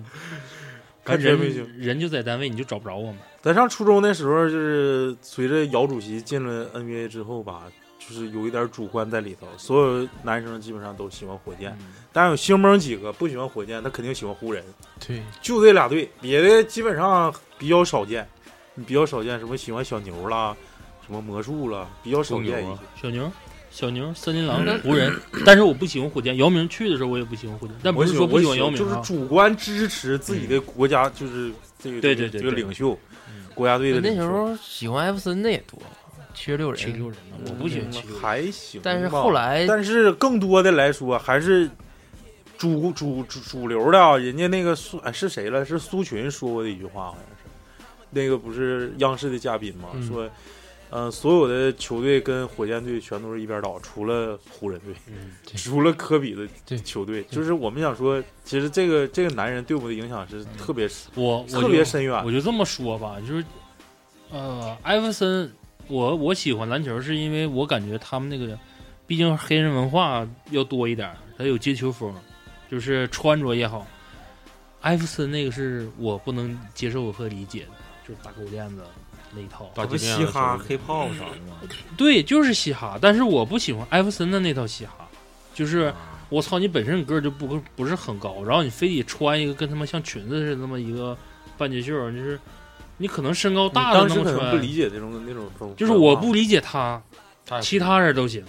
Speaker 3: 看全明星
Speaker 9: 人人就在单位，你就找不着我们。
Speaker 3: 咱上初中那时候，就是随着姚主席进了 NBA 之后吧，就是有一点主观在里头。所有男生基本上都喜欢火箭，
Speaker 9: 嗯
Speaker 3: 但有星蒙几个不喜欢火箭，他肯定喜欢湖人。
Speaker 7: 对，
Speaker 3: 就这俩队，别的基本上比较少见，比较少见。什么喜欢小牛啦，什么魔术啦，比较少见一些。
Speaker 9: 小牛，啊小牛，森林狼
Speaker 3: 嗯，
Speaker 9: 湖人。但是我不喜欢火箭，姚明去的时候我也不喜欢火箭，但不
Speaker 3: 我
Speaker 9: 是
Speaker 3: 喜
Speaker 9: 说不
Speaker 3: 我
Speaker 9: 喜
Speaker 3: 喜
Speaker 9: 欢姚明、
Speaker 3: 就是
Speaker 9: 啊，嗯
Speaker 3: 主观支持自己的国家，就是这个
Speaker 9: 对
Speaker 3: 这个
Speaker 9: 对对
Speaker 3: 这个
Speaker 9: 对
Speaker 3: 领袖，国家队的
Speaker 7: 那
Speaker 3: 领
Speaker 7: 时
Speaker 3: 袖。
Speaker 7: 候喜欢艾弗森的也多，七十六人，七十
Speaker 9: 六人我不
Speaker 3: 嗯
Speaker 9: 喜欢七六人
Speaker 3: 还行吧。
Speaker 7: 但是后来
Speaker 3: 但是更多的来说，还是主主主主流的啊。人家那个苏、哎、是谁了？是苏群说过的一句话，好像是那个不是央视的嘉宾嘛，
Speaker 9: 嗯
Speaker 3: 说，呃，所有的球队跟火箭队全都是一边倒，除了湖人队，
Speaker 9: 嗯
Speaker 3: 除了科比的球队，就是我们想说，其实这个这个男人对我们的影响是特别
Speaker 9: 嗯我我
Speaker 3: 特
Speaker 9: 就
Speaker 3: 别深远。
Speaker 9: 我就这么说吧，就是，呃，艾弗森，我我喜欢篮球是因为我感觉他们那个，毕竟黑人文化要多一点，他有街球风，就是穿着也好。艾弗森那个是我不能接受和理解的，就是大狗链子那一套，
Speaker 10: 他不嘻哈、黑炮啥的吗？
Speaker 9: 对，就是嘻哈，但是我不喜欢艾弗森的那套嘻哈，就是 我操，你本身你个儿就不不是很高，然后你非得穿一个跟他妈像裙子似的那么一个半截袖儿，就是你可能身高
Speaker 3: 你
Speaker 9: 大的
Speaker 3: 当
Speaker 9: 弄
Speaker 3: 时可
Speaker 9: 出
Speaker 3: 能
Speaker 9: 来
Speaker 3: 不理解这种那种风格啊，
Speaker 9: 就是我不理解他
Speaker 3: 他也，不
Speaker 9: 其他人都行。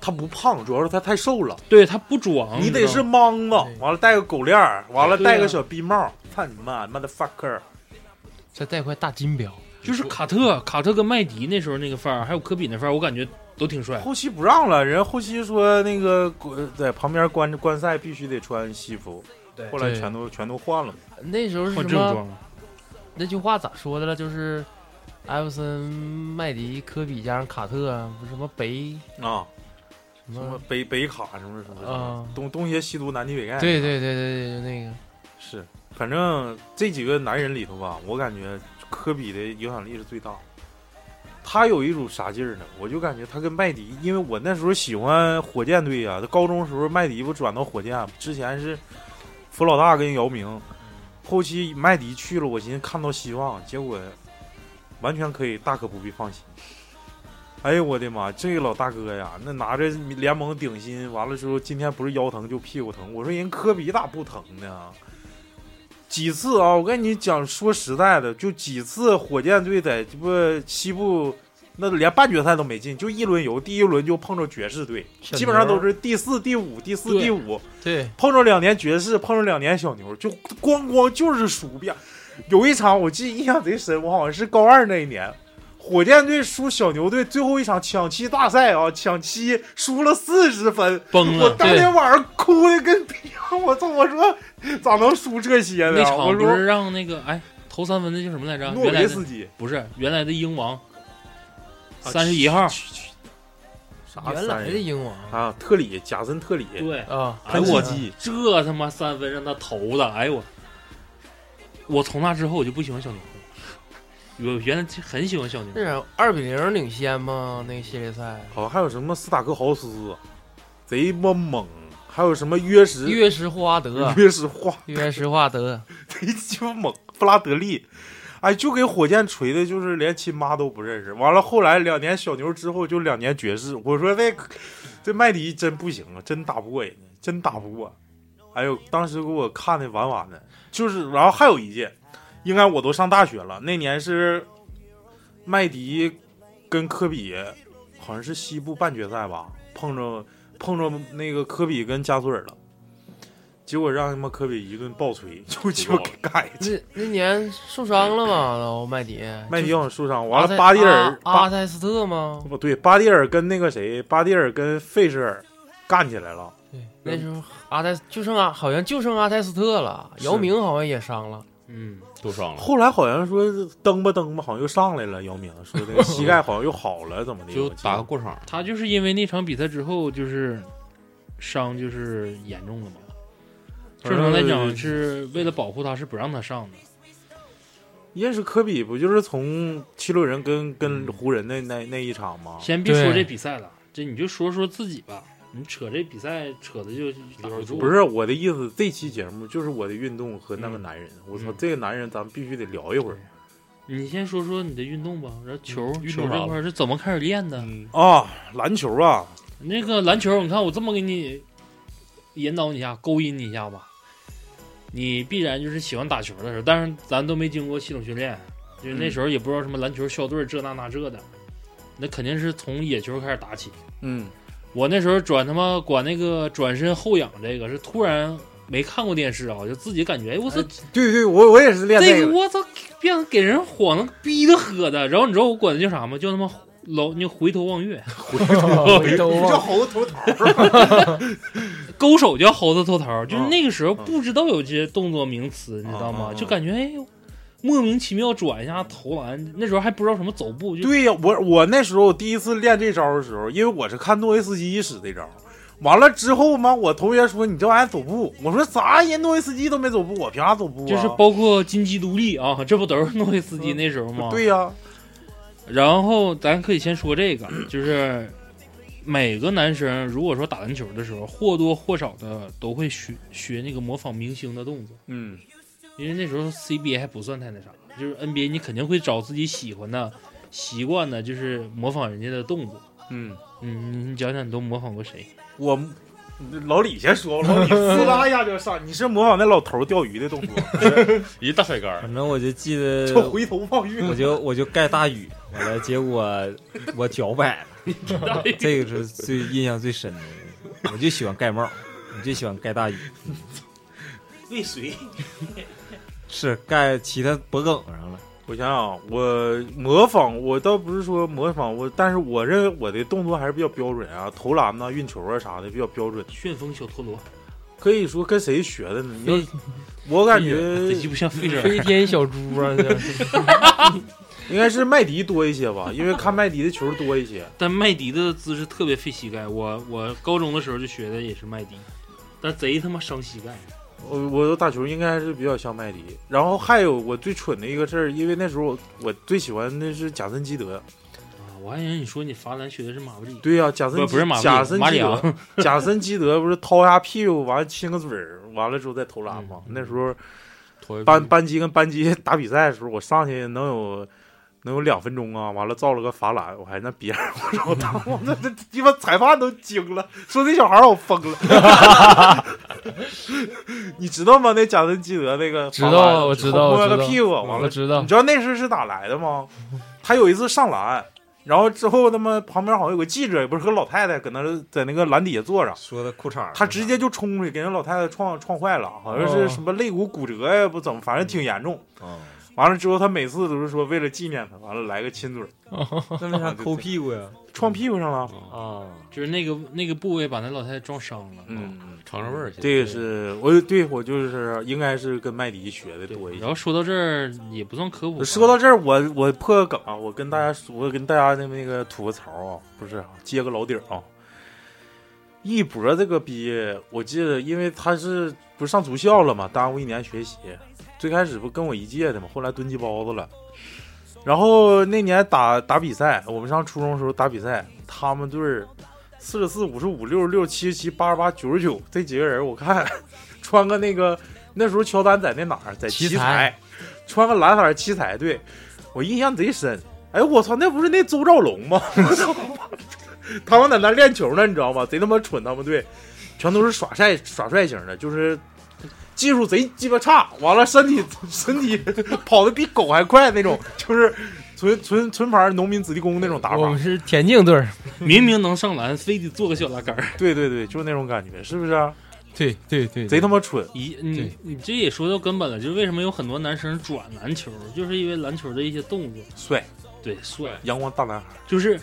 Speaker 3: 他不胖，主要是他太瘦了。
Speaker 9: 对他不
Speaker 7: 嗯
Speaker 9: 壮，
Speaker 3: 你
Speaker 9: 你
Speaker 3: 得是莽子，完了戴个狗链儿，完了
Speaker 9: 对呀
Speaker 3: 戴个小逼帽，操你妈，motherfucker！
Speaker 7: 再戴块大金表，
Speaker 9: 就是卡特、卡特跟麦迪那时候那个范儿，还有科比那范儿，我感觉都挺帅。
Speaker 3: 后期不让了，人后期说那个呃在旁边观观赛必须得穿西服，后来全都全都换了嘛。
Speaker 7: 那时候是
Speaker 3: 换
Speaker 7: 什
Speaker 3: 正
Speaker 7: 么
Speaker 3: 装？
Speaker 7: 那句话咋说的了？就是艾弗森、麦迪、科比加上卡特，不是什么北
Speaker 3: 啊，
Speaker 7: 什
Speaker 3: 什么
Speaker 7: 么
Speaker 3: 北北卡什么什么什么
Speaker 7: 嗯啊，
Speaker 3: 东东邪西毒南帝北丐。
Speaker 7: 对对对对对，就那个
Speaker 3: 是，反正这几个男人里头吧，我感觉科比的影响力是最大。他有一股啥劲儿呢？我就感觉他跟麦迪，因为我那时候喜欢火箭队呀、他高中时候麦迪不转到火箭，啊之前是弗老大跟姚明，后期麦迪去了，我寻思看到希望，结果完全可以大可不必放心。哎呦我的妈！这个老大哥呀，那拿着联盟顶薪，完了之后，今天不是腰疼就屁股疼。我说人科比咋不疼呢？几次啊，我跟你讲，说实在的，就几次火箭队在这不西部那连半决赛都没进，就一轮游，第一轮就碰着爵士队，
Speaker 7: 小牛
Speaker 3: 基本上都是第四、第五、第四、
Speaker 7: 对
Speaker 3: 第五，
Speaker 7: 对，
Speaker 3: 碰着两年爵士，碰着两年小牛，就咣咣就是输遍。有一场我记忆印象贼深，我好像是高二那一年，火箭队输小牛队最后一场抢七大赛啊，抢七输了四十分，
Speaker 7: 崩了
Speaker 3: 我当天晚上哭的跟逼样，我操！我说咋能输这些呢？
Speaker 9: 那场
Speaker 3: 我
Speaker 9: 不是
Speaker 3: 说
Speaker 9: 让那个哎投三分的叫什么来着？
Speaker 3: 诺维
Speaker 9: 原来的
Speaker 3: 斯基
Speaker 9: 不是原来的鹰王，
Speaker 3: 啊
Speaker 9: 三十一号。
Speaker 3: 啥
Speaker 7: 原来的英王
Speaker 3: 啊，特里贾森特里
Speaker 9: 对
Speaker 7: 啊
Speaker 9: 哎
Speaker 3: 喷气
Speaker 9: 我
Speaker 3: 机
Speaker 9: 这他妈三分让他投的，哎我，我从那之后我就不喜欢小牛了。我原来很喜欢小牛，
Speaker 7: 那场二比零领先吗？那个系列赛
Speaker 3: 好像还有什么斯塔克豪斯，贼他妈猛，还有什么约什
Speaker 7: 约什霍华德
Speaker 3: 呃
Speaker 7: 啊
Speaker 3: 约什霍
Speaker 7: 约什霍华德，啊
Speaker 3: 贼鸡巴猛，布拉德利，哎，就给火箭锤的，就是连亲妈都不认识。完了，后来两年小牛之后，就两年爵士。我说这这麦迪真不行啊，真打不过人家，真打不过。哎呦，当时给我看的完完的，就是，然后还有一届，应该我都上大学了，那年是麦迪跟科比，好像是西部半决赛吧，碰着碰着那个科比跟加索尔了。结果让他妈科比一顿暴锤，就就给盖
Speaker 7: 那那年受伤了嘛？都麦迪
Speaker 3: 麦迪
Speaker 7: 就
Speaker 3: 好像受伤，完
Speaker 9: 啊
Speaker 7: 阿
Speaker 3: 了
Speaker 7: 塞
Speaker 3: 巴蒂尔
Speaker 7: 阿阿
Speaker 3: 巴
Speaker 7: 塞斯特吗？
Speaker 3: 不对，巴蒂尔跟那个谁，巴蒂尔跟费舍尔干起来了。
Speaker 7: 那时候阿泰就剩阿，好像就剩阿泰斯特了，
Speaker 3: 是
Speaker 7: 姚明好像也伤了。
Speaker 9: 嗯，
Speaker 11: 都伤了。
Speaker 3: 后来好像说蹬吧蹬吧，好像又上来了。姚明说这个膝盖好像又好了，怎么的？
Speaker 9: 就
Speaker 3: 我记得
Speaker 9: 打个过场。他就是因为那场比赛之后，就是伤就是严重的嘛。正常来
Speaker 3: 反正
Speaker 9: 讲，是为了保护他，是不让他上的。
Speaker 3: 认识科比不就是从七六人
Speaker 9: 嗯
Speaker 3: 跟跟湖人那那那一场吗？
Speaker 9: 先别说这比赛了，这你就说说自己吧。你扯这比赛扯的就打不住
Speaker 3: 不是我的意思，这期节目就是我的运动和
Speaker 9: 嗯
Speaker 3: 那个男人。我操，这个男人咱们必须得聊一会儿。
Speaker 9: 你先说说你的运动吧，然后球、
Speaker 3: 嗯运
Speaker 9: 球
Speaker 3: 动啥
Speaker 9: 这块儿是怎么开始练的？
Speaker 3: 啊，篮球啊，
Speaker 9: 那个篮球，你看我这么给你引导你一下，勾引你一下吧。你必然就是喜欢打球的时候，但是咱都没经过系统训练，就是那时候也不知道什么篮球校队这那那这的，那肯定是从野球开始打起。
Speaker 3: 嗯，
Speaker 9: 我那时候转他妈管那个转身后仰这个是突然没看过电视啊，就自己感觉哎我操，
Speaker 3: 对对，我我也是练
Speaker 9: 这
Speaker 3: 这
Speaker 9: 个
Speaker 3: 个。
Speaker 9: 我操，变给人晃的逼的喝的。然后你知道我管它叫啥吗？叫他妈老你回头望月，回
Speaker 7: 哦
Speaker 3: 头回头望月不叫猴子头桃儿，
Speaker 9: 勾手叫猴子头桃儿。就是那个时候不知道有这些动作名词，你知道吗
Speaker 3: 嗯嗯嗯？嗯
Speaker 9: 就感觉哎呦，莫名其妙转一下投篮，那时候还不知道什么走步，就
Speaker 3: 对呀、我我那时候第一次练这招的时候，因为我是看诺维斯基使这招，完了之后嘛，我同学说你这玩意儿走步，我说啥人诺维斯基都没走步，我凭啥走步啊？
Speaker 9: 就是包括金鸡独立啊， 这不都是诺维斯基那时候吗？
Speaker 3: 嗯对呀、
Speaker 9: 然后咱可以先说这个，就是每个男生如果说打篮球的时候，或多或少的都会学学那个模仿明星的动作，
Speaker 3: 嗯，
Speaker 9: 因为那时候 CBA 还不算太那啥，就是 NBA 你肯定会找自己喜欢的、习惯的，就是模仿人家的动作。
Speaker 3: 嗯
Speaker 9: 嗯，你讲讲你都模仿过谁？
Speaker 3: 我老李先说，老 李呲啦一下就上，你是模仿那老头钓鱼的动作，
Speaker 10: 一大甩杆。反正我就记得，
Speaker 3: 就回头望月
Speaker 10: 我就我就盖大雨，完了结果我脚崴了，这个是最印象最深的。我就喜欢盖帽，我就喜欢盖大雨，
Speaker 3: 为谁？
Speaker 10: 是盖骑他脖梗上了。
Speaker 3: 我想想啊，我模仿，我倒不是说模仿我，但是我认为我的动作还是比较标准啊，投篮呐、运球啊啥的比较标准。
Speaker 9: 旋风小陀螺，
Speaker 3: 可以说跟谁学 的呢？你要我感觉
Speaker 9: 哎这鸡不像费舍尔
Speaker 7: 飞天小猪 啊这
Speaker 3: 应该是麦迪多一些吧， 因为看麦迪的球多一些。
Speaker 9: 但麦迪的姿势特别费膝盖，我我高中的时候就学的也是麦迪，但贼他妈伤膝盖。
Speaker 3: 我我打球应该还是比较像麦迪。然后还有我最蠢的一个事儿，因为那时候我我最喜欢的是贾森基德。
Speaker 9: 啊我还以为你说你罚篮学的是马布里，
Speaker 3: 对呀、贾森
Speaker 9: 不
Speaker 3: 基
Speaker 9: 不是马布里
Speaker 3: 贾森
Speaker 9: 马里
Speaker 3: 基
Speaker 9: 昂
Speaker 3: 德， 贾森基德不是掏一下屁股，完了亲个嘴儿，完了之后再投篮吗？
Speaker 9: 嗯
Speaker 3: 那时候
Speaker 9: 一屁股
Speaker 3: 班
Speaker 7: 嗯
Speaker 3: 班级跟班级 打比赛的时候，我上去能有能有两分钟啊，完了造了个罚篮，我还那逼样儿， 我说我他妈那这鸡巴裁判都惊了，说这小孩儿我疯了。 你知道吗？那贾森基德那个
Speaker 7: 知道啊
Speaker 3: 罚篮
Speaker 7: 我知道
Speaker 3: 摸了个
Speaker 7: 我知道嗯
Speaker 3: 屁股，完了
Speaker 7: 我知道
Speaker 3: 你知道那时候是咋来的吗？他有一次上篮，然后之后他妈旁边好像有个记者，也不是和老太太搁那在那个篮底下坐着，
Speaker 10: 说的裤衩儿
Speaker 3: 他直接就冲出去给人老太太撞撞坏了，好像是什么肋骨骨折呀，不怎么，反正挺严重。
Speaker 10: 啊，
Speaker 3: 完了之后，他每次都是说为了纪念他，完了来个亲嘴儿。
Speaker 10: 那为啥抠屁股呀？
Speaker 3: 撞屁股上了
Speaker 10: 啊！
Speaker 9: 就是那个那个部位把那老太太撞伤了，啊
Speaker 3: 嗯，
Speaker 9: 尝尝味儿去。
Speaker 3: 这个是我对我就是应该是跟麦迪学的多一些。
Speaker 9: 然后说到这儿也不算科普吧，
Speaker 3: 说到这儿，我我破个梗啊，我跟大家说，我跟大家那那个吐个槽啊，不是啊接个老底儿啊。一博这个逼，我记得，因为他是不是上足校了嘛，耽误一年学习。最开始不跟我一届的嘛，后来蹲鸡包子了。然后那年打打比赛，我们上初中的时候打比赛，他们队儿四十四、五十五、六十六、七十七、八十八、九十九这几个人，我看 穿个那个那时候乔丹在那哪儿，在
Speaker 7: 奇
Speaker 3: 奇
Speaker 7: 才
Speaker 3: 才，穿个蓝色儿七彩，对我印象贼深。哎，我操，那不是那周兆龙吗？他们在那练球呢，你知道吗？贼他妈蠢，他们队全都是耍帅耍帅型的，就是技术贼鸡巴差，完了身体 身体跑的比狗还快那种，就是纯纯纯牌农民子弟工那种打法。
Speaker 7: 我们是田径队儿，
Speaker 9: 明明能上篮，非得做个小拉杆
Speaker 3: 对对对，就是那种感觉，是不是、啊？
Speaker 7: 对对对，
Speaker 3: 贼他妈蠢！
Speaker 9: 一你你这也说到根本了，就是为什么有很多男生转篮球，就是因为篮球的一些动作
Speaker 3: 帅，
Speaker 9: 对帅，
Speaker 3: 阳光大男孩，
Speaker 9: 就是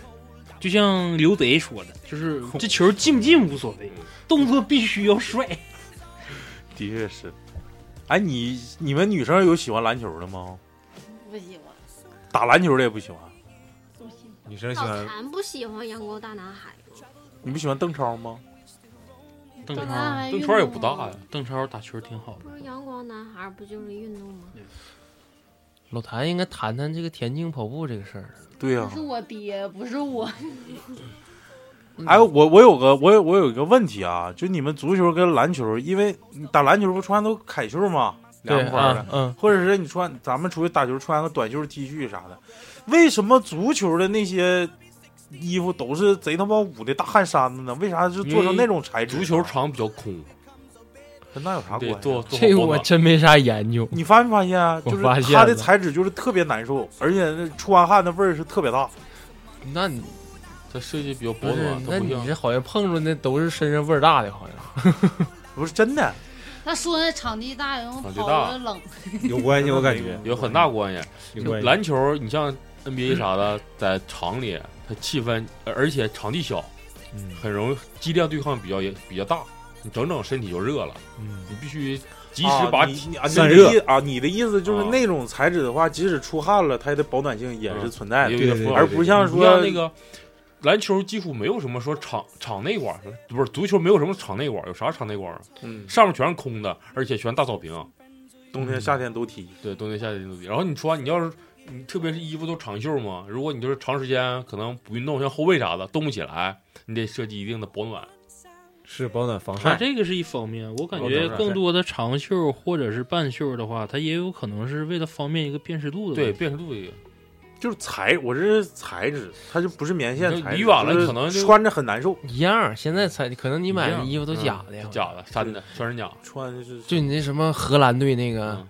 Speaker 9: 就像刘贼说的，就是这球进不进无所谓，动作必须要帅。
Speaker 3: 的确是。哎，你你们女生有喜欢篮球的吗？
Speaker 6: 不喜欢。
Speaker 3: 打篮球的也不喜欢。
Speaker 10: 女生
Speaker 5: 老谭不喜欢阳光大男孩吗？
Speaker 3: 你不喜欢邓超吗？
Speaker 9: 邓
Speaker 5: 邓超
Speaker 6: 啊
Speaker 9: 超，
Speaker 5: 邓超也不大呀，
Speaker 9: 邓超打球挺好
Speaker 5: 不是阳光男孩不就是运动吗？
Speaker 7: 老谭应该谈谈这个田径跑步这个事儿。
Speaker 3: 对呀、
Speaker 6: 不是我爹，不是我，
Speaker 3: 哎，我我有个我有我有一个问题啊，就你们足球跟篮球，因为你打篮球不穿都凯袖吗？
Speaker 7: 对
Speaker 3: 两块儿的
Speaker 7: 嗯，嗯
Speaker 3: 或者是你穿咱们出去打球穿个短袖 T 恤啥的，为什么足球的那些衣服都是贼他妈捂的大汗衫子呢？为啥是做成那种材质？
Speaker 11: 足球场比较空，
Speaker 3: 跟那有啥
Speaker 11: 对
Speaker 3: 关系
Speaker 11: 做
Speaker 3: 啊？
Speaker 11: 做
Speaker 7: 这个我真没啥研究。
Speaker 3: 你发没发现啊？
Speaker 7: 我
Speaker 3: 就是
Speaker 7: 发现
Speaker 3: 它的
Speaker 7: 了
Speaker 3: 材质就是特别难受，而且那出完汗的味儿是特别大。
Speaker 7: 那你
Speaker 11: 它设计比较
Speaker 7: 不
Speaker 11: 薄
Speaker 7: 是
Speaker 11: 暖，，它
Speaker 7: 那
Speaker 11: 不
Speaker 7: 你
Speaker 11: 像
Speaker 7: 这好像碰着那都是身上味儿大的，好像
Speaker 3: 不是真的。
Speaker 6: 他说的场地大，然后
Speaker 11: 场地
Speaker 6: 跑
Speaker 11: 大
Speaker 6: 的冷。
Speaker 10: 有关系，我感觉
Speaker 11: 有很大关系。
Speaker 10: 有
Speaker 11: 就
Speaker 10: 关系
Speaker 11: 篮球，你像 NBA 啥的，在场里它气氛，呃而且场地小，很容易激烈对抗比较也比较大，你整整身体就热了，你必须及时把
Speaker 3: 啊你
Speaker 11: 体
Speaker 3: 你啊你
Speaker 11: 散
Speaker 3: 的
Speaker 11: 热
Speaker 3: 意啊，你的意思就是
Speaker 11: 啊
Speaker 3: 那种材质的话，即使出汗了，它的保暖性也
Speaker 7: 啊
Speaker 3: 是存在的，
Speaker 11: 有点
Speaker 3: 哎而不像说
Speaker 11: 那个篮球几乎没有什么说场场内馆，不是足球没有什么场内馆，有啥场内馆啊？
Speaker 3: 嗯
Speaker 11: 上面全是空的，而且全大草坪，
Speaker 3: 冬
Speaker 7: 嗯
Speaker 3: 天夏天都踢。
Speaker 11: 对，冬天夏天都踢。然后你穿，你要是你特别是衣服都长袖嘛，如果你就是长时间可能不运动，像后卫啥的动不起来，你得设计一定的保暖。
Speaker 10: 是保暖防
Speaker 11: 晒
Speaker 9: 它这个是一方面，我感
Speaker 11: 保暖
Speaker 9: 觉
Speaker 11: 防晒
Speaker 9: 更多的长袖或者是半袖的话，它也有可能是为了方便一个辨识度的问
Speaker 11: 对
Speaker 9: 题。
Speaker 11: 辨识度一个。
Speaker 3: 就是材，我这是材质，它就不是棉线
Speaker 7: 你
Speaker 3: 材质。
Speaker 7: 以往了
Speaker 3: 就是
Speaker 7: 可能就
Speaker 3: 穿着很难受。
Speaker 7: 一样，现在才可能你买的衣服都假的
Speaker 3: 哎
Speaker 7: 呀，
Speaker 11: 假的，山的，全是假。
Speaker 3: 穿的是
Speaker 7: 就你那什么荷兰队那个，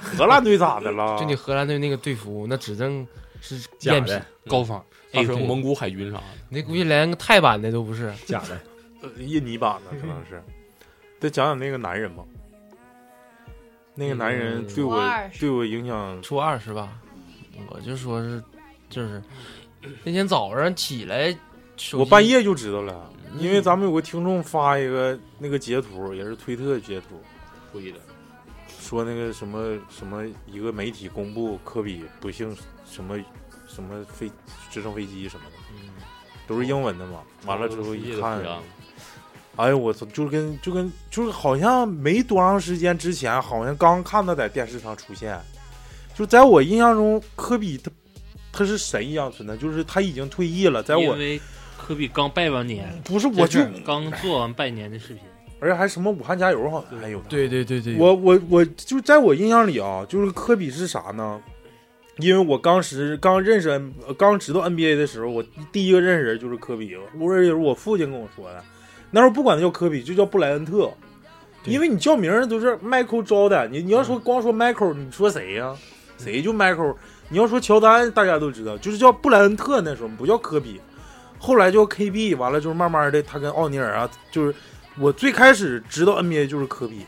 Speaker 3: 荷兰队咋的了
Speaker 7: 就你荷兰队那个队服，那指正是
Speaker 11: 假
Speaker 7: 赝
Speaker 11: 的
Speaker 7: 品高仿，
Speaker 11: 当时
Speaker 7: 哎对
Speaker 11: 嗯蒙古海军啥的，
Speaker 7: 你那估计连个泰版的都不是
Speaker 11: 假的，
Speaker 3: 呃印尼版的可能是。再讲讲那个男人吧，那个男人对我、
Speaker 7: 初二是
Speaker 3: 对我影响，
Speaker 7: 初二是吧？我就说是，就是那天早上起来，手
Speaker 3: 我
Speaker 7: 机嗯
Speaker 3: 半夜就知道了，因为咱们有个听众发一个那个截图，也是推特截图，
Speaker 11: 故意的，
Speaker 3: 说那个什么什么一个媒体公布科比不幸什么什么飞直升飞机什么
Speaker 9: 嗯
Speaker 3: 的，都是英文的
Speaker 9: 啊
Speaker 3: 嘛。完了之后一看
Speaker 11: 世界都不一样，
Speaker 3: 哎呦我操，就跟就跟就是好像没多长时间之前，好像刚看他在电视上出现，就在我印象中，科比他他是神一样存在，就是他已经退役了，在我
Speaker 9: 因为科比刚拜完年，
Speaker 3: 不是我就
Speaker 9: 这事儿刚做完拜年的视频，
Speaker 3: 而且还什么武汉加油好像还哎有。
Speaker 7: 对对对对，
Speaker 3: 我我我就在我印象里啊，就是科比是啥呢？因为我当时刚认识 N 呃刚知道 NBA 的时候，我第一个认识人就是科比，我也是我父亲跟我说的。那时候不管他叫科比，就叫布莱恩特，因为你叫名儿都是 Michael Jordan，你你要说光说 Michael，你说谁呀、谁就 Michael？你要说乔丹，大家都知道，就是叫布莱恩特那时候不叫科比，后来叫 KB，完了就是慢慢的他跟奥尼尔啊，就是我最开始知道 NBA 就是科比，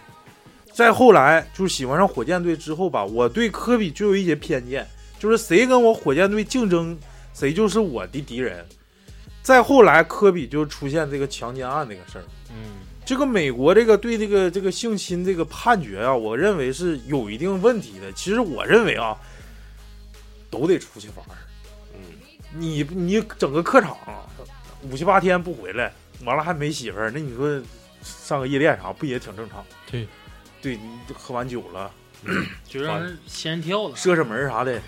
Speaker 3: 再后来就是喜欢上火箭队之后吧，我对科比就有一些偏见，就是谁跟我火箭队竞争，谁就是我的敌人。再后来，科比就出现这个强奸案这个事儿。
Speaker 9: 嗯，
Speaker 3: 这个美国这个对这个这个性侵这个判决啊，我认为是有一定问题的。其实我认为啊，都得出去玩儿。嗯，你你整个客场五七八天不回来，完了还没媳妇儿，那你说上个夜店啥不也挺正常？
Speaker 7: 对，
Speaker 3: 对你喝完酒了，
Speaker 9: 就让人仙人跳了，
Speaker 3: 射射门啥的，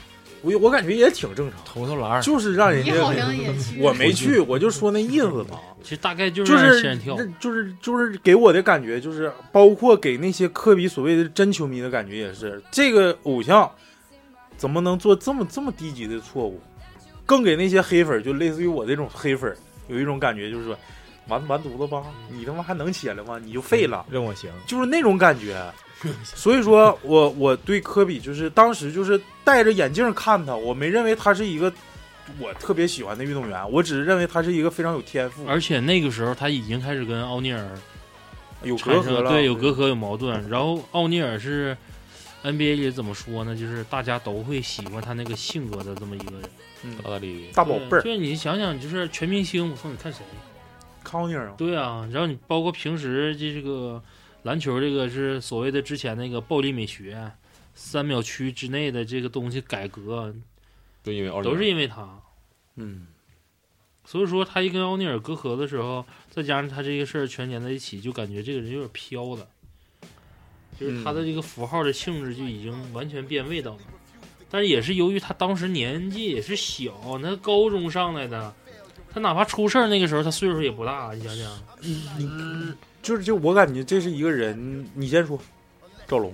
Speaker 3: 我我感觉也挺正常。
Speaker 7: 投投篮
Speaker 3: 就是让人家
Speaker 9: 你好像也去
Speaker 3: 我没去，我就说那意思吧。
Speaker 9: 其实大概就
Speaker 3: 就是
Speaker 9: 让人
Speaker 3: 是
Speaker 9: 仙人跳
Speaker 3: 那，就是就是给我的感觉就是，包括给那些科比所谓的真球迷的感觉也是，这个偶像怎么能做这么这么低级的错误？更给那些黑粉，就类似于我这种黑粉，有一种感觉就是说，完完犊子吧，你他妈还能起来吗？你就废了，
Speaker 10: 任我行。
Speaker 3: 就是那种感觉。所以说我我对科比就是当时就是戴着眼镜看他，我没认为他是一个我特别喜欢的运动员，我只是认为他是一个非常有天赋。
Speaker 9: 而且那个时候他已经开始跟奥尼尔
Speaker 3: 有
Speaker 9: 产
Speaker 3: 隔阂
Speaker 9: 生
Speaker 3: 了
Speaker 9: 对有隔阂有矛盾，然后奥尼尔是 NBA 里怎么说呢？就是大家都会喜欢他那个性格的这么一个人，
Speaker 3: 嗯，
Speaker 11: 大大咧咧，
Speaker 3: 大宝贝儿
Speaker 9: 对，你想想，就是全明星，我说你看谁？
Speaker 3: 康尼尔啊，
Speaker 9: 对啊，然后你包括平时这个篮球，这个是所谓的之前那个暴力美学，啊三秒区之内的这个东西改革，啊
Speaker 11: 都因为奥利
Speaker 9: 都
Speaker 11: 尔
Speaker 9: 是因为他。
Speaker 3: 嗯，
Speaker 9: 所以说他一跟奥尼尔隔阂的时候，再加上他这个事儿全连在一起，就感觉这个人有点飘了，就是他的这个符号的性质就已经完全变味道了。但是也是由于他当时年纪也是小，那高中上来的，他哪怕出事儿那个时候，他岁数也不大，你想想。
Speaker 3: 你你就是就我感觉这是一个人，你先说，赵龙，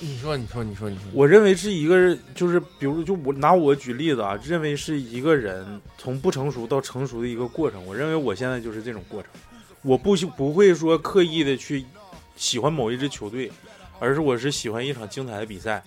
Speaker 7: 你说你说你说你说，
Speaker 3: 我认为是一个人，就是比如就我拿我举例子啊，认为是一个人从不成熟到成熟的一个过程。我认为我现在就是这种过程，我不喜不会说刻意的去喜欢某一支球队，而是我是喜欢一场精彩的比赛。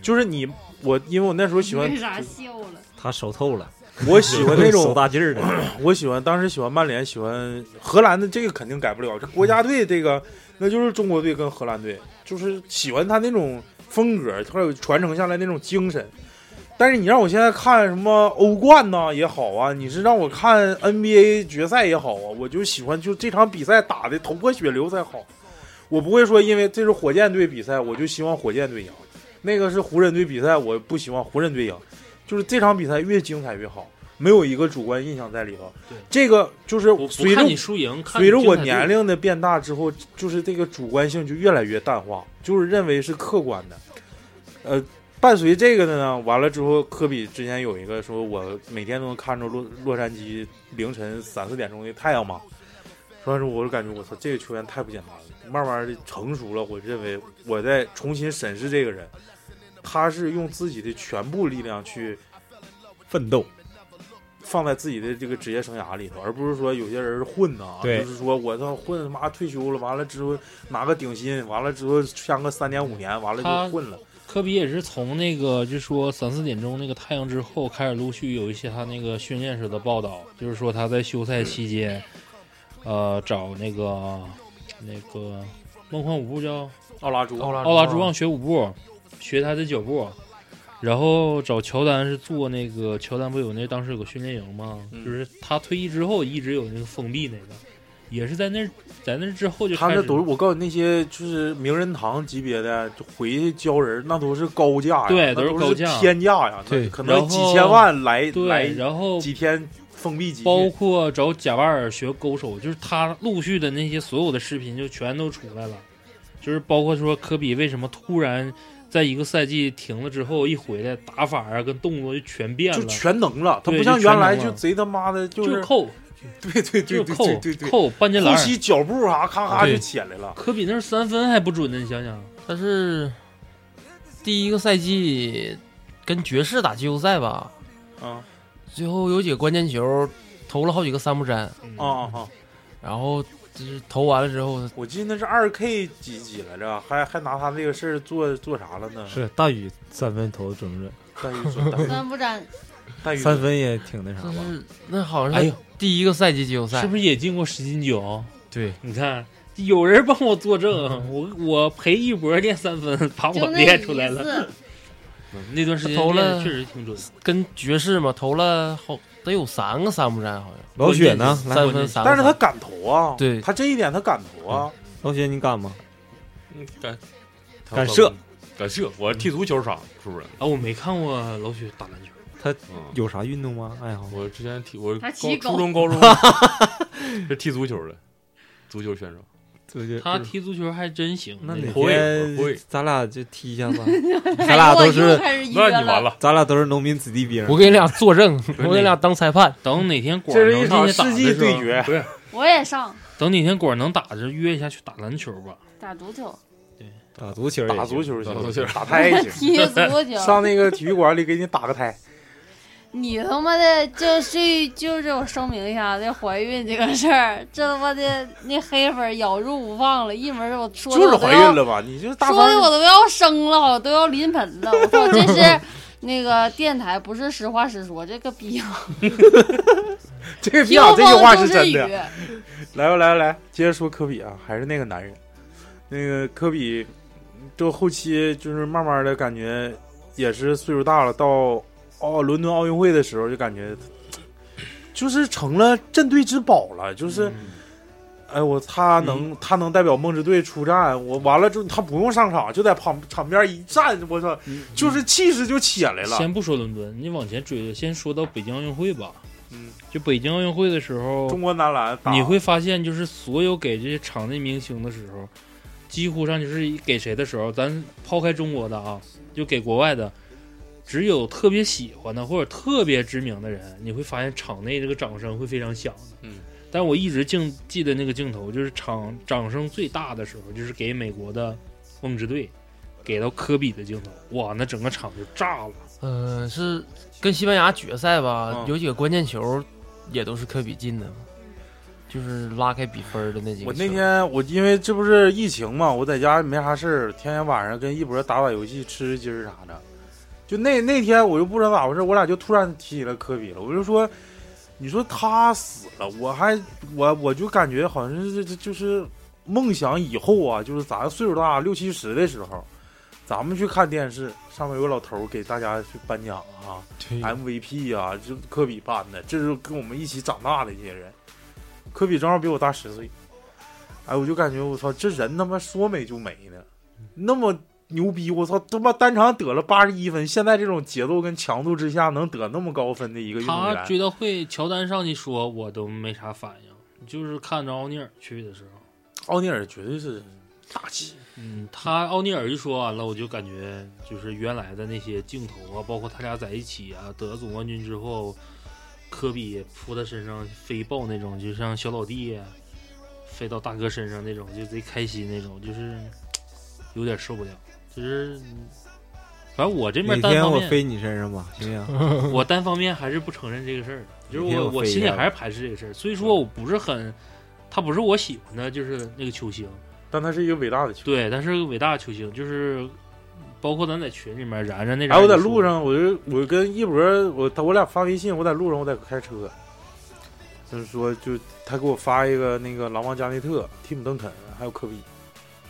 Speaker 3: 就是你我，因为我那时候喜欢
Speaker 6: 为啥笑了？
Speaker 3: 他熟透了。我喜欢那种
Speaker 10: 手大劲儿的
Speaker 3: 我喜欢当时喜欢曼联，喜欢荷兰的，这个肯定改不了。这国家队这个，那就是中国队跟荷兰队，就是喜欢他那种风格，还有传承下来那种精神。但是你让我现在看什么欧冠呐也好啊，你是让我看 NBA 决赛也好啊，我就喜欢就这场比赛打的头破血流才好。我不会说因为这是火箭队比赛，我就希望火箭队赢；那个是湖人队比赛，我不希望湖人队赢。就是这场比赛越精彩越好，没有一个主观印象在里头。这个就是随着
Speaker 9: 看你输赢看你
Speaker 3: 随着我
Speaker 9: 精彩度
Speaker 3: 年龄的变大之后，就是这个主观性就越来越淡化，就是认为是客观的。呃，伴随这个的呢，完了之后，科比之前有一个说，我每天都能看着洛洛杉矶凌晨三四点钟的太阳嘛。说是我就感觉我操，这个球员太不简单了。慢慢的成熟了，我认为我在重新审视这个人，他是用自己的全部力量去
Speaker 10: 奋斗，
Speaker 3: 放在自己的这个职业生涯里头，而不是说有些人混呐，
Speaker 10: 对
Speaker 3: 就是说我他混他妈退休了，完了之后拿个顶薪，完了之后签个三年五年，完了
Speaker 9: 他
Speaker 3: 就混了。
Speaker 9: 科比也是从那个就说三四点钟那个太阳之后开始陆续有一些他那个训练时的报道，就是说他在休赛期间，呃，找那个那个梦幻舞步叫
Speaker 3: 奥拉朱，奥
Speaker 9: 奥拉朱旺学舞步，学他的脚步，然后找乔丹是做那个乔丹不有那当时有个训练营吗？
Speaker 3: 嗯
Speaker 9: 就是他退役之后一直有那个封闭那个，也是在那在那之后就
Speaker 3: 他
Speaker 9: 开
Speaker 3: 那
Speaker 9: 始
Speaker 3: 都是我告诉你，那些就是名人堂级别的，就回去教人，那都是高价呀，
Speaker 9: 对
Speaker 3: 那
Speaker 9: 都是
Speaker 3: 都
Speaker 9: 高价
Speaker 3: 天价呀，
Speaker 9: 对
Speaker 3: 那可
Speaker 9: 然后
Speaker 3: 能几千万来
Speaker 9: 对
Speaker 3: 来，
Speaker 9: 然后
Speaker 3: 几天封闭几
Speaker 9: 包
Speaker 3: 天，
Speaker 9: 括找贾巴尔学勾手，就是他陆续的那些所有的视频就全都出来了，就是包括说科比为什么突然在一个赛季停了之后一回来，打法啊跟动作就全变了，
Speaker 3: 就全能了。他
Speaker 9: 对
Speaker 3: 不像原来
Speaker 9: 全
Speaker 3: 就
Speaker 9: 能了
Speaker 3: 贼他妈的，
Speaker 9: 就是扣，
Speaker 3: 对对对
Speaker 9: 就是
Speaker 3: 对
Speaker 9: 扣
Speaker 3: 对对对，
Speaker 9: 扣半截篮儿
Speaker 3: 后期脚步啥咔咔
Speaker 9: 对
Speaker 3: 就起来了。
Speaker 9: 科比那是三分还不准呢，你想想，
Speaker 7: 他是第一个赛季跟爵士打季后赛吧，
Speaker 3: 啊，
Speaker 7: 最后有几个关键球投了好几个三不沾，
Speaker 3: 啊啊！
Speaker 7: 然后就是投完了之后，
Speaker 3: 我记得那是二 K 几几来着，还还拿他这个事儿做做啥了呢？
Speaker 10: 是大宇三分投的准不准？
Speaker 3: 大宇准大宇
Speaker 6: 三不沾，
Speaker 3: 大宇
Speaker 10: 三分也挺那啥吧？
Speaker 6: 嗯
Speaker 7: 那好
Speaker 9: 哎
Speaker 7: 像是
Speaker 9: 呦
Speaker 7: 第一个赛季季后赛，
Speaker 9: 是不是也进过十进九？
Speaker 7: 对，
Speaker 9: 你看。有人帮我作证，啊我我陪一博练三分，把我练出来
Speaker 6: 就那一
Speaker 9: 了
Speaker 6: 次。？
Speaker 9: 那段时间
Speaker 7: 投
Speaker 9: 练
Speaker 7: 了
Speaker 9: 的确实挺准。
Speaker 7: 跟爵士嘛，投了好得有三个三不沾，好像。
Speaker 10: 老雪呢来
Speaker 7: 三分三个，
Speaker 3: 但是他敢投啊，
Speaker 7: 对
Speaker 3: 他这一点他敢投啊。
Speaker 10: 老雪，你敢吗？
Speaker 11: 嗯敢
Speaker 10: 敢射，
Speaker 11: 敢射！我踢足球场是不是？
Speaker 9: 啊，我没看过老许打篮球。
Speaker 10: 他
Speaker 11: 嗯
Speaker 10: 有啥运动吗？爱好？
Speaker 11: 我之前踢我
Speaker 9: 他
Speaker 11: 高
Speaker 9: 骑狗
Speaker 11: 初中高中是踢足球的，足球选手。
Speaker 10: 对
Speaker 9: 他踢足球还真行，
Speaker 10: 那哪
Speaker 9: 个
Speaker 11: 会
Speaker 10: 天
Speaker 11: 我会
Speaker 10: 咱俩就踢一下吧 咱俩都
Speaker 6: 哎呦我
Speaker 10: 是
Speaker 6: 又开始约了那你完了，
Speaker 10: 咱俩都是农民子弟兵。
Speaker 7: 我给你俩 作证，我给你俩当裁判。
Speaker 9: 等哪天管
Speaker 7: 这是一
Speaker 9: 能
Speaker 7: 场
Speaker 9: 进去打
Speaker 7: 世纪
Speaker 9: 的时候
Speaker 7: 对决
Speaker 9: 不是？
Speaker 6: 我也上
Speaker 9: 等哪天管能打着约一下去打篮球吧。
Speaker 6: 打足球，
Speaker 10: 打足球也
Speaker 3: 嗯
Speaker 10: 行，
Speaker 3: 打足球啊
Speaker 10: 打
Speaker 3: 行，
Speaker 10: 足球
Speaker 3: 打胎 也行。
Speaker 6: 踢足球
Speaker 3: 上那个体育馆里给你打个胎。
Speaker 6: 你他妈的就是就是我声明一下，这怀孕这个事儿，这他妈的那黑粉咬住不放了，一门儿我说的
Speaker 3: 就是
Speaker 6: 我都
Speaker 3: 怀
Speaker 6: 要
Speaker 3: 孕了吧？你就是大
Speaker 6: 说
Speaker 3: 三
Speaker 6: 的我都要生了，我都要临盆了。我操，真是那个电台不是实话实说，这个 逼啊！
Speaker 3: 这个
Speaker 6: 听
Speaker 3: 别啊，这句话是
Speaker 6: 风就是
Speaker 3: 真
Speaker 6: 雨
Speaker 3: 的。来吧，来吧，来，接着说科比啊，还是那个男人。那个科比，这后期就是慢慢的感觉，也是岁数大了，到哦伦敦奥运会的时候，就感觉就是成了镇队之宝了，就是。
Speaker 9: 嗯
Speaker 10: 嗯
Speaker 3: 哎，我他能、他能代表梦之队出战，我完了之后他不用上场，就在旁场边一站，我操，就是
Speaker 9: 嗯
Speaker 3: 气势就起来了。
Speaker 9: 先不说伦敦，你往前追，先说到北京奥运会吧。
Speaker 3: 嗯，
Speaker 9: 就北京奥运会的时候，
Speaker 3: 中国男篮打
Speaker 9: 你会发现，就是所有给这些场内明星的时候，几乎上就是给谁的时候，咱抛开中国的啊，就给国外的，只有特别喜欢的或者特别知名的人，你会发现场内这个掌声会非常响的。
Speaker 3: 嗯，
Speaker 9: 但我一直镜记得那个镜头，就是场掌声最大的时候，就是给美国的梦之队，给到科比的镜头，哇，那整个场就炸了。
Speaker 7: 嗯，是跟西班牙决赛吧
Speaker 9: 嗯，
Speaker 7: 有几个关键球也都是科比进的，就是拉开比分的那几个球。
Speaker 3: 我那天我因为这不是疫情嘛，我在家也没啥事儿，天天晚上跟一博打打游戏、吃吃鸡儿啥的。就那那天我就不知道咋回事，我俩就突然提起了科比了，我就说，你说他死了，我还我我就感觉好像是这就是梦想以后啊，就是咱岁数大六七十的时候，咱们去看电视，上面有个老头儿给大家去颁奖啊，MVP 啊，就科比颁的，这是跟我们一起长大的一些人。科比正好比我大十岁，哎，我就感觉我操，这人他妈说没就没呢，那么牛逼，我操，他妈单场得了八十一分，现在这种节奏跟强度之下能得那么高分的一个运动
Speaker 9: 他追
Speaker 3: 员，
Speaker 9: 悼会，乔丹上去说，我都没啥反应，就是看着奥尼尔去的时候。
Speaker 3: 奥尼尔绝对是大气。
Speaker 9: 嗯，他奥尼尔一说完了，我就感觉就是原来的那些镜头啊，包括他俩在一起啊，得了总冠军之后，科比扑他身上飞爆那种，就像小老弟啊飞到大哥身上那种，就贼开心那种，就是有点受不了。就是反正我这边
Speaker 10: 哪
Speaker 9: 单
Speaker 10: 天
Speaker 9: 方
Speaker 10: 我
Speaker 9: 面
Speaker 10: 飞你身上吧，行不行？
Speaker 9: 我单方面还是不承认这个事儿，就是
Speaker 10: 哪天
Speaker 9: 我
Speaker 10: 我
Speaker 9: 我
Speaker 10: 飞一
Speaker 9: 心里
Speaker 10: 下吧
Speaker 9: 还是排斥这个事儿。所以说我不是很，他不是我喜欢的，就是那个球星，
Speaker 3: 但他是一个伟大的球
Speaker 9: 星，对，他是个伟大的球星，就是包括咱在群里面然然那
Speaker 3: 哎，
Speaker 9: 啥，
Speaker 3: 我在路上，我就我跟一博，我他我俩发微信，我在路上，我在开车，就是说，就他给我发一个那个狼王加内特、蒂姆·邓肯还有科比，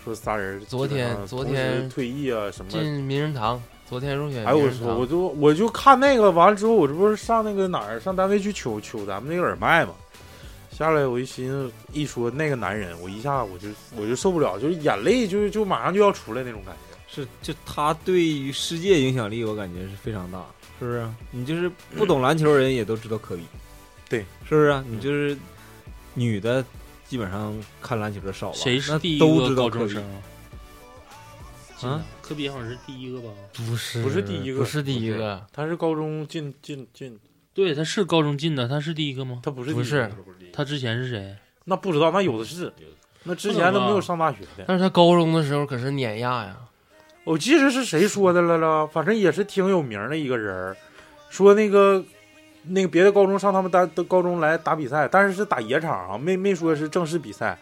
Speaker 3: 说仨人
Speaker 7: 昨
Speaker 3: 基本
Speaker 7: 天
Speaker 3: 上
Speaker 7: 昨
Speaker 3: 同时
Speaker 7: 天
Speaker 3: 退役啊什么
Speaker 7: 进名人堂，昨天入选
Speaker 3: 哎，
Speaker 7: 名
Speaker 3: 我
Speaker 7: 人
Speaker 3: 说，
Speaker 7: 堂
Speaker 3: 我就我就看那个，完了之后，我这不是上那个哪儿，上单位去取取咱们那个耳麦嘛。下来我一寻思，一说那个男人，我一下我就我就受不了，就是眼泪就就马上就要出来那种感觉。
Speaker 10: 是，就他对于世界影响力，我感觉是非常大，是不
Speaker 3: 啊
Speaker 10: 是？你就是不懂篮球人也都知道科比，
Speaker 3: 对，嗯
Speaker 10: 是不是？你就是女的，基本上看篮球的
Speaker 3: 啊
Speaker 10: 少吧？
Speaker 9: 谁是
Speaker 10: 那
Speaker 9: 第一
Speaker 10: 都
Speaker 9: 个
Speaker 10: 知道
Speaker 9: 高
Speaker 10: 科
Speaker 9: 中
Speaker 10: 比
Speaker 9: 生啊？
Speaker 10: 啊？
Speaker 9: 科比好像是第一个吧？
Speaker 7: 不是
Speaker 3: 不是第一个，
Speaker 7: 不是第一个，
Speaker 3: 他是高中进进进，
Speaker 9: 对，他是高中进的，他是第一个吗？
Speaker 3: 他不
Speaker 7: 是不第一个是，
Speaker 9: 他之前是谁？
Speaker 3: 那不知道，那有的是，那之前都没有上大学的。
Speaker 7: 但是他高中的时候可是碾压呀。
Speaker 3: 我记得是谁说的来了，反正也是挺有名儿的一个人儿，说那个那个别的高中上他们单高中来打比赛，但是是打野场啊，没没说是正式比赛。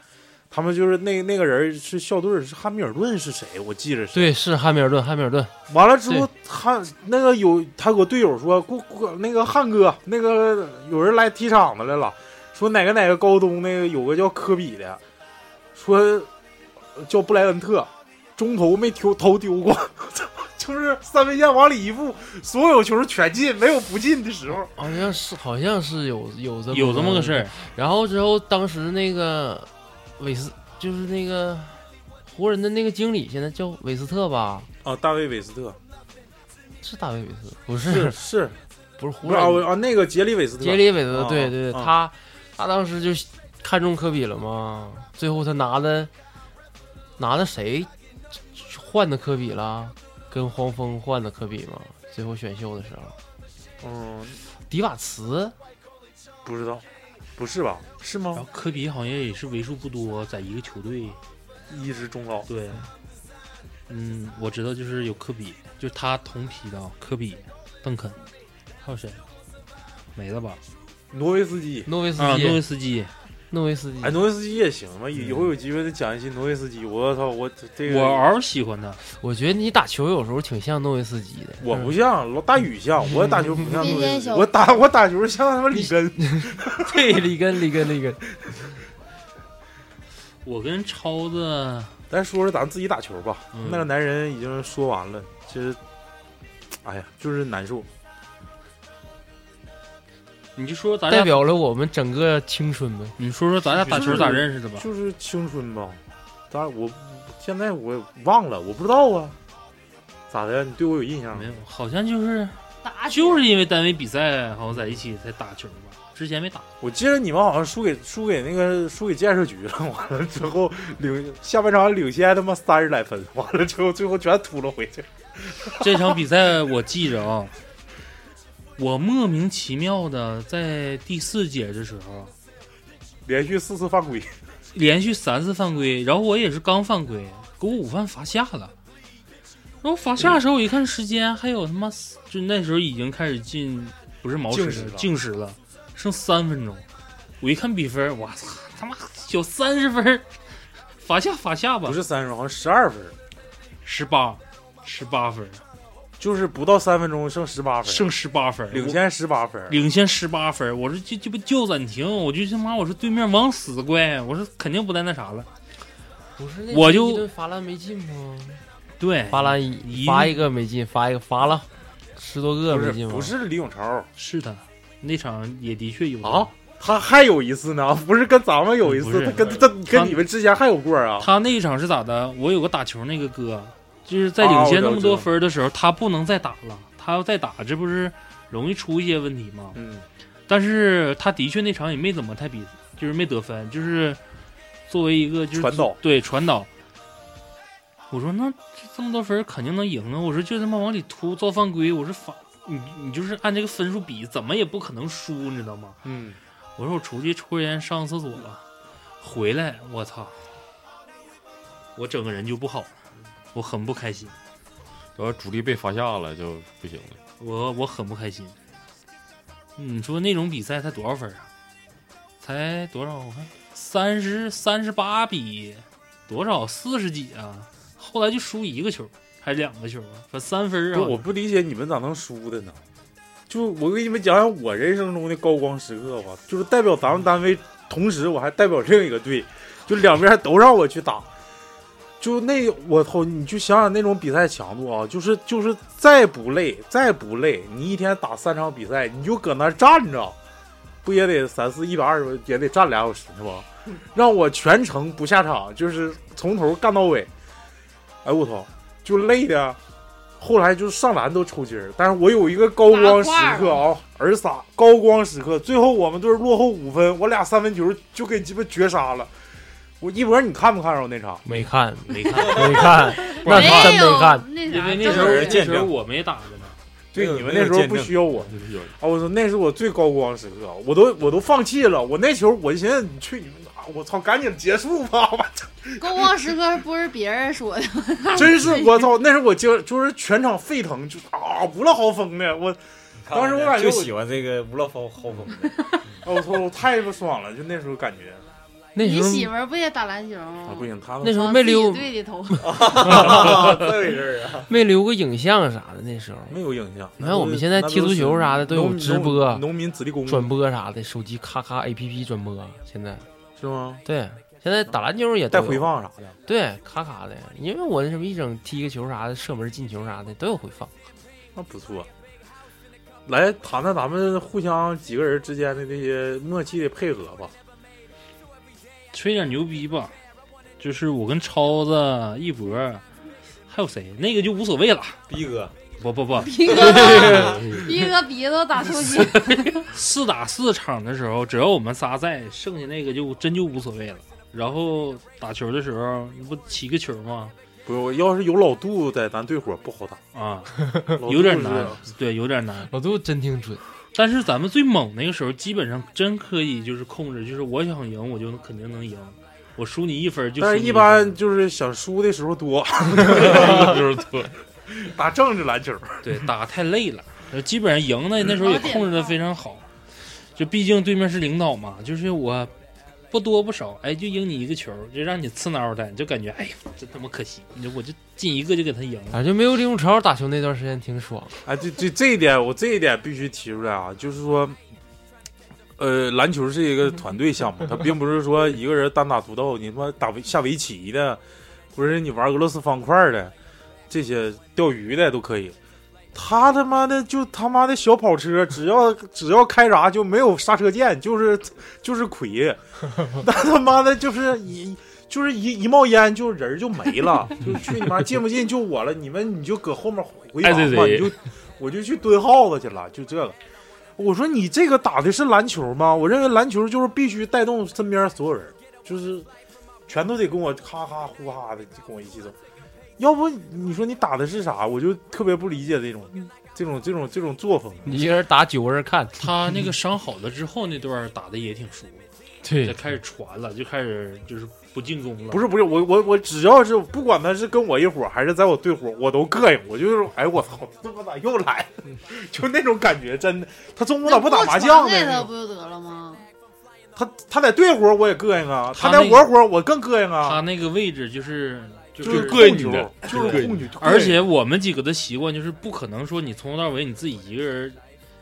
Speaker 3: 他们就是那那个人是校队儿，是汉密尔顿是谁？我记着是。
Speaker 7: 对，是汉密尔顿，汉密尔顿。
Speaker 3: 完了之后，汉那个有他给我队友说，过过那个汉哥，那个有人来踢场子来了，说哪个哪个高中那个有个叫科比的，说呃叫布莱恩特，中投没丢投丢过， 就是三分线往里一步，所有球全进，没有不进的时候。
Speaker 7: 好像是好像是有有这么
Speaker 9: 有这么个事儿。
Speaker 7: 然后之后，当时那个韦斯就是那个湖人的那个经理，现在叫韦斯特吧？
Speaker 3: 啊，大卫韦斯特
Speaker 7: 是大卫韦斯特，不
Speaker 3: 是
Speaker 7: 是
Speaker 3: 是
Speaker 7: 不是湖
Speaker 3: 不是啊
Speaker 7: 人
Speaker 3: 我啊那个杰里韦斯特
Speaker 7: 杰里韦斯特，哦
Speaker 3: 啊
Speaker 7: 对对，对
Speaker 3: 啊
Speaker 7: 他他当时就看中科比了嘛，最后他拿的拿的谁换的科比了？跟黄蜂换的科比嘛？最后选秀的时候，
Speaker 3: 嗯，
Speaker 7: 迪瓦茨
Speaker 3: 不知道，不是吧？是吗？
Speaker 9: 然后科比好像也是为数不多在一个球队
Speaker 3: 一直终老。
Speaker 9: 对，嗯，我知道，就是有科比，就是他同批的啊，科比、邓肯，还有谁？没了吧？
Speaker 3: 诺维斯基，
Speaker 7: 诺维斯基啊
Speaker 9: 啊，诺维斯基，
Speaker 7: 诺维斯基，
Speaker 3: 哎，诺维斯基也行吧，以以后有机会再讲一期诺维斯基。我操，嗯我这个
Speaker 9: 嗷喜欢他。
Speaker 7: 我觉得你打球有时候挺像诺维斯基的。
Speaker 3: 我不像老大宇像，我打球不像诺
Speaker 7: 边
Speaker 3: 维
Speaker 7: 边
Speaker 3: 斯基，
Speaker 7: 小
Speaker 3: 我打我打球像他妈里根。
Speaker 7: 对，里根里根里根。
Speaker 9: 我跟超子，
Speaker 3: 咱说说咱自己打球吧。
Speaker 9: 嗯
Speaker 3: 那个男人已经说完了，其实，哎呀，就是难受。
Speaker 9: 你就说咱俩
Speaker 7: 代表了我们整个青春呗。
Speaker 9: 你说说咱俩打球咋认识的吧？
Speaker 3: 就是青春吧，咋我现在我忘了，我不知道啊。咋的？你对我有印象
Speaker 9: 没有？好像就是打，就是因为单位比赛好像在一起才打球吧，之前没打。
Speaker 3: 我记得你们好像输给输给那个输给建设局了， 完了之后领下半场领先他妈三十来分，完了之后最后全秃噜回去。
Speaker 9: 这场比赛我记着啊，我莫名其妙的在第四节的时候，
Speaker 3: 连续四次犯规，
Speaker 9: 连续三次犯规，然后我也是刚犯规，给我午饭罚下了。然后罚下的时候，我一看时间，还有他妈四，就那时候已经开始进，不是毛
Speaker 3: 净
Speaker 9: 时
Speaker 3: 时
Speaker 9: 了，
Speaker 3: 了
Speaker 9: 净时了，剩三分钟。我一看比分，我操，他妈有三十分，罚下罚下吧，不
Speaker 3: 是三十，好像十二分，
Speaker 9: 十八，十八分，
Speaker 3: 就是不到三分钟剩十八分，
Speaker 9: 剩十八分，
Speaker 3: 领先十八分，
Speaker 9: 领先十八分，我说这这不叫暂停，我就他妈我说对面往死怪，我说肯定不带那啥了，
Speaker 7: 不是
Speaker 9: 我就
Speaker 7: 一顿罚篮没进吗？
Speaker 9: 对，
Speaker 7: 罚篮一罚一个没进，罚一个罚了十多个
Speaker 9: 不是
Speaker 7: 没进吗？
Speaker 9: 不
Speaker 3: 是李永超，
Speaker 9: 是的，那场也的确有
Speaker 3: 啊，他还有一次呢，不是跟咱们有一
Speaker 9: 不
Speaker 3: 次，
Speaker 9: 是
Speaker 3: 他跟他跟你们之前还有过啊。
Speaker 9: 他那一场是咋的？我有个打球那个哥，就是在
Speaker 3: 啊
Speaker 9: 领
Speaker 3: 我知
Speaker 9: 先
Speaker 3: 道
Speaker 9: 那么多分的时候，他不能再打了，他要再打，这不是容易出一些问题吗？
Speaker 3: 嗯，
Speaker 9: 但是他的确那场也没怎么太比，就是没得分，就是作为一个就是
Speaker 3: 传导
Speaker 9: 对传导。我说那这这么多分肯定能赢啊！我说就他妈往里突造犯规，我说反你你就是按这个分数比，怎么也不可能输，你知道吗？
Speaker 3: 嗯，
Speaker 9: 我说我出去抽烟上个厕所了，回来我操，我整个人就不好了，我很不开心。
Speaker 11: 主要主力被罚下了就不行了。
Speaker 9: 我我很不开心。你说那种比赛才多少分啊？才多少？我看三十三十八比多少四十几啊？后来就输一个球，还是两个球啊？反正三分啊！
Speaker 3: 不，我不理解你们咋能输的呢？就我给你们讲讲我人生中的高光时刻吧，就是代表咱们单位，同时我还代表另一个队，就两边都让我去打。就那个我操，你就想想那种比赛强度啊，就是就是再不累再不累，你一天打三场比赛，你就搁那站着，不也得三四一百二十，也得站俩小时是吧？让我全程不下场，就是从头干到尾。哎我操，就累的，后来就上篮都抽筋儿。但是我有一个高光时刻啊，儿撒高光时刻，最后我们队落后五分，我俩三分球就给鸡巴绝杀了。我一博，你看没看着我那场？
Speaker 7: 没看，没看，
Speaker 9: 没
Speaker 7: 看那是真没看
Speaker 9: 因
Speaker 7: 那啥
Speaker 9: 为那时候
Speaker 3: 真没看
Speaker 9: 那时候我没打着呢。
Speaker 3: 对，你们那时候不需要我。啊，我说那是我最高光时刻，我都我都放弃了。我那球，我就寻思你去你们哪？我操，赶紧结束吧！ 我操，
Speaker 6: 高光时刻不是别人说的吗？
Speaker 3: 真是我操，那是我经就是全场沸腾，就啊无了豪风的我。当时我感觉
Speaker 10: 就
Speaker 3: 我
Speaker 10: 喜欢这个无乐风豪风的，
Speaker 3: 啊我操，我太不爽了，就那时候感觉。
Speaker 7: 那
Speaker 6: 你
Speaker 7: 时
Speaker 6: 媳
Speaker 7: 候
Speaker 6: 妇儿不也打篮球
Speaker 3: 啊
Speaker 6: 吗？
Speaker 3: 不行，他们
Speaker 7: 那时候没溜
Speaker 6: 自己队里头
Speaker 3: 这回事儿啊
Speaker 7: 没留个影像啥的，那时候
Speaker 3: 没有影像。
Speaker 7: 你看我们现在踢足球啥的都有直播、
Speaker 3: 农民子弟工
Speaker 7: 转播啥的，手机咔咔 A P P 转播，现在
Speaker 3: 是吗？
Speaker 7: 对，现在打篮球也
Speaker 3: 带
Speaker 7: 都有
Speaker 3: 回放啥的。
Speaker 7: 对，咔咔的，因为我那什么一整踢个球啥的，射门进球啥的都有回放。
Speaker 3: 那不错。来谈谈咱们互相几个人之间的这些默契的配合吧。
Speaker 9: 吹点牛逼吧，就是我跟超子、一博，还有谁？那个就无所谓了。
Speaker 10: 逼 哥，
Speaker 9: 不 不不，
Speaker 6: 逼哥， 逼哥鼻子都打抽筋。
Speaker 9: 四打四场的时候，只要我们仨在，剩下那个就真就无所谓了。然后打球的时候，你不七个球吗？
Speaker 3: 不是，我要是有老杜在，咱队伙不好 打
Speaker 9: 啊
Speaker 3: 老，啊
Speaker 9: 有点
Speaker 3: 杜是
Speaker 9: 难，对，有点难。
Speaker 7: 老杜真挺准，
Speaker 9: 但是咱们最猛那个时候，基本上真可以就是控制，就是我想赢，我就能肯定能赢，我输你一分就输
Speaker 3: 但是
Speaker 9: 你
Speaker 3: 一
Speaker 9: 分
Speaker 3: 般就是想输的时候 多，
Speaker 9: 就是多
Speaker 3: 打政治篮 球。
Speaker 9: 对，打太累了，呃基本上赢的那时候
Speaker 6: 嗯
Speaker 9: 也控制的非常好，就毕竟对面是领导嘛，就是我不多不少，哎，就赢你一个球，就让你刺挠的，你就感觉哎呀，真他妈可惜，你就我就进一个就给他赢了。
Speaker 7: 啊感觉没有李永超打球那段时间挺爽。
Speaker 3: 哎，这这这一点，我这一点必须提出来啊，就是说，呃，篮球是一个团队项目，它并不是说一个人单打独斗，你他妈打围下围棋的，或者是你玩俄罗斯方块的，这些钓鱼的都可以。他他妈的就他妈的小跑车，只要 只要开闸就没有刹车键，就是就是魁，那他妈的就是一就是一一冒烟就人儿就没了，就去你妈进不进就我了，你们你就搁后面回
Speaker 9: 爱
Speaker 3: 防
Speaker 9: 谁
Speaker 3: 吧，
Speaker 9: 谁
Speaker 3: 你就我就去蹲耗子去了，就这个。我说你这个打的是篮球吗？我认为篮球就是必须带动身边所有人，就是全都得跟我咔咔呼哈的就跟我一起走，要不你说你打的是啥？我就特别不理解这种这种这种这种作风。
Speaker 7: 你一个人打九个人看，
Speaker 9: 他那个伤好了之后那段打的也挺舒 服，
Speaker 7: 对
Speaker 9: 就开始传了，就开始就是不进攻了。
Speaker 3: 不是不是，我我我只要是不管他是跟我一伙儿还是在我队伙儿，我都膈应，我就是哎我操，他妈咋又来 了，就那种感觉，真的。他中午咋不打麻将
Speaker 6: 那
Speaker 3: 呢
Speaker 6: 他？不就得了吗？
Speaker 3: 他他在队伙儿我也膈应啊，
Speaker 9: 他
Speaker 3: 他在
Speaker 9: 那
Speaker 3: 我伙儿我更膈应啊。
Speaker 9: 他那个位置就是就
Speaker 3: 就是
Speaker 9: 是
Speaker 3: 膈应你的就是
Speaker 9: 对
Speaker 3: 控制对
Speaker 9: 而且我们几个的习惯就是不可能说你从头到尾你自己一个人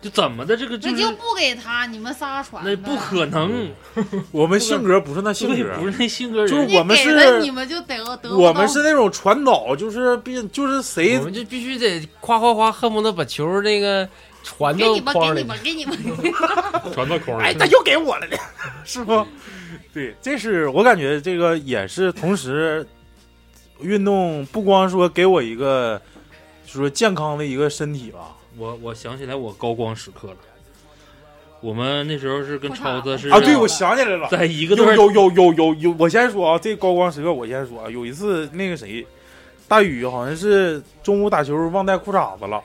Speaker 9: 就怎么的这个
Speaker 6: 那
Speaker 9: 就是
Speaker 6: 就不给他，你们仨传
Speaker 9: 那
Speaker 6: 呗。
Speaker 9: 不可
Speaker 3: 嗯
Speaker 9: 能，
Speaker 3: 我们性格不是那性
Speaker 9: 对
Speaker 3: 格，啊
Speaker 9: 不是那性格人，
Speaker 3: 就是我们
Speaker 6: 给
Speaker 3: 是
Speaker 6: 了你们就得得不 到
Speaker 3: 我们是那种传导，就是必就是谁
Speaker 7: 哎我们就必须得夸夸夸，恨不得把球那个传
Speaker 6: 给
Speaker 7: 到
Speaker 6: 你吧，给
Speaker 7: 框
Speaker 6: 你
Speaker 7: 里
Speaker 6: 吧，，给你吧。
Speaker 11: 传到空
Speaker 3: 哎，他又给我了呢， 是不？对，这是我感觉这个也是同时，运动不光说给我一个，就是说健康的一个身体吧。
Speaker 9: 我我想起来我高光时刻了。我们那时候是跟超子是
Speaker 3: 啊，对，我想起来了，
Speaker 9: 在一个队
Speaker 3: 有有
Speaker 9: 儿
Speaker 3: 有有有有，我先说啊，这高光时刻我先说啊，有一次那个谁，大宇好像是中午打球忘带裤衩子了。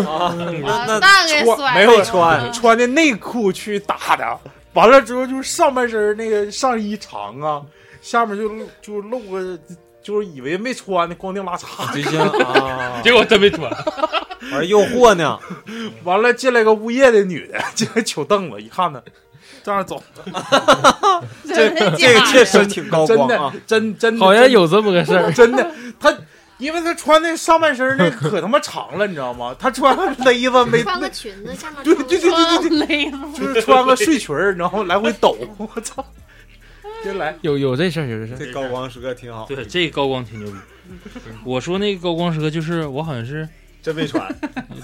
Speaker 6: 把
Speaker 3: 那
Speaker 6: 蛋给
Speaker 3: 穿
Speaker 6: 甩
Speaker 3: 没
Speaker 6: 了嗯
Speaker 3: 有穿穿的内裤去打的，完了之后就是上半身那个上衣长啊，下面就就露个，就是以为没穿的，光腚拉碴，
Speaker 10: 就像啊
Speaker 3: 结果真没 穿，
Speaker 10: 完了诱惑呢，
Speaker 3: 完了进来个物业的女的， 进来取凳子，一看呢，这样走，这
Speaker 10: 真的假的
Speaker 3: 这个确实
Speaker 10: 挺高光啊
Speaker 3: 真的真真的
Speaker 7: 好像有这么个事儿
Speaker 3: 真的她。因为她穿的上半身那可他妈长了，你知道吗？她穿个勒子没
Speaker 5: 穿个裙子，下面
Speaker 3: 对对对对对
Speaker 6: 对，
Speaker 3: 就是穿个睡裙儿，然后来回抖，我 操！真来，
Speaker 7: 有有这事儿，有这事
Speaker 10: 这高光时刻挺 好。
Speaker 9: 对，这个高光挺牛逼。
Speaker 3: 嗯
Speaker 9: 我说那个高光时刻就是我好像是
Speaker 3: 真没穿，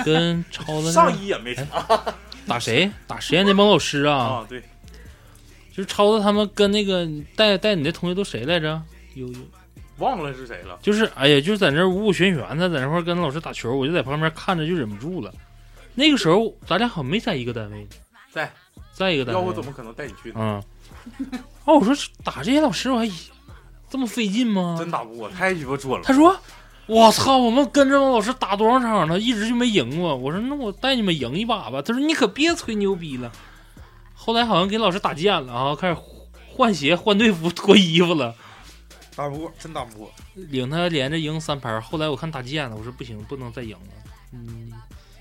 Speaker 9: 跟超子
Speaker 3: 上衣也没穿，
Speaker 7: 哎
Speaker 9: 打谁打实验那帮老师啊？
Speaker 3: 啊，对，
Speaker 9: 就是超子他们跟那个带带你的同学都谁来着？有有，
Speaker 3: 忘了是谁了。
Speaker 9: 就是哎呀，就是在那儿五五旋旋的，在那块儿跟老师打球，我就在旁边看着就忍不住了。那个时候咱俩好像没在一个单位，
Speaker 3: 在
Speaker 9: 在一个单位，
Speaker 3: 要不怎么可能带你去呢？
Speaker 9: 嗯，哦，我说打这些老师我还这么费劲
Speaker 7: 啊
Speaker 9: 吗？
Speaker 3: 真打不过，太鸡巴准了。
Speaker 9: 他说：“我操，我们跟着我老师打多少场了，一直就没赢过。”我说：“那我带你们赢一把吧。”他说：“你可别吹牛逼了。”后来好像给老师打急眼了啊，开始换鞋、换队服、脱衣服了，
Speaker 3: 打不过，真打不过。
Speaker 9: 领他连着赢三盘。后来我看打急眼了，我说：“不行，不能再赢了，嗯，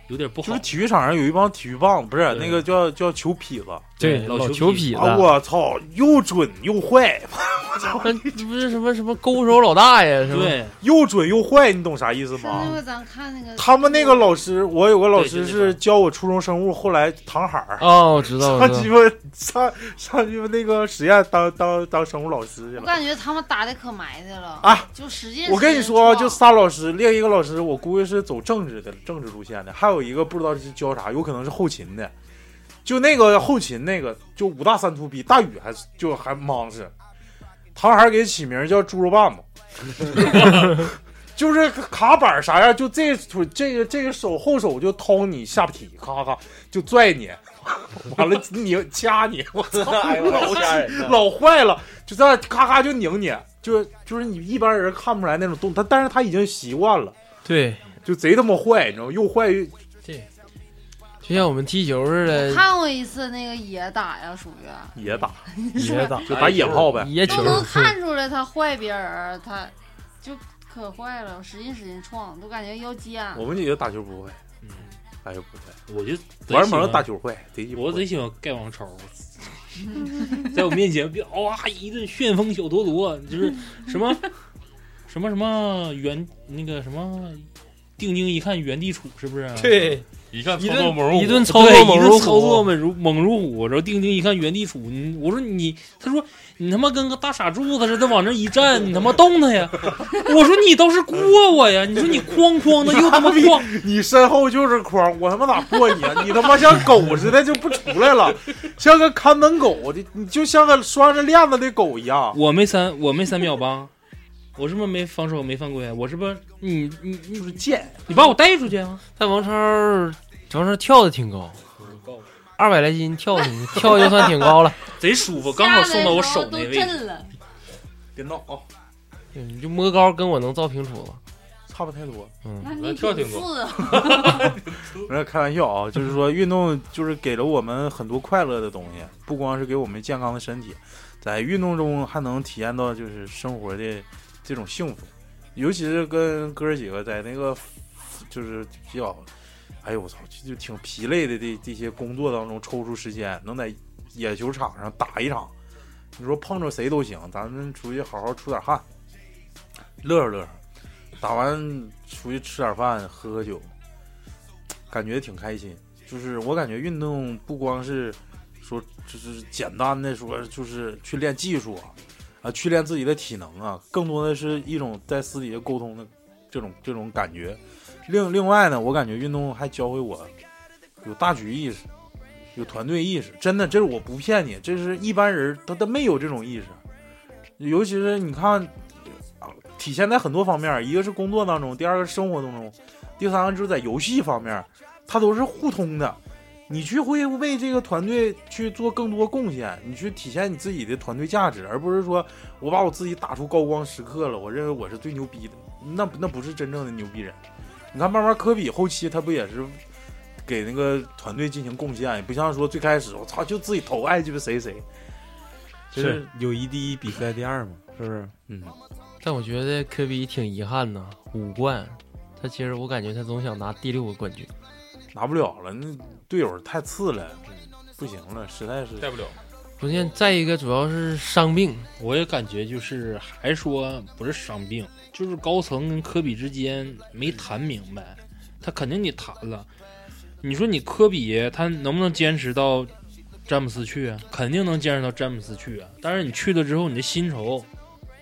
Speaker 9: 有点不
Speaker 3: 就
Speaker 9: 好
Speaker 3: 是。体育场上有一帮体育棒，不是那个叫叫球痞子，
Speaker 7: 对老球痞子
Speaker 3: 啊我操，又准又坏，我 操，
Speaker 7: 不是什么什么勾手老大爷是吧？
Speaker 3: 对，又准又坏，你懂啥意思
Speaker 6: 那
Speaker 3: 吗？
Speaker 6: 个咱看那个，
Speaker 3: 他们那个老师，我有个老师是教我初中生物，后来唐海儿
Speaker 7: 哦，我知道，我
Speaker 3: 上
Speaker 7: 知道
Speaker 3: 鸡巴上上鸡巴那个实验当当当生物老师去
Speaker 6: 我
Speaker 3: 了。
Speaker 6: 感觉他们打的可埋汰了
Speaker 3: 啊
Speaker 6: 就使劲。
Speaker 3: 我跟你说啊，就仨老师，另一个老师我估计是走政治的政治路线的，还有一个不知道是教啥，有可能是后勤的。就那个后勤那个，就五大三粗逼，大宇还就还莽是，唐孩给起名叫猪肉棒子， 就是卡板啥样，就这腿这个这个手后手就掏你下体，咔咔就拽你， 完了你掐你，我啊操，
Speaker 10: 哎呦
Speaker 3: 老
Speaker 10: 老吓人 了
Speaker 3: 老坏了，就在那咔咔就拧你，就是就是你一般人看不出来那种动，他但是他已经习惯了，
Speaker 7: 对，
Speaker 3: 就贼他妈坏，你知道吗？又坏又
Speaker 7: 就像我们踢球似的，
Speaker 6: 看过一次那个野打呀，属于
Speaker 3: 野打，
Speaker 7: 野打
Speaker 3: 哎就打野炮呗，
Speaker 7: 野球
Speaker 6: 都能 看出来他坏别人儿，他就可坏了，使劲使劲撞，都感觉腰间。
Speaker 3: 我们几个打球不会，打球不会，
Speaker 9: 我就
Speaker 3: 玩儿萌打球会，贼鸡巴
Speaker 9: 我
Speaker 3: 会
Speaker 9: 贼喜欢盖王超，在我面前别哇一顿旋风小陀螺，就是什么什么什么原那个什么。定睛一看，原地杵是不是？
Speaker 7: 对一看
Speaker 9: 一
Speaker 7: 操作猛如
Speaker 9: 顿
Speaker 7: 虎
Speaker 9: 一顿操作猛
Speaker 7: 对
Speaker 9: 如
Speaker 7: 一顿操作
Speaker 9: 猛如猛如虎，然后定睛一看，原地杵。你我说你，他说你他妈跟个大傻柱子似的往那一站，你他妈动他呀！我说你倒是过我呀！你说你哐哐的又他 妈
Speaker 3: 你
Speaker 9: 哐，
Speaker 3: 你身后就是筐，我他妈哪过你啊？你他妈像狗似的就不出来了，像个看门狗，你你就像个拴着链子的狗一样。
Speaker 9: 我没三，我没三秒吧？我是不是没防守没犯规？啊我是不是你你你是
Speaker 3: 贱？
Speaker 9: 你把我带出去啊！
Speaker 7: 但王超，王超跳的挺高，二百来斤跳挺跳就算挺高了，
Speaker 9: 贼舒服，刚好送到我手那位置。
Speaker 6: 了，
Speaker 3: 别闹啊，
Speaker 7: 嗯你就摸高跟我能造平处子，
Speaker 3: 差不太多。
Speaker 6: 那
Speaker 7: 嗯，
Speaker 6: 你啊
Speaker 11: 跳挺
Speaker 6: 富
Speaker 11: 多
Speaker 6: 的，
Speaker 3: 没有开玩笑啊，就是说运动就是给了我们很多快乐的东西，不光是给我们健康的身体，在运动中还能体验到就是生活的这种幸福，尤其是跟哥儿几个在那个 就是比较，哎呦我操，就就挺疲累的这这些工作当中抽出时间，能在野球场上打一场，你说碰着谁都行，咱们出去好好出点汗，乐呵乐呵，打完出去吃点饭，喝喝酒。感觉挺开心。就是我感觉运动不光是说，就是简单的说，就是去练技术啊，啊，去练自己的体能啊，更多的是一种在私底下沟通的这种这种感觉。另另外呢，我感觉运动还教会我有大局意识，有团队意识。真的，这是我不骗你，这是一般人他他没有这种意识。尤其是你看，啊体现在很多方面，一个是工作当中，第二个是生活当中，第三个就是在游戏方面，它都是互通的。你去会为这个团队去做更多贡献，你去体现你自己的团队价值，而不是说我把我自己打出高光时刻了，我认为我是最牛逼的，那不那不是真正的牛逼人。你看，慢慢科比后期他不也是给那个团队进行贡献，也不像说最开始我操就自己投爱鸡巴谁谁，就是
Speaker 10: 友谊第一，比赛第二嘛。是不是？
Speaker 3: 嗯，
Speaker 7: 但我觉得科比挺遗憾呐，五冠，他其实我感觉他总想拿第六个冠军，
Speaker 3: 拿不了了，那队友太次了，不行了，实在是
Speaker 11: 带不了。
Speaker 7: 关键再一个主要是伤病，
Speaker 9: 我也感觉就是还说不是伤病，就是高层跟科比之间没谈明白，他肯定得谈了。你说你科比他能不能坚持到詹姆斯去啊？肯定能坚持到詹姆斯去啊！但是你去了之后，你的薪酬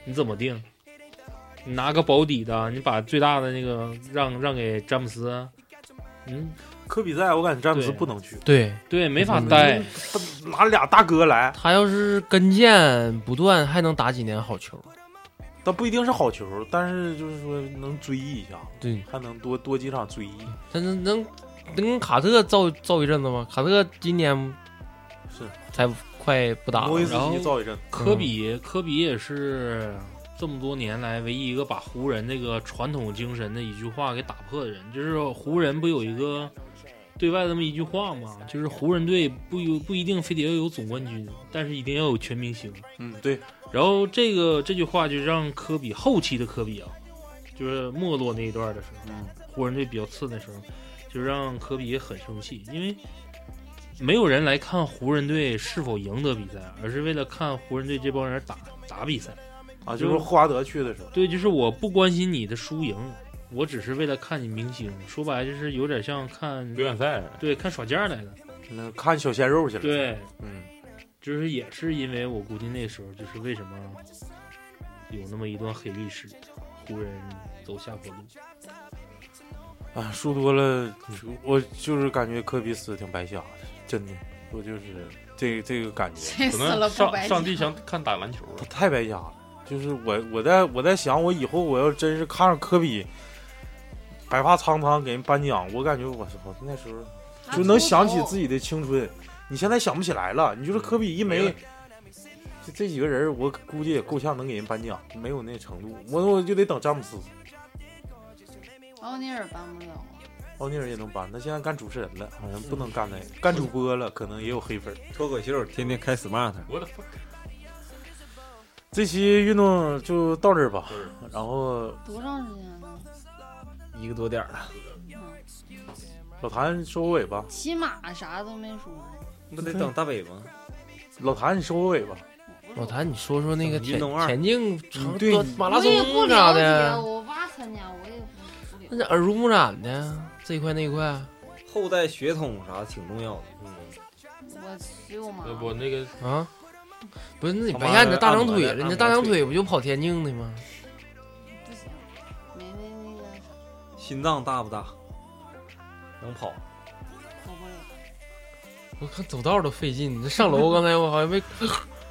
Speaker 9: 你怎么定？你拿个保底的，你把最大的那个让让给詹姆斯啊，嗯，
Speaker 3: 科比在我感觉詹姆斯不能去，
Speaker 7: 对
Speaker 9: 对，没法待。
Speaker 3: 拿俩大哥来，
Speaker 7: 他要是跟腱不断，还能打几年好球？
Speaker 3: 但不一定是好球，但是就是说能追忆一下，
Speaker 7: 对，
Speaker 3: 还能多多几场追忆。
Speaker 7: 他能能能跟卡特造造一阵子吗？卡特今年
Speaker 3: 是
Speaker 7: 才快不打了，
Speaker 9: 然
Speaker 7: 然后
Speaker 9: 后科比，科比也是这么多年来唯一一个把湖人那个传统精神的一句话给打破的人。就是湖人不有一个对外这么一句话吗？就是湖人队不有不一定非得要有总冠军，但是一定要有全明星。
Speaker 3: 嗯，对。
Speaker 9: 然后这个这句话就让科比后期的科比啊，就是没落那一段的时候，湖人队比较次的时候，就让科比也很生气，因为没有人来看湖人队是否赢得比赛，而是为了看湖人队这帮人打打比赛
Speaker 3: 啊就是霍华德去的时候，
Speaker 9: 对，就是我不关心你的输赢，我只是为了看你明星。说白了就是有点像看
Speaker 11: 表演赛，啊
Speaker 9: 对，看耍架来的。
Speaker 3: 那看小鲜肉去了。
Speaker 9: 对，
Speaker 3: 嗯，
Speaker 9: 就是也是因为我估计那时候就是为什么有那么一段黑历史，湖人走下坡路。
Speaker 3: 啊，输多了，我就是感觉科比死挺白瞎的，真的，我就是这这个感 觉，
Speaker 11: 可能上上帝想看打篮 球啊
Speaker 3: 他太白瞎了。就是我我在我在想，我以后我要真是看着科比白发苍苍给人颁奖，我感觉我操，那时
Speaker 6: 啊
Speaker 3: 候就能想起自己的青春。你现在想不起来了，你就是科比一没。这这几个人儿，我估计也够呛能给人颁奖，没有那程度，我我就得等詹姆斯。
Speaker 6: 奥尼尔办不了。啊
Speaker 3: 奥尼尔也能搬，他现在干主持人了，好像不能干那个，干主播了，可能也有黑粉。
Speaker 10: 脱口秀天天开 smart，
Speaker 11: 我的 fuck，
Speaker 3: 这期运动就到这儿吧，然后
Speaker 6: 多长时间呢？嗯
Speaker 10: 一个多点儿了。
Speaker 3: 老谭收尾吧，
Speaker 6: 起码啥都没说。
Speaker 10: 不得等大北吗？
Speaker 3: 老谭你收尾吧。
Speaker 7: 老谭，你说说那个
Speaker 3: 等运
Speaker 7: 田
Speaker 3: 动二
Speaker 7: 田径长
Speaker 3: 对
Speaker 7: 多
Speaker 3: 你
Speaker 7: 马拉
Speaker 6: 我也不
Speaker 7: 松啥
Speaker 6: 了
Speaker 7: 的
Speaker 6: 解，，啊我爸参加，我也不不
Speaker 7: 那是
Speaker 6: 了解。
Speaker 7: 耳濡目染的，这一块那一块。啊
Speaker 10: 后代血统啥挺重要的。嗯
Speaker 6: 我去我妈。
Speaker 11: 呃我那个
Speaker 7: 啊，不是，那你
Speaker 11: 他
Speaker 7: 白
Speaker 11: 妈
Speaker 7: 瞎你的
Speaker 11: 的
Speaker 7: 大
Speaker 11: 按
Speaker 7: 长
Speaker 11: 摩
Speaker 7: 腿
Speaker 11: 的
Speaker 7: 了，
Speaker 11: 按
Speaker 7: 你的
Speaker 11: 摩
Speaker 7: 大长
Speaker 11: 腿
Speaker 7: 腿不就跑田径的吗？
Speaker 6: 不行，没那那个
Speaker 10: 心脏大不大？能跑？
Speaker 6: 跑不了。
Speaker 7: 我看走道都费劲，你这上楼刚才我 好像被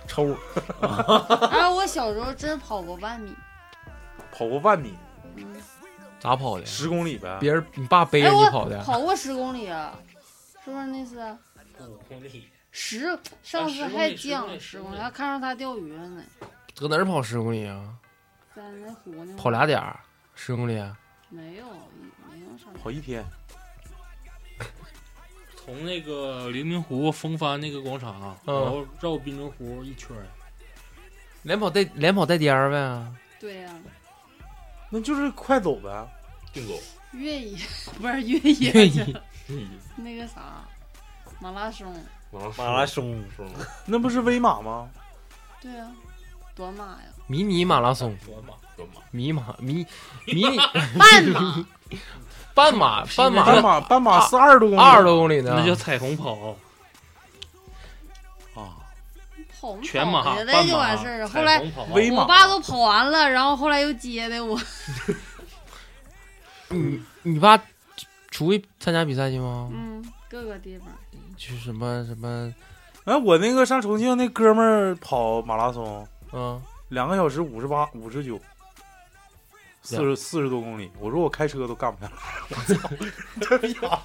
Speaker 7: 抽。
Speaker 6: 哎，我小时候真跑过万米。
Speaker 3: 跑过万米，
Speaker 7: 咋跑的？
Speaker 3: 十公里呗。
Speaker 7: 别人你爸背着
Speaker 6: 哎，
Speaker 7: 你
Speaker 6: 我
Speaker 7: 跑的，
Speaker 6: 跑过十公里啊，是不是那次？
Speaker 9: 五公里，
Speaker 6: 十，上次
Speaker 9: 啊
Speaker 6: 还
Speaker 9: 十公
Speaker 6: 犟
Speaker 9: 里
Speaker 6: 十
Speaker 9: 十
Speaker 6: 公
Speaker 9: 公
Speaker 6: 里，
Speaker 9: 里
Speaker 6: 还看上他钓鱼了呢，
Speaker 7: 搁哪儿跑十公里啊？
Speaker 6: 在那湖那块儿
Speaker 7: 跑俩点儿，十公里啊，
Speaker 6: 没有，没有啥。
Speaker 3: 跑一天，
Speaker 9: 从那个黎明湖风帆那个广场啊，
Speaker 7: 嗯啊
Speaker 9: 然后绕滨州湖一圈儿，
Speaker 7: 连跑带连跑带颠儿呗。
Speaker 6: 对啊呀、
Speaker 3: 那就是快走呗，
Speaker 11: 竞走。
Speaker 6: 越 野不是越野，
Speaker 7: 越野
Speaker 6: 那个啥，马拉松。
Speaker 11: 马
Speaker 10: 马拉松
Speaker 3: 那不是威马吗？
Speaker 6: 对啊呀、短马呀，
Speaker 7: 迷你马拉松，
Speaker 11: 短马短马
Speaker 7: 迷马迷迷
Speaker 6: 半马，
Speaker 7: 半马半马
Speaker 3: 半马半马是二十多公里，
Speaker 7: 二十多公里呢，
Speaker 9: 那叫彩虹跑。
Speaker 3: 啊，
Speaker 6: 跑不跑
Speaker 9: 全马
Speaker 6: 的
Speaker 9: 半
Speaker 6: 哦就
Speaker 9: 马
Speaker 6: 完事儿了。
Speaker 9: 彩
Speaker 6: 后来
Speaker 9: 虹跑
Speaker 3: 威马
Speaker 6: 我爸都跑完了，然后后来又接的我，
Speaker 7: 你你爸出去参加比赛去吗？
Speaker 6: 嗯，各个地方。
Speaker 7: 去什么什么？
Speaker 3: 哎，我那个上重庆那哥们儿跑马拉松，
Speaker 7: 嗯，
Speaker 3: 两个小时五十八、五十九，四十四十多公里。我说我开车都干不下来， 我操，真呀！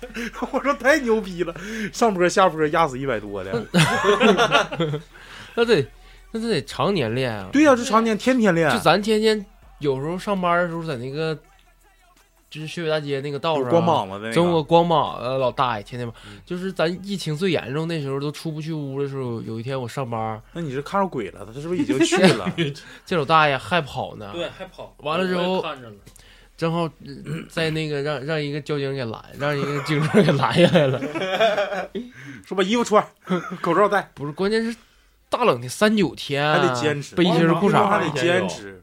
Speaker 3: 我说太牛逼了，上坡下坡压死一百多的。
Speaker 7: 那得那得常年练啊。
Speaker 3: 对呀、这常年天天练啊
Speaker 7: 就，咱天天有时候上班的时候在那个就是学北大街那个道上，
Speaker 3: 光膀子的那个嗯
Speaker 7: 啊中国光膀子老大爷，天天膀就是咱疫情最严重那时候都出不去屋的时候，有一天我上班，
Speaker 3: 那你是看着鬼了？他是不是已经去了？
Speaker 7: 这老大爷还跑呢，
Speaker 9: 对，还跑。
Speaker 7: 完了之后
Speaker 9: 我也看着了，
Speaker 7: 正好呃在那个让让一个交警给拦，让一个警车给拦下 来了，
Speaker 3: 说把衣服穿， 口罩戴。
Speaker 7: 不是，关键是大冷的三九天啊、
Speaker 11: 还得坚持
Speaker 7: 背心儿裤衩儿
Speaker 11: 还得坚持。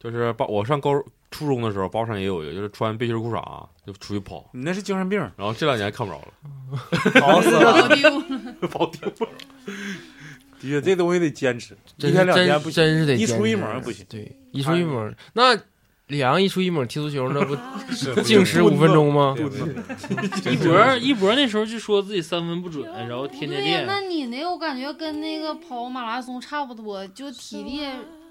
Speaker 11: 就是把我上高初中的时候，包上也有一个，就是穿背心裤衩啊就出去跑。
Speaker 3: 你那是精神病。
Speaker 11: 然后这两年看不着了，
Speaker 3: 跑死了 跑丢
Speaker 11: 了，跑丢了。
Speaker 3: 的确，这东西得坚持，
Speaker 7: 真
Speaker 3: 一
Speaker 7: 是
Speaker 3: 天两天不行，
Speaker 7: 真真是得
Speaker 3: 一
Speaker 7: 坚
Speaker 3: 出一
Speaker 7: 持
Speaker 3: 门不行。
Speaker 7: 对，一出一猛，那李阳一出一猛踢足球，那不
Speaker 3: 是
Speaker 7: 静止五分钟吗？
Speaker 9: 一博一博那时候就说自己三分不准，然后天天
Speaker 6: 对呀，
Speaker 9: 练。
Speaker 6: 哎那你那我感觉跟那个跑马拉松差不多，就体力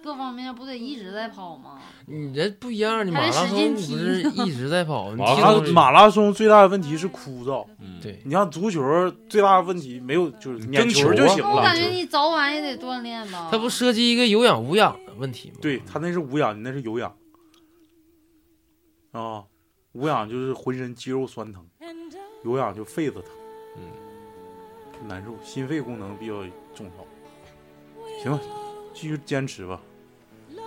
Speaker 6: 各方面不得一直在跑吗？
Speaker 7: 你这不一样，你马
Speaker 6: 还
Speaker 7: 拉
Speaker 6: 得使
Speaker 7: 松
Speaker 6: 劲
Speaker 7: 不
Speaker 6: 踢
Speaker 7: 是一直在跑，你
Speaker 3: 马
Speaker 7: 踢
Speaker 3: 拉
Speaker 7: 足球
Speaker 3: 啊
Speaker 7: 嗯
Speaker 3: 马拉松最大的问题是枯燥，
Speaker 11: 啊
Speaker 7: 对，
Speaker 3: 你像足球最大的问题没有就是撵
Speaker 7: 争
Speaker 3: 球
Speaker 7: 球
Speaker 3: 就
Speaker 7: 啊
Speaker 3: 行
Speaker 6: 那我
Speaker 3: 了
Speaker 6: 感，觉你早晚也得锻炼吧。
Speaker 7: 他不涉及一个有氧无氧的问题吗？
Speaker 3: 对他那是无氧，你那是有氧啊，无氧就是浑身肌肉酸疼，有氧就肺子疼，嗯，难受，心肺功能比较重要。行，继续坚持吧。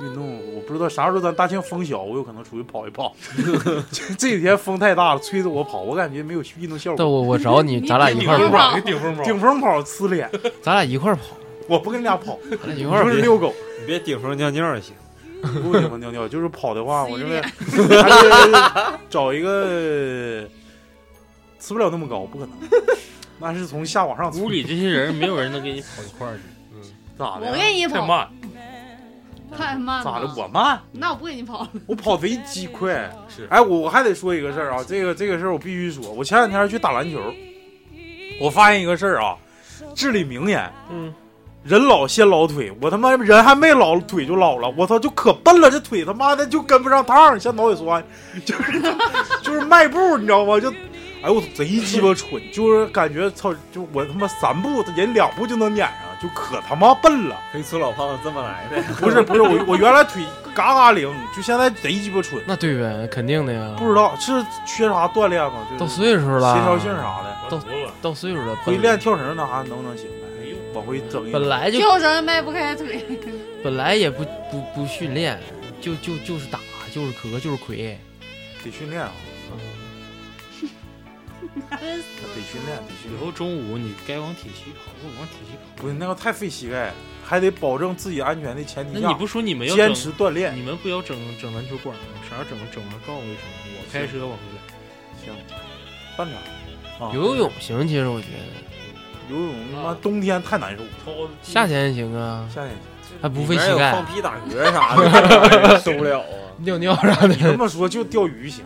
Speaker 3: 运动，我不知道啥时候咱大庆风小，我有可能出去跑一跑。这这几天风太大了，吹着我跑，我感觉没有运动效果。
Speaker 7: 但我我找你咱俩一块儿跑
Speaker 3: 顶风跑，顶风跑呲脸，
Speaker 7: 咱俩一块儿跑，
Speaker 3: 我不跟你俩 跑，
Speaker 7: 俩一块儿
Speaker 3: 不是
Speaker 7: 别
Speaker 3: 遛狗，
Speaker 10: 你别顶风尿尿也行。
Speaker 3: 不顶风尿尿，就是跑的话，我认为
Speaker 10: 脸
Speaker 3: 还是找一个呲不了那么高，不可能，那是从下往上呲。
Speaker 9: 屋里这些人没有人能跟你跑一块儿去，嗯，
Speaker 3: 咋的呀
Speaker 6: 我跟你跑太慢，太慢了。
Speaker 3: 咋的？我慢，
Speaker 6: 那我不跟你跑了。
Speaker 3: 我跑贼鸡快。是，哎，我我还得说一个事儿啊，这个这个事儿我必须说。我前两天去打篮球，我发现一个事儿啊，至理名言，
Speaker 7: 嗯，
Speaker 3: 人老先老腿，我他妈人还没老，腿就老了，我操，就可笨了，这腿他妈的就跟不上趟，像脑血栓， 就是就是迈步，你知道吗？就，哎我贼鸡巴蠢，就是感觉操，就我他妈三步人两步就能撵上，就可他妈笨了。
Speaker 10: 黑粗老胖子这么来的？
Speaker 3: 不是不是，我我原来腿嘎嘎灵，就现在贼鸡巴蠢，
Speaker 7: 那对呗，肯定的呀。
Speaker 3: 不知道是缺啥锻炼吗？就是
Speaker 7: 到岁数了，
Speaker 3: 协调性啥的，
Speaker 9: 嗯
Speaker 7: 到到岁数了，
Speaker 3: 回练跳绳那啥能不能行？哎往回整一整。
Speaker 7: 本来就
Speaker 6: 跳绳也迈不开腿，
Speaker 7: 本来也不不不训练，就就就是打，就是磕，就是魁，
Speaker 3: 得训练啊，
Speaker 6: 真死
Speaker 3: 得训练得训
Speaker 9: 以
Speaker 3: 练。
Speaker 9: 后中午你该往体系跑，就往体系跑。
Speaker 3: 不是那个太费膝盖，还得保证自己安全的前提
Speaker 9: 那
Speaker 3: 下，
Speaker 9: 你不说你们要
Speaker 3: 坚
Speaker 9: 整
Speaker 3: 持锻炼？
Speaker 9: 你们不要整整篮球馆吗？啥时候整整完告诉我一声，我开车往回来。
Speaker 3: 行，办点。啊
Speaker 7: 游泳行，其实我觉得
Speaker 3: 游泳他
Speaker 9: 啊
Speaker 3: 妈冬天太难受，
Speaker 7: 夏天也行啊，
Speaker 3: 夏天
Speaker 7: 还不费膝盖，
Speaker 10: 放屁打嗝啥的 受不了啊！
Speaker 7: 尿尿啥
Speaker 3: 你这
Speaker 7: 的。
Speaker 3: 么说就钓鱼 行，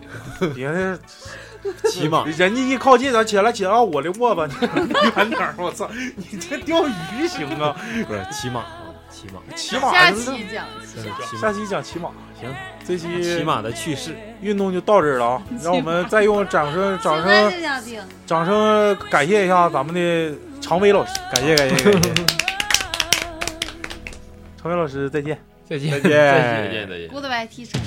Speaker 3: 别的
Speaker 10: 骑马
Speaker 3: 人家一靠近咱起来起来，啊我的窝子，你远点儿，我操！你这钓鱼行啊？
Speaker 10: 不是骑马啊，骑马，
Speaker 3: 骑马
Speaker 6: 下
Speaker 3: 是不是
Speaker 6: 期讲一下。
Speaker 3: 下期讲骑马，行，这期
Speaker 10: 骑马的趣事。
Speaker 3: 运动就到这儿了啊！让我们再用掌声、掌
Speaker 6: 实在
Speaker 3: 声
Speaker 6: 是、想听。
Speaker 3: 掌声感谢一下咱们的常威老师，
Speaker 10: 感谢感谢 感谢，
Speaker 3: 常威老师再见。
Speaker 7: 再见，
Speaker 10: 再见
Speaker 11: 再见再 见。
Speaker 6: Goodbye，teacher。
Speaker 1: Oh,